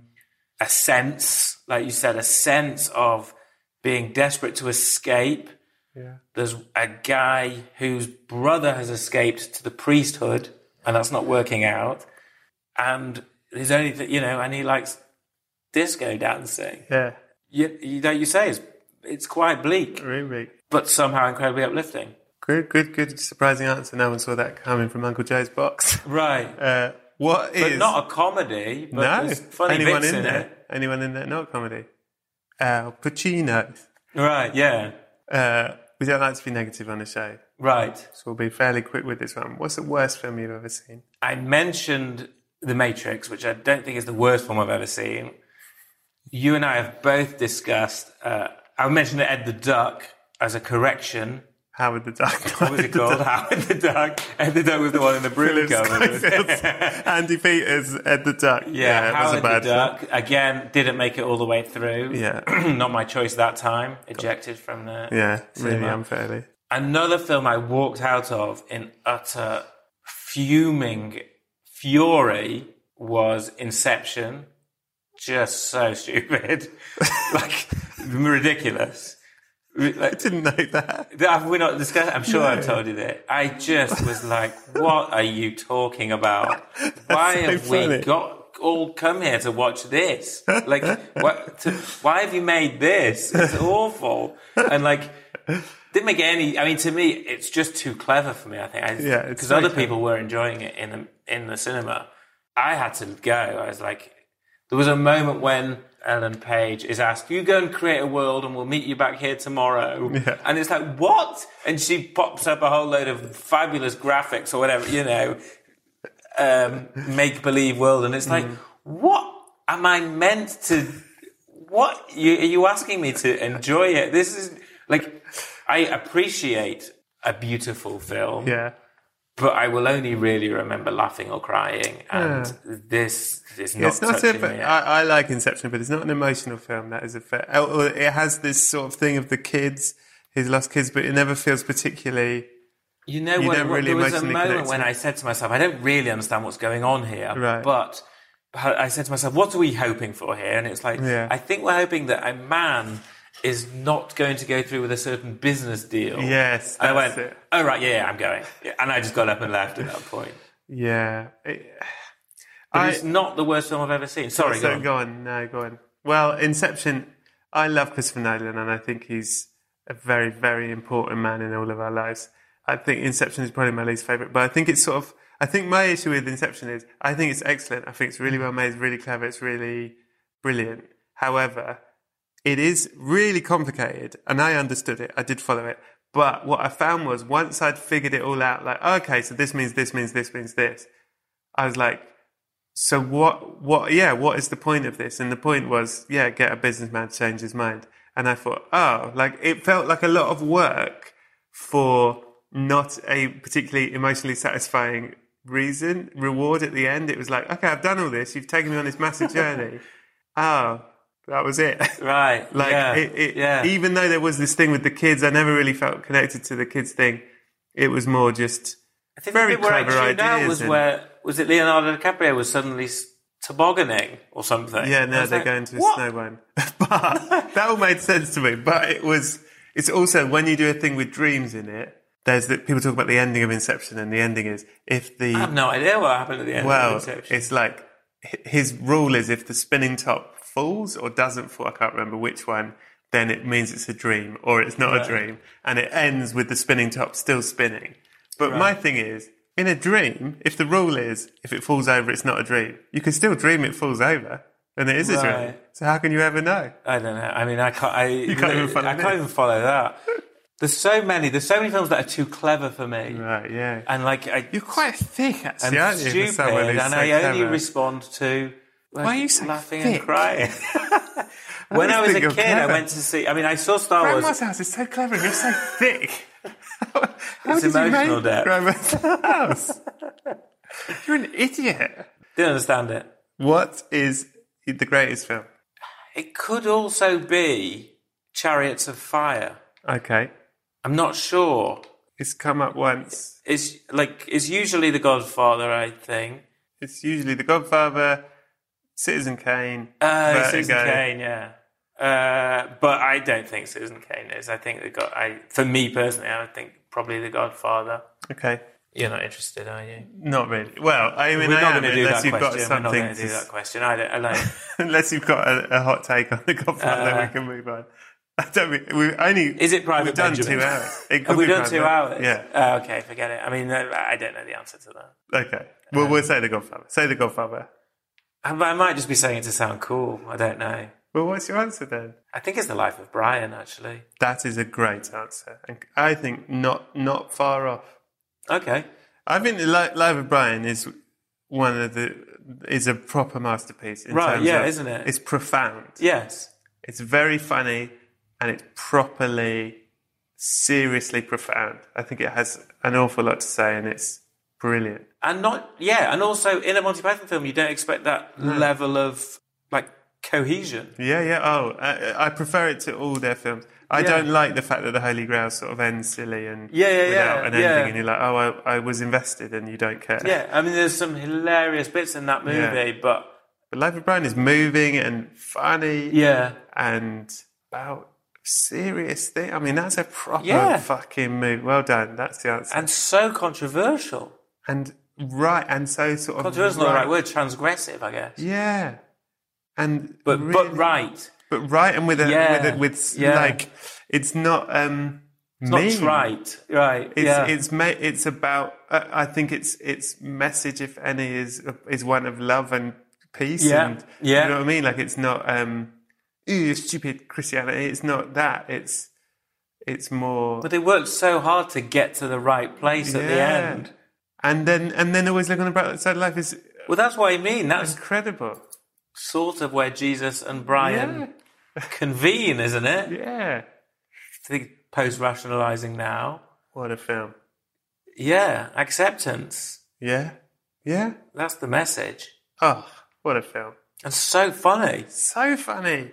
[SPEAKER 2] a sense, like you said, a sense of being desperate to escape
[SPEAKER 1] Yeah.
[SPEAKER 2] There's a guy whose brother has escaped to the priesthood, and that's not working out. And his only, th- you know, and he likes disco dancing.
[SPEAKER 1] Yeah.
[SPEAKER 2] You, you know, you say it's, it's quite bleak,
[SPEAKER 1] Really.
[SPEAKER 2] but somehow incredibly uplifting.
[SPEAKER 1] Good, good, good. Surprising answer. No one saw that coming from Uncle Joe's box.
[SPEAKER 2] Right.
[SPEAKER 1] Uh, what is?
[SPEAKER 2] But not a comedy, but
[SPEAKER 1] no.
[SPEAKER 2] there's funny
[SPEAKER 1] Anyone
[SPEAKER 2] bits
[SPEAKER 1] in,
[SPEAKER 2] in,
[SPEAKER 1] there?
[SPEAKER 2] it.
[SPEAKER 1] Anyone in there? Not comedy. Al Pacino.
[SPEAKER 2] Right, yeah.
[SPEAKER 1] Uh, we don't like to be negative on the show,
[SPEAKER 2] Right.
[SPEAKER 1] so we'll be fairly quick with this one. What's the worst film you've ever seen?
[SPEAKER 2] I mentioned The Matrix, which I don't think is the worst film I've ever seen. You and I have both discussed, uh, I mentioned Ed the Duck as a correction.
[SPEAKER 1] Howard the Duck.
[SPEAKER 2] What was it called? Howard the Duck. Ed the Duck was the one in the broom
[SPEAKER 1] Philip
[SPEAKER 2] cover.
[SPEAKER 1] Schofield. Andy Peters, Ed the Duck.
[SPEAKER 2] Yeah,
[SPEAKER 1] it
[SPEAKER 2] Howard
[SPEAKER 1] was a bad
[SPEAKER 2] the Duck again didn't make it all the way through.
[SPEAKER 1] Yeah.
[SPEAKER 2] not my choice that time. Ejected from the
[SPEAKER 1] Film. Yeah, really
[SPEAKER 2] Cinema.
[SPEAKER 1] unfairly.
[SPEAKER 2] Another film I walked out of in utter fuming fury was Inception. Just so stupid, like ridiculous. Like,
[SPEAKER 1] Didn't know that.
[SPEAKER 2] have we not discussed? I'm sure I've told you that. I just was like, "What are you talking about? Why
[SPEAKER 1] so
[SPEAKER 2] have
[SPEAKER 1] funny.
[SPEAKER 2] we got all come here to watch this? Like, what? To, why have you made this? It's awful." And like, didn't make any. I mean, to me, it's just too clever for me. I think, I,
[SPEAKER 1] Yeah, it's
[SPEAKER 2] because
[SPEAKER 1] very
[SPEAKER 2] other
[SPEAKER 1] clever.
[SPEAKER 2] people were enjoying it in the in the cinema. I had to go. I was like, there was a moment when Ellen Page is asked, "You go and create a world, and we'll meet you back here tomorrow."
[SPEAKER 1] Yeah.
[SPEAKER 2] And it's like, "What?" And she pops up a whole load of fabulous graphics or whatever, you know, um, make believe world, and it's like,
[SPEAKER 1] Mm.
[SPEAKER 2] "What am I meant to? What you, are you asking me to enjoy it? This is like, I appreciate a beautiful film,
[SPEAKER 1] Yeah.
[SPEAKER 2] but I will only really remember laughing or crying, and this is not
[SPEAKER 1] it's not
[SPEAKER 2] touching
[SPEAKER 1] a,
[SPEAKER 2] me.
[SPEAKER 1] I, I like Inception, but it's not an emotional film. That is a fair. oh, oh, It has this sort of thing of the kids, his lost kids, but it never feels particularly.
[SPEAKER 2] You know
[SPEAKER 1] You
[SPEAKER 2] what?
[SPEAKER 1] don't
[SPEAKER 2] what-
[SPEAKER 1] really
[SPEAKER 2] there was a
[SPEAKER 1] emotionally
[SPEAKER 2] moment
[SPEAKER 1] connect
[SPEAKER 2] when
[SPEAKER 1] with
[SPEAKER 2] I said to myself, I don't really understand what's going on here.
[SPEAKER 1] Right.
[SPEAKER 2] But I said to myself, what are we hoping for here? And it's like,
[SPEAKER 1] Yeah.
[SPEAKER 2] I think we're hoping that a man is not going to go through with a certain business deal.
[SPEAKER 1] Yes,
[SPEAKER 2] I
[SPEAKER 1] that's
[SPEAKER 2] went,
[SPEAKER 1] it.
[SPEAKER 2] oh, right, yeah, yeah, I'm going. Yeah, And I just got up and left at that point.
[SPEAKER 1] Yeah. It-
[SPEAKER 2] But
[SPEAKER 1] I-
[SPEAKER 2] it's not the worst film I've ever seen. Sorry,
[SPEAKER 1] so
[SPEAKER 2] go on.
[SPEAKER 1] go on. No, go on. Well, Inception. I love Christopher Nolan, and I think he's a very, very important man in all of our lives. I think Inception is probably my least favorite, but I think it's sort of. I think my issue with Inception is I think it's excellent. I think it's really well made, it's really clever, it's really brilliant. However, it is really complicated, and I understood it. I did follow it. But what I found was once I'd figured it all out, like, okay, so this means this means this means this, I was like, so what what yeah what is the point of this and the point was yeah get a businessman to change his mind and i thought oh like it felt like a lot of work for not a particularly emotionally satisfying reason reward at the end it was like okay i've done all this you've taken me on this massive journey oh that was it
[SPEAKER 2] Right.
[SPEAKER 1] like
[SPEAKER 2] yeah.
[SPEAKER 1] it, it,
[SPEAKER 2] yeah.
[SPEAKER 1] even though there was this thing with the kids i never really felt connected to the kids thing it was more just
[SPEAKER 2] I think
[SPEAKER 1] very
[SPEAKER 2] the bit where I
[SPEAKER 1] clever
[SPEAKER 2] tuned out
[SPEAKER 1] ideas
[SPEAKER 2] was
[SPEAKER 1] and-
[SPEAKER 2] where was it Leonardo DiCaprio was suddenly s- tobogganing or something.
[SPEAKER 1] Yeah,
[SPEAKER 2] I
[SPEAKER 1] now
[SPEAKER 2] was
[SPEAKER 1] they're
[SPEAKER 2] like,
[SPEAKER 1] going to a
[SPEAKER 2] "What?"
[SPEAKER 1] snow one. but that all made sense to me. But it was, it's also when you do a thing with dreams in it, there's that people talk about the ending of Inception, and the ending is if the
[SPEAKER 2] I have no idea what happened at the end
[SPEAKER 1] well,
[SPEAKER 2] of the Inception.
[SPEAKER 1] it's like hi- his rule is if the spinning top falls or doesn't fall, I can't remember which one, then it means it's a dream or it's not a dream. And it ends with the spinning top still spinning. But my thing is, in a dream, if the rule is if it falls over, it's not a dream, you can still dream it falls over and it is a dream.
[SPEAKER 2] Right.
[SPEAKER 1] So how can you ever know?
[SPEAKER 2] I don't know. I mean, I can't. I,
[SPEAKER 1] can't even follow
[SPEAKER 2] I
[SPEAKER 1] this.
[SPEAKER 2] can't even follow that. There's so many. There's so many films that are too clever for me,
[SPEAKER 1] Right, yeah.
[SPEAKER 2] and like I,
[SPEAKER 1] You're quite thick, actually,
[SPEAKER 2] I'm
[SPEAKER 1] aren't you? for
[SPEAKER 2] stupid,
[SPEAKER 1] someone who's
[SPEAKER 2] and
[SPEAKER 1] so
[SPEAKER 2] I only
[SPEAKER 1] clever?
[SPEAKER 2] respond to like,
[SPEAKER 1] Why are you so
[SPEAKER 2] laughing
[SPEAKER 1] thick?
[SPEAKER 2] and crying.
[SPEAKER 1] always
[SPEAKER 2] when I was
[SPEAKER 1] think
[SPEAKER 2] a
[SPEAKER 1] you're
[SPEAKER 2] kid, I
[SPEAKER 1] clever.
[SPEAKER 2] went to see. I mean, I saw Star Wars.
[SPEAKER 1] Grandma's house is so clever and you're so thick. How
[SPEAKER 2] It's
[SPEAKER 1] did you
[SPEAKER 2] emotional
[SPEAKER 1] make
[SPEAKER 2] depth.
[SPEAKER 1] Grandma's house? you're an idiot.
[SPEAKER 2] Didn't understand it.
[SPEAKER 1] What is the greatest film?
[SPEAKER 2] It could also be Chariots of Fire.
[SPEAKER 1] Okay.
[SPEAKER 2] I'm not sure.
[SPEAKER 1] It's come up once.
[SPEAKER 2] It's like it's usually The Godfather, I think.
[SPEAKER 1] It's usually The Godfather, Citizen Kane,
[SPEAKER 2] Uh,
[SPEAKER 1] Vertigo.
[SPEAKER 2] Citizen Kane, yeah.
[SPEAKER 1] Uh, but I don't think Susan Kane is. I think the God. I, for me personally, I would think probably The Godfather.
[SPEAKER 4] Okay.
[SPEAKER 2] You're not interested, are you?
[SPEAKER 1] Not really. Well, I mean,
[SPEAKER 2] We're
[SPEAKER 1] I
[SPEAKER 2] not
[SPEAKER 1] am,
[SPEAKER 2] going to do
[SPEAKER 1] unless
[SPEAKER 2] that
[SPEAKER 1] you've
[SPEAKER 2] question.
[SPEAKER 1] got something.
[SPEAKER 2] We're not going to do
[SPEAKER 1] to-
[SPEAKER 2] that question. I don't. I don't.
[SPEAKER 1] unless you've got a, a hot take on The Godfather,
[SPEAKER 2] Uh,
[SPEAKER 1] we can move on. I don't. mean- We only.
[SPEAKER 2] Is it Private
[SPEAKER 1] We've done
[SPEAKER 2] Benjamin?
[SPEAKER 1] two hours. It could
[SPEAKER 2] Have we
[SPEAKER 1] be
[SPEAKER 2] done two
[SPEAKER 1] Private-
[SPEAKER 2] hours?
[SPEAKER 1] Yeah.
[SPEAKER 2] Oh, okay, forget it. I mean, uh, I don't know the answer to that.
[SPEAKER 1] Okay. Well,
[SPEAKER 2] Um,
[SPEAKER 1] we'll say The Godfather. Say The Godfather.
[SPEAKER 2] I, I might just be saying it to sound cool. I don't know.
[SPEAKER 1] Well, what's your answer then?
[SPEAKER 2] I think it's The Life of Brian, actually.
[SPEAKER 1] That is a great answer, and I think not not far off.
[SPEAKER 2] Okay.
[SPEAKER 1] I think the Li- Live of Brian is one of the is a proper masterpiece. In
[SPEAKER 2] Right,
[SPEAKER 1] terms
[SPEAKER 2] yeah,
[SPEAKER 1] of-
[SPEAKER 2] isn't it?
[SPEAKER 1] It's profound.
[SPEAKER 2] Yes.
[SPEAKER 1] It's very funny, and it's properly, seriously profound. I think it has an awful lot to say, and it's brilliant.
[SPEAKER 2] And not, yeah, and also in a Monty Python film, you don't expect that
[SPEAKER 1] Hmm.
[SPEAKER 2] level of, like, cohesion.
[SPEAKER 1] Yeah, yeah. Oh, I, I prefer it to all their films. I
[SPEAKER 2] Yeah.
[SPEAKER 1] don't like the fact that the Holy Grail sort of ends silly and
[SPEAKER 2] Yeah, yeah,
[SPEAKER 1] without
[SPEAKER 2] yeah,
[SPEAKER 1] an ending,
[SPEAKER 2] yeah.
[SPEAKER 1] and you're like, oh, I, I was invested, and you don't care.
[SPEAKER 2] Yeah, I mean, there's some hilarious bits in that movie,
[SPEAKER 1] Yeah.
[SPEAKER 2] but
[SPEAKER 1] But Life of Brian is moving and funny.
[SPEAKER 2] yeah.
[SPEAKER 1] and about serious thing. I mean, that's a proper
[SPEAKER 2] Yeah.
[SPEAKER 1] fucking move. Well done. That's the answer.
[SPEAKER 2] And so controversial.
[SPEAKER 1] And, right, and so sort of
[SPEAKER 2] Controversial is not the right word, transgressive, I guess.
[SPEAKER 1] Yeah, and
[SPEAKER 2] But,
[SPEAKER 1] really-
[SPEAKER 2] but right.
[SPEAKER 1] but right, and with a
[SPEAKER 2] Yeah.
[SPEAKER 1] with a, with
[SPEAKER 2] Yeah.
[SPEAKER 1] like it's not um
[SPEAKER 2] It's
[SPEAKER 1] mean.
[SPEAKER 2] not right. Right.
[SPEAKER 1] It's
[SPEAKER 2] yeah.
[SPEAKER 1] it's ma- it's about. Uh, I think it's its message, if any, is is one of love and peace.
[SPEAKER 2] Yeah,
[SPEAKER 1] And,
[SPEAKER 2] yeah.
[SPEAKER 1] You know what I mean? Like it's not um, "Ew, stupid Christianity. It's not that. It's it's more.
[SPEAKER 2] But they worked so hard to get to the right place at the
[SPEAKER 1] Yeah.
[SPEAKER 2] end.
[SPEAKER 1] And then and then always look on the bright side of life is
[SPEAKER 2] Well, that's what I mean. That's
[SPEAKER 1] incredible.
[SPEAKER 2] sort of where Jesus and Brian convene, isn't it?
[SPEAKER 1] Yeah.
[SPEAKER 2] I think post rationalizing now.
[SPEAKER 1] What a film.
[SPEAKER 2] Yeah, acceptance.
[SPEAKER 1] Yeah. Yeah.
[SPEAKER 2] That's the message.
[SPEAKER 1] Oh, what a film.
[SPEAKER 2] And so funny.
[SPEAKER 1] So funny.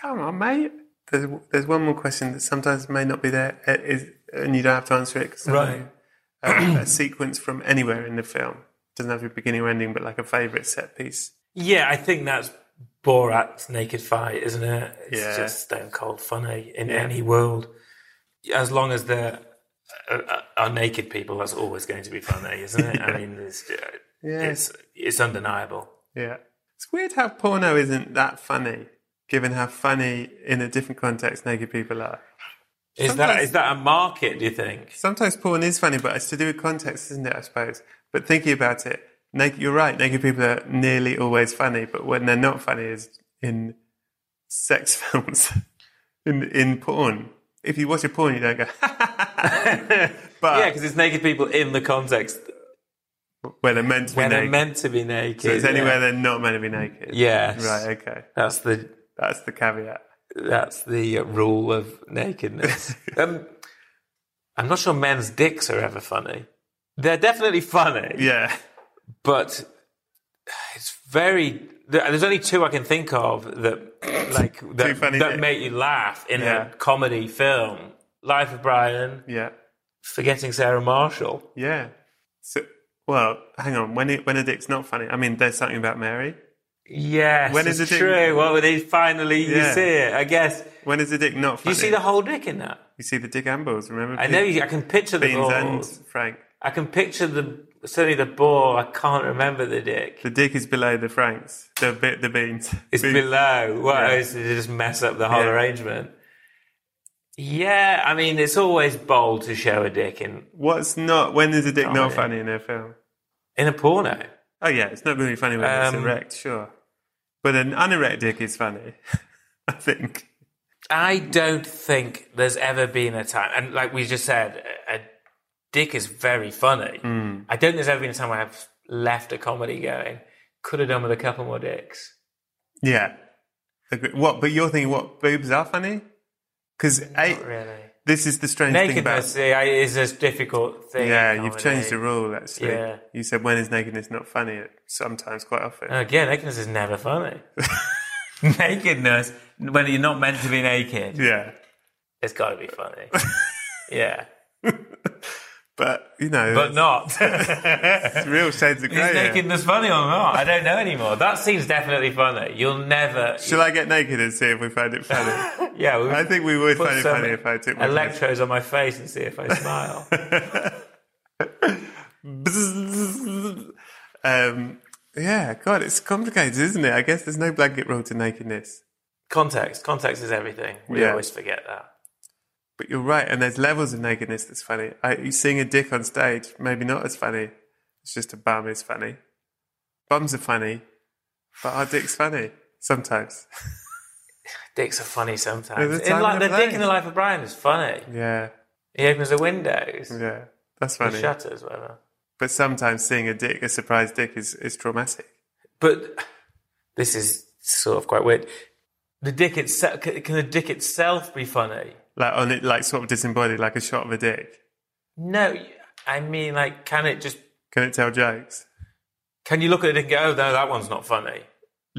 [SPEAKER 1] Come on, mate. There's, there's one more question that sometimes may not be there, uh, is, and you don't have to answer it. 'cause
[SPEAKER 2] Right.
[SPEAKER 1] um, a sequence from anywhere in the film. Doesn't have to be beginning or ending, but like a favourite set piece.
[SPEAKER 2] Yeah, I think that's Borat's naked fight, isn't it? It's
[SPEAKER 1] Yeah.
[SPEAKER 2] just stone cold funny in
[SPEAKER 1] Yeah.
[SPEAKER 2] any world. As long as there are, are- are naked people, that's always going to be funny, isn't it? I mean, it's, uh, it's, it's undeniable.
[SPEAKER 1] Yeah. It's weird how porno isn't that funny, given how funny in a different context naked people are.
[SPEAKER 2] Is that
[SPEAKER 1] Sometimes-
[SPEAKER 2] is that a market? Do you think?
[SPEAKER 1] Sometimes porn is funny, but it's to do with context, isn't it? I suppose. But thinking about it, naked, you're right. Naked people are nearly always funny, but when they're not funny is in sex films, in in porn. If you watch a porn, you don't go. but Uh,
[SPEAKER 2] yeah, because it's naked people in the context
[SPEAKER 1] where they're meant to be
[SPEAKER 2] when they're
[SPEAKER 1] naked,
[SPEAKER 2] meant to be naked.
[SPEAKER 1] so it's
[SPEAKER 2] yeah.
[SPEAKER 1] anywhere they're not meant to be naked.
[SPEAKER 2] Yes.
[SPEAKER 1] Right. Okay.
[SPEAKER 2] That's the
[SPEAKER 1] That's the caveat.
[SPEAKER 2] that's the rule of nakedness. um, I'm not sure men's dicks are ever funny. They're definitely funny,
[SPEAKER 1] Yeah.
[SPEAKER 2] but it's very. there- There's only two I can think of that like that,
[SPEAKER 1] funny
[SPEAKER 2] that
[SPEAKER 1] dicks.
[SPEAKER 2] make you laugh in
[SPEAKER 1] Yeah.
[SPEAKER 2] a comedy film. Life of Brian,
[SPEAKER 1] Yeah.
[SPEAKER 2] Forgetting Sarah Marshall.
[SPEAKER 1] Yeah. So, well, hang on. When it, when a dick's not funny, I mean, there's something about Mary.
[SPEAKER 2] Yes,
[SPEAKER 1] When
[SPEAKER 2] it's
[SPEAKER 1] is it in-
[SPEAKER 2] true. Well, it is finally you
[SPEAKER 1] Yeah.
[SPEAKER 2] see it. I guess
[SPEAKER 1] When is a dick not
[SPEAKER 2] Do
[SPEAKER 1] funny?
[SPEAKER 2] you see the whole dick in that.
[SPEAKER 1] You see the dick and balls. Remember?
[SPEAKER 2] I know. You, I can picture the
[SPEAKER 1] Beans and
[SPEAKER 2] balls.
[SPEAKER 1] Frank.
[SPEAKER 2] I can picture the certainly the ball. I can't remember the dick.
[SPEAKER 1] The dick is below the Franks. The bit the beans.
[SPEAKER 2] It's
[SPEAKER 1] Beans.
[SPEAKER 2] below. What
[SPEAKER 1] Yeah.
[SPEAKER 2] else to just mess up the whole
[SPEAKER 1] Yeah.
[SPEAKER 2] arrangement? Yeah, I mean it's always bold to show a dick in
[SPEAKER 1] What's not? When is a dick not
[SPEAKER 2] Oh, yeah.
[SPEAKER 1] funny in a film?
[SPEAKER 2] in a porno.
[SPEAKER 1] Oh yeah, it's not going to be funny when
[SPEAKER 2] Um,
[SPEAKER 1] it's erect, sure. But an unerect dick is funny, I think.
[SPEAKER 2] I don't think there's ever been a time, and like we just said, a a dick is very funny.
[SPEAKER 1] Hmm.
[SPEAKER 2] I don't think there's ever been a time where I've left a comedy going. Could have done with a couple more dicks.
[SPEAKER 1] Yeah. Agree- What? But you're thinking what boobs are funny? Because
[SPEAKER 2] Not really.
[SPEAKER 1] this is the strange thing about
[SPEAKER 2] Nakedness eh, is a difficult thing. in
[SPEAKER 1] yeah, you've
[SPEAKER 2] comedy.
[SPEAKER 1] changed the rule actually.
[SPEAKER 2] Yeah.
[SPEAKER 1] You said when is nakedness not funny? Sometimes, quite often.
[SPEAKER 2] Again, nakedness is never funny. nakedness, when you're not meant to be naked,
[SPEAKER 1] yeah.
[SPEAKER 2] it's got to be funny. yeah.
[SPEAKER 1] But, you know,
[SPEAKER 2] but not.
[SPEAKER 1] it's real shades of
[SPEAKER 2] Is
[SPEAKER 1] grey. here.
[SPEAKER 2] nakedness funny or not? I don't know anymore. That seems definitely funny. You'll never.
[SPEAKER 1] Shall I get naked and see if we find it funny?
[SPEAKER 2] yeah, we
[SPEAKER 1] I think we would
[SPEAKER 2] put
[SPEAKER 1] find it
[SPEAKER 2] some
[SPEAKER 1] funny if I took my
[SPEAKER 2] electrodes on my face and see if I smile.
[SPEAKER 1] Bzzz. um, yeah, God, it's complicated, isn't it? I guess there's no blanket rule to nakedness.
[SPEAKER 2] context, context is everything. We
[SPEAKER 1] Yeah.
[SPEAKER 2] always forget that.
[SPEAKER 1] But you're right, and there's levels of nakedness that's funny. I, seeing a dick on stage, maybe not as funny. It's just a bum is funny. Bums are funny, but our dick's funny sometimes.
[SPEAKER 2] Dicks are funny
[SPEAKER 1] There's
[SPEAKER 2] sometimes.
[SPEAKER 1] a
[SPEAKER 2] In
[SPEAKER 1] time
[SPEAKER 2] like
[SPEAKER 1] and
[SPEAKER 2] the
[SPEAKER 1] a
[SPEAKER 2] dick
[SPEAKER 1] place.
[SPEAKER 2] in the life of Brian is funny.
[SPEAKER 1] Yeah,
[SPEAKER 2] He opens the windows, the
[SPEAKER 1] yeah, that's funny.
[SPEAKER 2] shutters, whatever.
[SPEAKER 1] But sometimes seeing a dick, a surprise dick, is, is traumatic.
[SPEAKER 2] But this is sort of quite weird. The dick itself can can the dick itself be funny?
[SPEAKER 1] Like on it, like sort of disembodied, like a shot of a dick.
[SPEAKER 2] No, I mean like can it just
[SPEAKER 1] Can it tell jokes?
[SPEAKER 2] can you look at it and go, oh no, that one's not funny?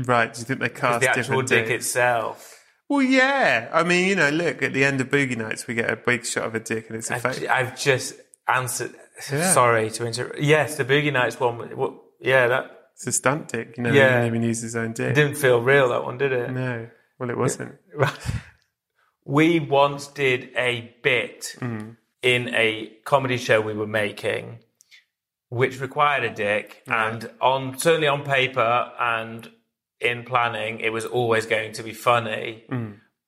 [SPEAKER 1] Right? Do you think they cast
[SPEAKER 2] 'Cause the actual
[SPEAKER 1] different
[SPEAKER 2] dick
[SPEAKER 1] dicks?
[SPEAKER 2] itself.
[SPEAKER 1] Well, yeah. I mean, you know, look at the end of Boogie Nights, we get a big shot of a dick, and it's a
[SPEAKER 2] I've,
[SPEAKER 1] fake.
[SPEAKER 2] ju- I've just answered.
[SPEAKER 1] Yeah.
[SPEAKER 2] Sorry to interrupt. Yes, the Boogie Nights one. w- w- Yeah, that
[SPEAKER 1] It's a stunt dick. You know,
[SPEAKER 2] Yeah.
[SPEAKER 1] he didn't even use his own dick.
[SPEAKER 2] it didn't feel real. That one did it.
[SPEAKER 1] No. Well, it wasn't.
[SPEAKER 2] we once did a bit in a comedy show we were making, which required a dick, and on certainly on paper and in planning, it was always going to be funny.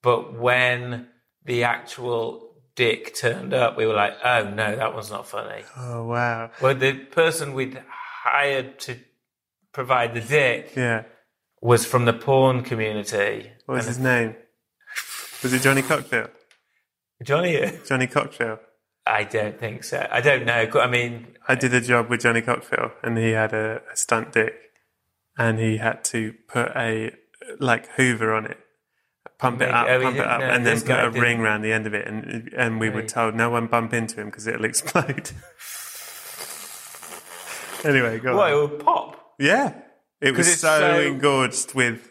[SPEAKER 2] But when the actual dick turned up, we were like, "Oh no, that one's not funny."
[SPEAKER 1] Oh wow.
[SPEAKER 2] Well, the person we'd hired to provide the dick
[SPEAKER 1] Yeah.
[SPEAKER 2] was from the porn community.
[SPEAKER 1] What was his name? Was it Johnny Cocktail?
[SPEAKER 2] Johnny,
[SPEAKER 1] Johnny Cocktail.
[SPEAKER 2] I don't think so. I don't know. I mean,
[SPEAKER 1] I did a job with Johnny Cocktail, and he had a, a stunt dick, and he had to put a like Hoover on it, pump it
[SPEAKER 2] Make-
[SPEAKER 1] up,
[SPEAKER 2] oh, he
[SPEAKER 1] pump it
[SPEAKER 2] didn't-
[SPEAKER 1] up,
[SPEAKER 2] no,
[SPEAKER 1] and then
[SPEAKER 2] this
[SPEAKER 1] put
[SPEAKER 2] guy
[SPEAKER 1] a
[SPEAKER 2] didn't.
[SPEAKER 1] ring round the end of it, and and we were
[SPEAKER 2] Right.
[SPEAKER 1] told no one bump into him because it'll explode. anyway, go
[SPEAKER 2] well,
[SPEAKER 1] on.
[SPEAKER 2] it would pop.
[SPEAKER 1] Yeah, it was
[SPEAKER 2] it's
[SPEAKER 1] so,
[SPEAKER 2] so-
[SPEAKER 1] engorged with.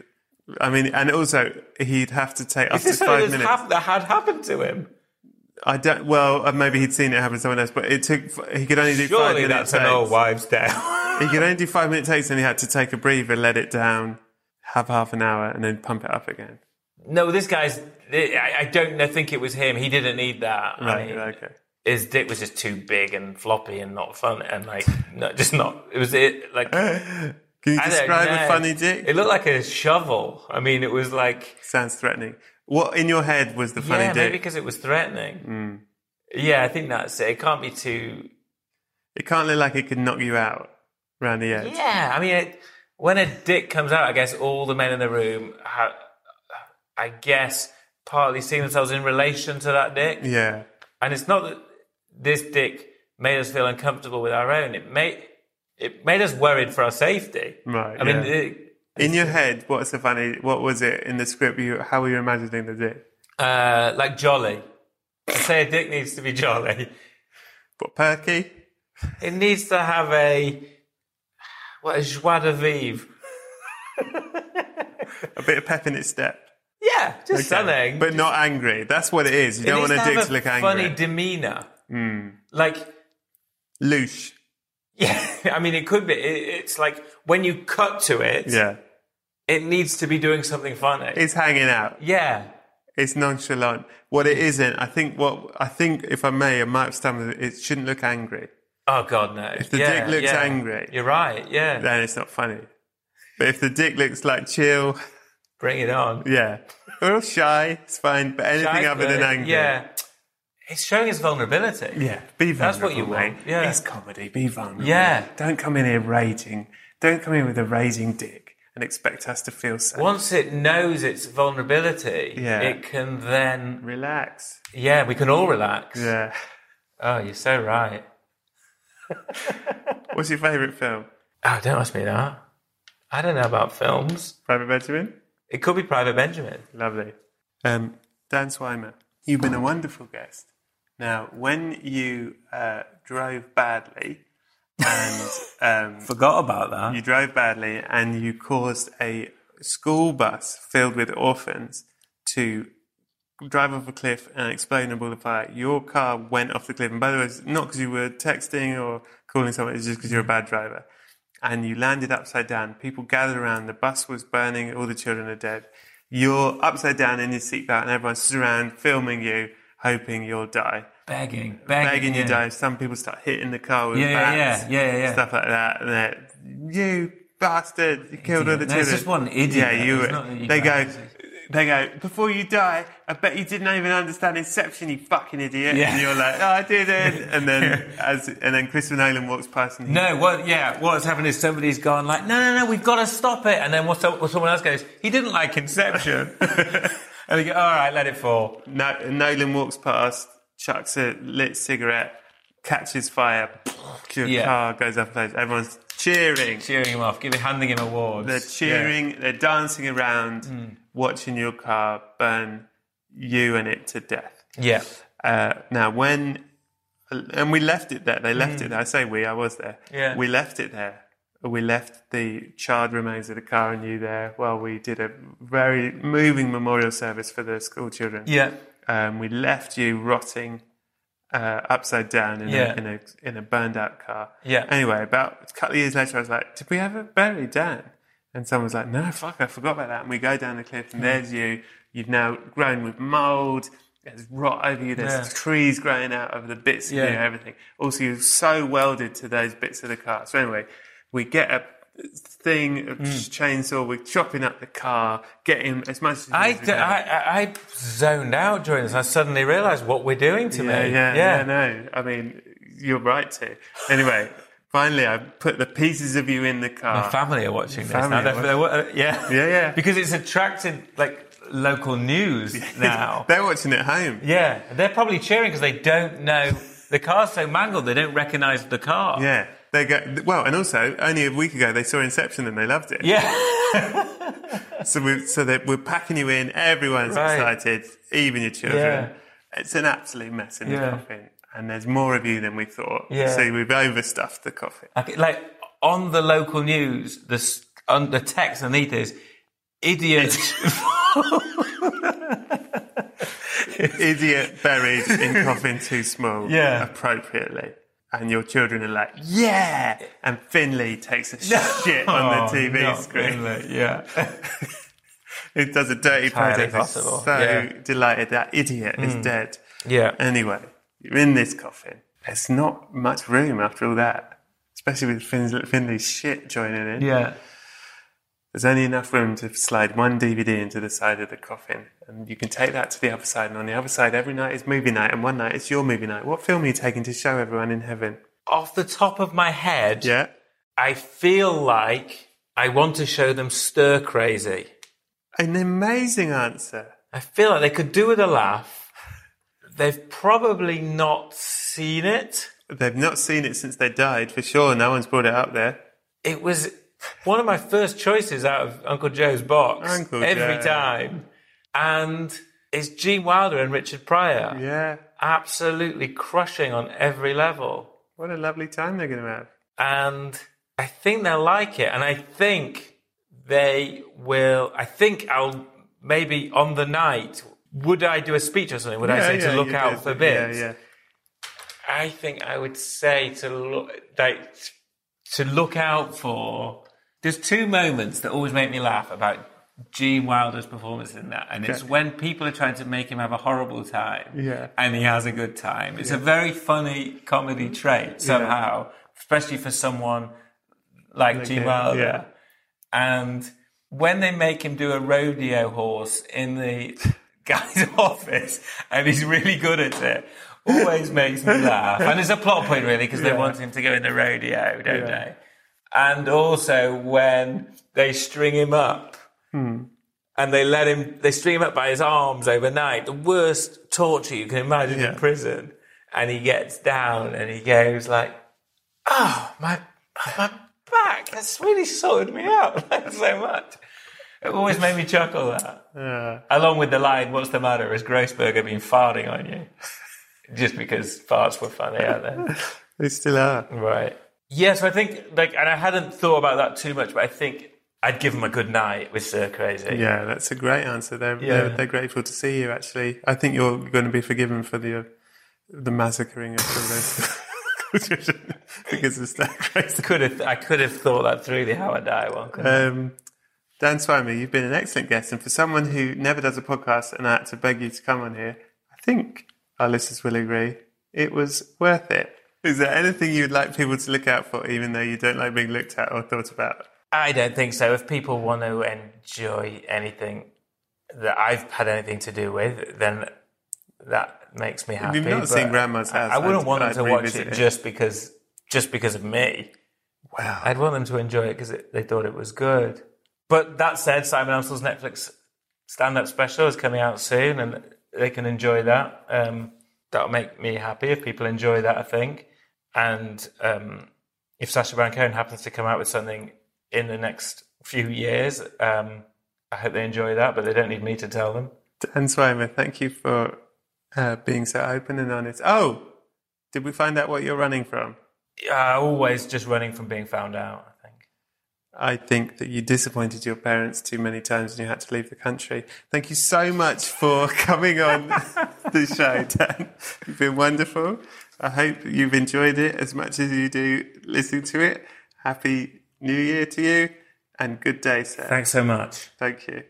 [SPEAKER 1] I mean, and also he'd have to take
[SPEAKER 2] Is
[SPEAKER 1] after
[SPEAKER 2] this something
[SPEAKER 1] five
[SPEAKER 2] that's
[SPEAKER 1] minutes.
[SPEAKER 2] hap- that had happened to him?
[SPEAKER 1] I don't. Well, uh, maybe he'd seen it happen to someone else, but it took. He could only do five
[SPEAKER 2] Surely
[SPEAKER 1] minute
[SPEAKER 2] that's
[SPEAKER 1] takes.
[SPEAKER 2] an old wives' tale.
[SPEAKER 1] He could only do five minute takes, and he had to take a breather, let it down, have half an hour, and then pump it up again.
[SPEAKER 2] no, this guy's. I I don't know, think it was him. He didn't need that. I
[SPEAKER 1] Right.
[SPEAKER 2] mean,
[SPEAKER 1] okay.
[SPEAKER 2] His dick was just too big and floppy and not fun and like no, just not. It was it like
[SPEAKER 1] Can you
[SPEAKER 2] I don't
[SPEAKER 1] describe
[SPEAKER 2] know.
[SPEAKER 1] a funny dick?
[SPEAKER 2] It looked like a shovel. I mean, it was like
[SPEAKER 1] Sounds threatening. What in your head was the funny
[SPEAKER 2] yeah, maybe
[SPEAKER 1] dick? Hmm.
[SPEAKER 2] because it was threatening. Yeah, I think that's it. It can't be too.
[SPEAKER 1] It can't look like it could knock you out round the edge.
[SPEAKER 2] Yeah, I mean, it, when a dick comes out, I guess all the men in the room, ha I guess, partly seeing themselves in relation to that dick.
[SPEAKER 1] Yeah.
[SPEAKER 2] And it's not that this dick made us feel uncomfortable with our own. It made it made us worried for our safety.
[SPEAKER 1] Right,
[SPEAKER 2] I mean,
[SPEAKER 1] yeah.
[SPEAKER 2] it,
[SPEAKER 1] In your head, what's the funny? What was it in the script? You how were you imagining the dick?
[SPEAKER 2] uh, like jolly. I say a dick needs to be jolly.
[SPEAKER 1] But perky?
[SPEAKER 2] It needs to have a what a joie de vivre.
[SPEAKER 1] A bit of pep in its step.
[SPEAKER 2] Yeah, just
[SPEAKER 1] Okay.
[SPEAKER 2] something.
[SPEAKER 1] But not angry. That's what it is. You
[SPEAKER 2] It
[SPEAKER 1] don't
[SPEAKER 2] needs
[SPEAKER 1] want a
[SPEAKER 2] have
[SPEAKER 1] dick to look angry. Hmm.
[SPEAKER 2] Funny demeanor. Like
[SPEAKER 1] Loosh.
[SPEAKER 2] yeah, I mean it could be. It, it's like when you cut to it,
[SPEAKER 1] Yeah.
[SPEAKER 2] it needs to be doing something funny.
[SPEAKER 1] It's hanging out.
[SPEAKER 2] yeah,
[SPEAKER 1] It's nonchalant. What it isn't, I think what I think if I may, I might have stumbled it shouldn't look angry.
[SPEAKER 2] Oh God, no! If
[SPEAKER 1] the dick looks angry.
[SPEAKER 2] you're right. Yeah,
[SPEAKER 1] Then it's not funny. But if the dick looks like chill,
[SPEAKER 2] bring it on.
[SPEAKER 1] yeah. Or shy, it's fine. But anything
[SPEAKER 2] Shy,
[SPEAKER 1] other
[SPEAKER 2] but-
[SPEAKER 1] than angry.
[SPEAKER 2] Yeah, it's showing his vulnerability.
[SPEAKER 1] Yeah, be
[SPEAKER 2] That's
[SPEAKER 1] vulnerable.
[SPEAKER 2] what you
[SPEAKER 1] mate.
[SPEAKER 2] want, yeah.
[SPEAKER 1] it's comedy. Be vulnerable.
[SPEAKER 2] Yeah.
[SPEAKER 1] don't come in here raging. Don't come in with a raging dick and expect us to feel safe.
[SPEAKER 2] Once it knows its vulnerability,
[SPEAKER 1] Yeah.
[SPEAKER 2] it can then.
[SPEAKER 1] Relax.
[SPEAKER 2] Yeah, we can all relax.
[SPEAKER 1] Yeah.
[SPEAKER 2] Oh, you're so right.
[SPEAKER 1] What's your favourite film?
[SPEAKER 2] Oh, don't ask me that. I don't know about films.
[SPEAKER 1] Private Benjamin.
[SPEAKER 2] It could be Private Benjamin.
[SPEAKER 1] Lovely. Um, Dan Swymer, you've been a wonderful guest. Now, when you uh, drove badly and um,
[SPEAKER 2] Forgot about that.
[SPEAKER 1] You drove badly and you caused a school bus filled with orphans to drive off a cliff and explain all the fact your car went off the cliff. And by the way, it's not because you were texting or calling someone, it's just because you're a bad driver. And you landed upside down. People gathered around. The bus was burning. All the children are dead. You're upside down in your seatbelt, and everyone's stood around filming you, hoping you'll die.
[SPEAKER 2] Begging, begging,
[SPEAKER 1] Begging you
[SPEAKER 2] yeah.
[SPEAKER 1] die. Some people start hitting the car with
[SPEAKER 2] Yeah, yeah,
[SPEAKER 1] bats,
[SPEAKER 2] yeah, yeah, yeah, yeah.
[SPEAKER 1] stuff like that. And they're, you bastard, you killed all the
[SPEAKER 2] Idiot. No,
[SPEAKER 1] children.
[SPEAKER 2] it's just one idiot.
[SPEAKER 1] Yeah, you.
[SPEAKER 2] It's not that you
[SPEAKER 1] they
[SPEAKER 2] die,
[SPEAKER 1] go.
[SPEAKER 2] it's just-
[SPEAKER 1] They go. Before you die, I bet you didn't even understand Inception, you fucking idiot.
[SPEAKER 2] Yeah.
[SPEAKER 1] And you're like, oh, I did it. And then as and then Christopher Nolan walks past and he,
[SPEAKER 2] No, what? Yeah, what's happened is somebody's gone like, no, no, no, we've got to stop it. And then what's up, someone else goes, he didn't like Inception. and they go, all right, let it fall.
[SPEAKER 1] No, Nolan walks past, chucks a lit cigarette, catches fire. Your
[SPEAKER 2] Yeah.
[SPEAKER 1] car goes up. in flames. Everyone's cheering.
[SPEAKER 2] Cheering him off, giving, handing him awards.
[SPEAKER 1] They're cheering. They're dancing around,
[SPEAKER 2] Hmm.
[SPEAKER 1] watching your car burn you and it to death.
[SPEAKER 2] Yeah.
[SPEAKER 1] Uh, now, when and we left it there, they left it there. I say we, I was there.
[SPEAKER 2] Hmm. Yeah.
[SPEAKER 1] we left it there. We left the charred remains of the car and you there while we did a very moving memorial service for the school children.
[SPEAKER 2] Yeah.
[SPEAKER 1] um, we left you rotting uh, upside down in,
[SPEAKER 2] Yeah.
[SPEAKER 1] a, in a in a burned out car.
[SPEAKER 2] Yeah.
[SPEAKER 1] Anyway, about a couple of years later, I was like, "Did we ever bury Dan?" And someone was like, "No, fuck, I forgot about that." And we go down the cliff, and there's you. You've now grown with mold. There's rot over you. There's
[SPEAKER 2] Yeah.
[SPEAKER 1] trees growing out of the bits of
[SPEAKER 2] Yeah.
[SPEAKER 1] you, everything. Also, you're so welded to those bits of the car. So anyway, we get a thing,
[SPEAKER 2] Mm.
[SPEAKER 1] a chainsaw. We're chopping up the car, getting as much. As we
[SPEAKER 2] I,
[SPEAKER 1] can.
[SPEAKER 2] d- I- I- I zoned out during this. I suddenly realised what we're doing to
[SPEAKER 1] yeah,
[SPEAKER 2] me.
[SPEAKER 1] Yeah, yeah, no. I mean, you're right to. Anyway, finally, I put the pieces of you in the car.
[SPEAKER 2] My family are watching this.
[SPEAKER 1] Family
[SPEAKER 2] now.
[SPEAKER 1] are
[SPEAKER 2] They're- they're wa- uh, yeah.
[SPEAKER 1] Yeah, yeah.
[SPEAKER 2] Because it's attracted like local news now.
[SPEAKER 1] They're watching at home.
[SPEAKER 2] yeah. They're probably cheering because they don't know. The car's so mangled, they don't recognise the car.
[SPEAKER 1] Yeah. They go, well, and also, only a week ago, they saw Inception and they loved it.
[SPEAKER 2] Yeah.
[SPEAKER 1] So, we, so that we're packing you in, everyone's
[SPEAKER 2] Right.
[SPEAKER 1] excited, even your children. It's an absolute mess in the
[SPEAKER 2] Yeah.
[SPEAKER 1] coffin. And there's more of you than we thought.
[SPEAKER 2] Yeah.
[SPEAKER 1] So we've overstuffed the coffin.
[SPEAKER 2] Like, like on the local news, the s- on the text underneath is idiot.
[SPEAKER 1] Idiot buried in coffin too small.
[SPEAKER 2] Yeah.
[SPEAKER 1] Appropriately. And your children are like, yeah. And Finley takes a shit on the TV
[SPEAKER 2] Oh, not
[SPEAKER 1] screen.
[SPEAKER 2] really, Yeah.
[SPEAKER 1] It does a dirty
[SPEAKER 2] Entirely
[SPEAKER 1] project. It's
[SPEAKER 2] possible,
[SPEAKER 1] so
[SPEAKER 2] yeah. Mm.
[SPEAKER 1] delighted that idiot is dead.
[SPEAKER 2] Yeah.
[SPEAKER 1] Anyway, you're in this coffin. There's not much room after all that, especially with Fin's- Finley's shit joining in.
[SPEAKER 2] Yeah.
[SPEAKER 1] There's only enough room to slide one DVD into the side of the coffin, and you can take that to the other side. And on the other side, every night is movie night, and one night is your movie night. What film are you taking to show everyone in heaven?
[SPEAKER 2] Off the top of my head,
[SPEAKER 1] Yeah,
[SPEAKER 2] I feel like I want to show them stir crazy.
[SPEAKER 1] an amazing answer.
[SPEAKER 2] I feel like they could do with a laugh. They've probably not seen it.
[SPEAKER 1] They've not seen it since they died, for sure. No one's brought it up there.
[SPEAKER 2] It was one of my first choices out of Uncle Joe's box
[SPEAKER 1] Uncle
[SPEAKER 2] every
[SPEAKER 1] Joe.
[SPEAKER 2] time. And it's Gene Wilder and Richard Pryor.
[SPEAKER 1] Yeah,
[SPEAKER 2] Absolutely crushing on every level.
[SPEAKER 1] what a lovely time they're going to have.
[SPEAKER 2] and I think they'll like it. And I think they will. I think I'll maybe on the night. Would I do a speech or something? Would I
[SPEAKER 1] Yeah,
[SPEAKER 2] say
[SPEAKER 1] yeah,
[SPEAKER 2] to look
[SPEAKER 1] you
[SPEAKER 2] out
[SPEAKER 1] did.
[SPEAKER 2] for bits?
[SPEAKER 1] Yeah, yeah.
[SPEAKER 2] I think I would say to look like to look out for. There's two moments that always make me laugh about Gene Wilder's performance in that, and it's
[SPEAKER 1] Okay.
[SPEAKER 2] when people are trying to make him have a horrible time,
[SPEAKER 1] Yeah.
[SPEAKER 2] and he has a good time. It's a very funny comedy trait somehow, especially for someone like, Gene
[SPEAKER 1] him,
[SPEAKER 2] Wilder.
[SPEAKER 1] yeah.
[SPEAKER 2] And when they make him do a rodeo horse in the guy's office and he's really good at it, always makes me laugh. And it's a plot point, really, because they want him to go in the rodeo, don't they? And also when they string him up.
[SPEAKER 1] Hmm.
[SPEAKER 2] And they let him, they string him up by his arms overnight. The worst torture you can imagine in
[SPEAKER 1] Yeah.
[SPEAKER 2] prison. And he gets down and he goes like, oh my my back that's really sorted me out like so much it always made me chuckle that along with the line what's the matter has grossberger been farting on you just because farts were funny out there
[SPEAKER 1] They still are.
[SPEAKER 2] right yeah so i think like and i hadn't thought about that too much but i think I'd give them a good night with Sir Crazy.
[SPEAKER 5] Yeah, that's a great answer. They're,
[SPEAKER 2] Yeah.
[SPEAKER 5] they're, they're grateful to see you, actually. I think you're going to be forgiven for the uh, the massacring of all those because of Sir Crazy.
[SPEAKER 2] Could have, I could have thought that through the How I Die one. couldn't I?
[SPEAKER 5] Um, Dan Swamy, you've been an excellent guest. And for someone who never does a podcast and I had to beg you to come on here, I think our listeners will agree it was worth it. Is there anything you'd like people to look out for, even though you don't like being looked at or thought about?
[SPEAKER 2] I don't think so. If people want to enjoy anything that I've had anything to do with, then that makes me happy.
[SPEAKER 5] You've not
[SPEAKER 2] but
[SPEAKER 5] seen Grandma's House.
[SPEAKER 2] I, I wouldn't
[SPEAKER 5] I'd-
[SPEAKER 2] want them
[SPEAKER 5] I'd
[SPEAKER 2] to watch
[SPEAKER 5] revisit
[SPEAKER 2] it
[SPEAKER 5] it.
[SPEAKER 2] just because just because of me.
[SPEAKER 5] Wow.
[SPEAKER 2] I'd want them to enjoy it because they thought it was good. But that said, Simon Amstel's Netflix stand-up special is coming out soon, and they can enjoy that. Um, that'll make me happy if people enjoy that. I think, and um, if Sasha Baron Cohen happens to come out with something in the next few years, um, I hope they enjoy that. But they don't need me to tell them.
[SPEAKER 5] Dan Swymer, thank you for uh, being so open and honest. Oh, did we find out what you're running from?
[SPEAKER 2] Uh, always just running from being found out. I think.
[SPEAKER 5] I think that you disappointed your parents too many times and you had to leave the country. Thank you so much for coming on the show, Dan. You've been wonderful. I hope you've enjoyed it as much as you do listening to it. Happy New Year to you and good day, sir.
[SPEAKER 2] Thanks so much.
[SPEAKER 5] Thank you.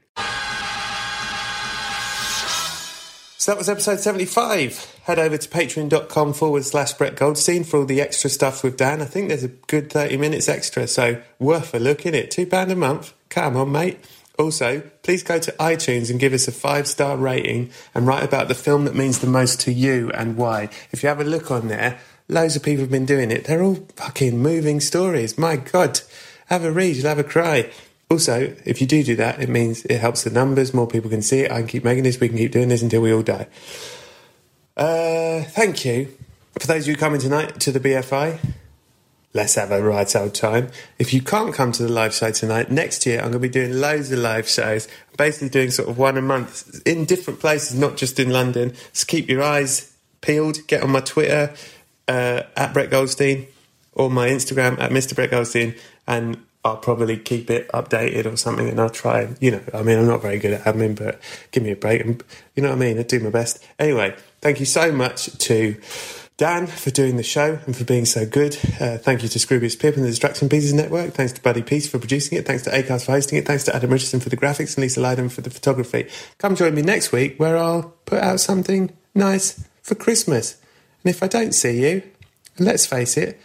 [SPEAKER 1] So that was episode 75. Head over to patreon.com forward slash Brett Goldstein for all the extra stuff with Dan. I think there's a good 30 minutes extra, so worth a look in it. £2 a month. Come on, mate. Also, please go to iTunes and give us a five star rating and write about the film that means the most to you and why. If you have a look on there, loads of people have been doing it. They're all fucking moving stories. My God. Have a read, you'll have a cry. Also, if you do do that, it means it helps the numbers, more people can see it. I can keep making this, we can keep doing this until we all die. Uh, thank you. For those who coming tonight to the BFI, let's have a right old time. If you can't come to the live show tonight, next year I'm going to be doing loads of live shows. I'm basically doing sort of one a month in different places, not just in London. So keep your eyes peeled. Get on my Twitter uh, at Brett Goldstein or my Instagram at Mr Brett Goldstein, and I'll probably keep it updated or something. And I'll try and you know, I mean, I'm not very good at admin, but give me a break. And you know what I mean. I do my best. Anyway, thank you so much to. Dan for doing the show and for being so good. Uh, thank you to Scroobius Pip and the Distraction Pieces Network. Thanks to Buddy Peace for producing it. Thanks to Acast for hosting it. Thanks to Adam Richardson for the graphics and Lisa Lydon for the photography. Come join me next week where I'll put out something nice for Christmas. And if I don't see you, and let's face it,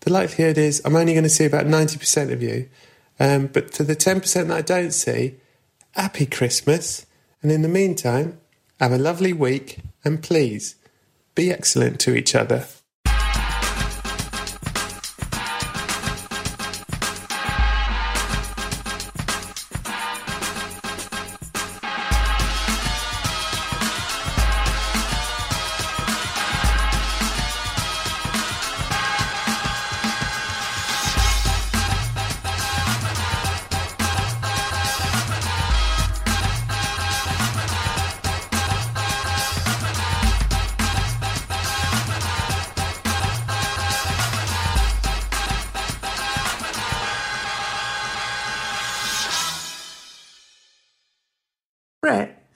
[SPEAKER 1] the likelihood is I'm only going to see about 90% of you. Um, but for the 10% that I don't see, happy Christmas. And in the meantime, have a lovely week and please be excellent to each other. Brett,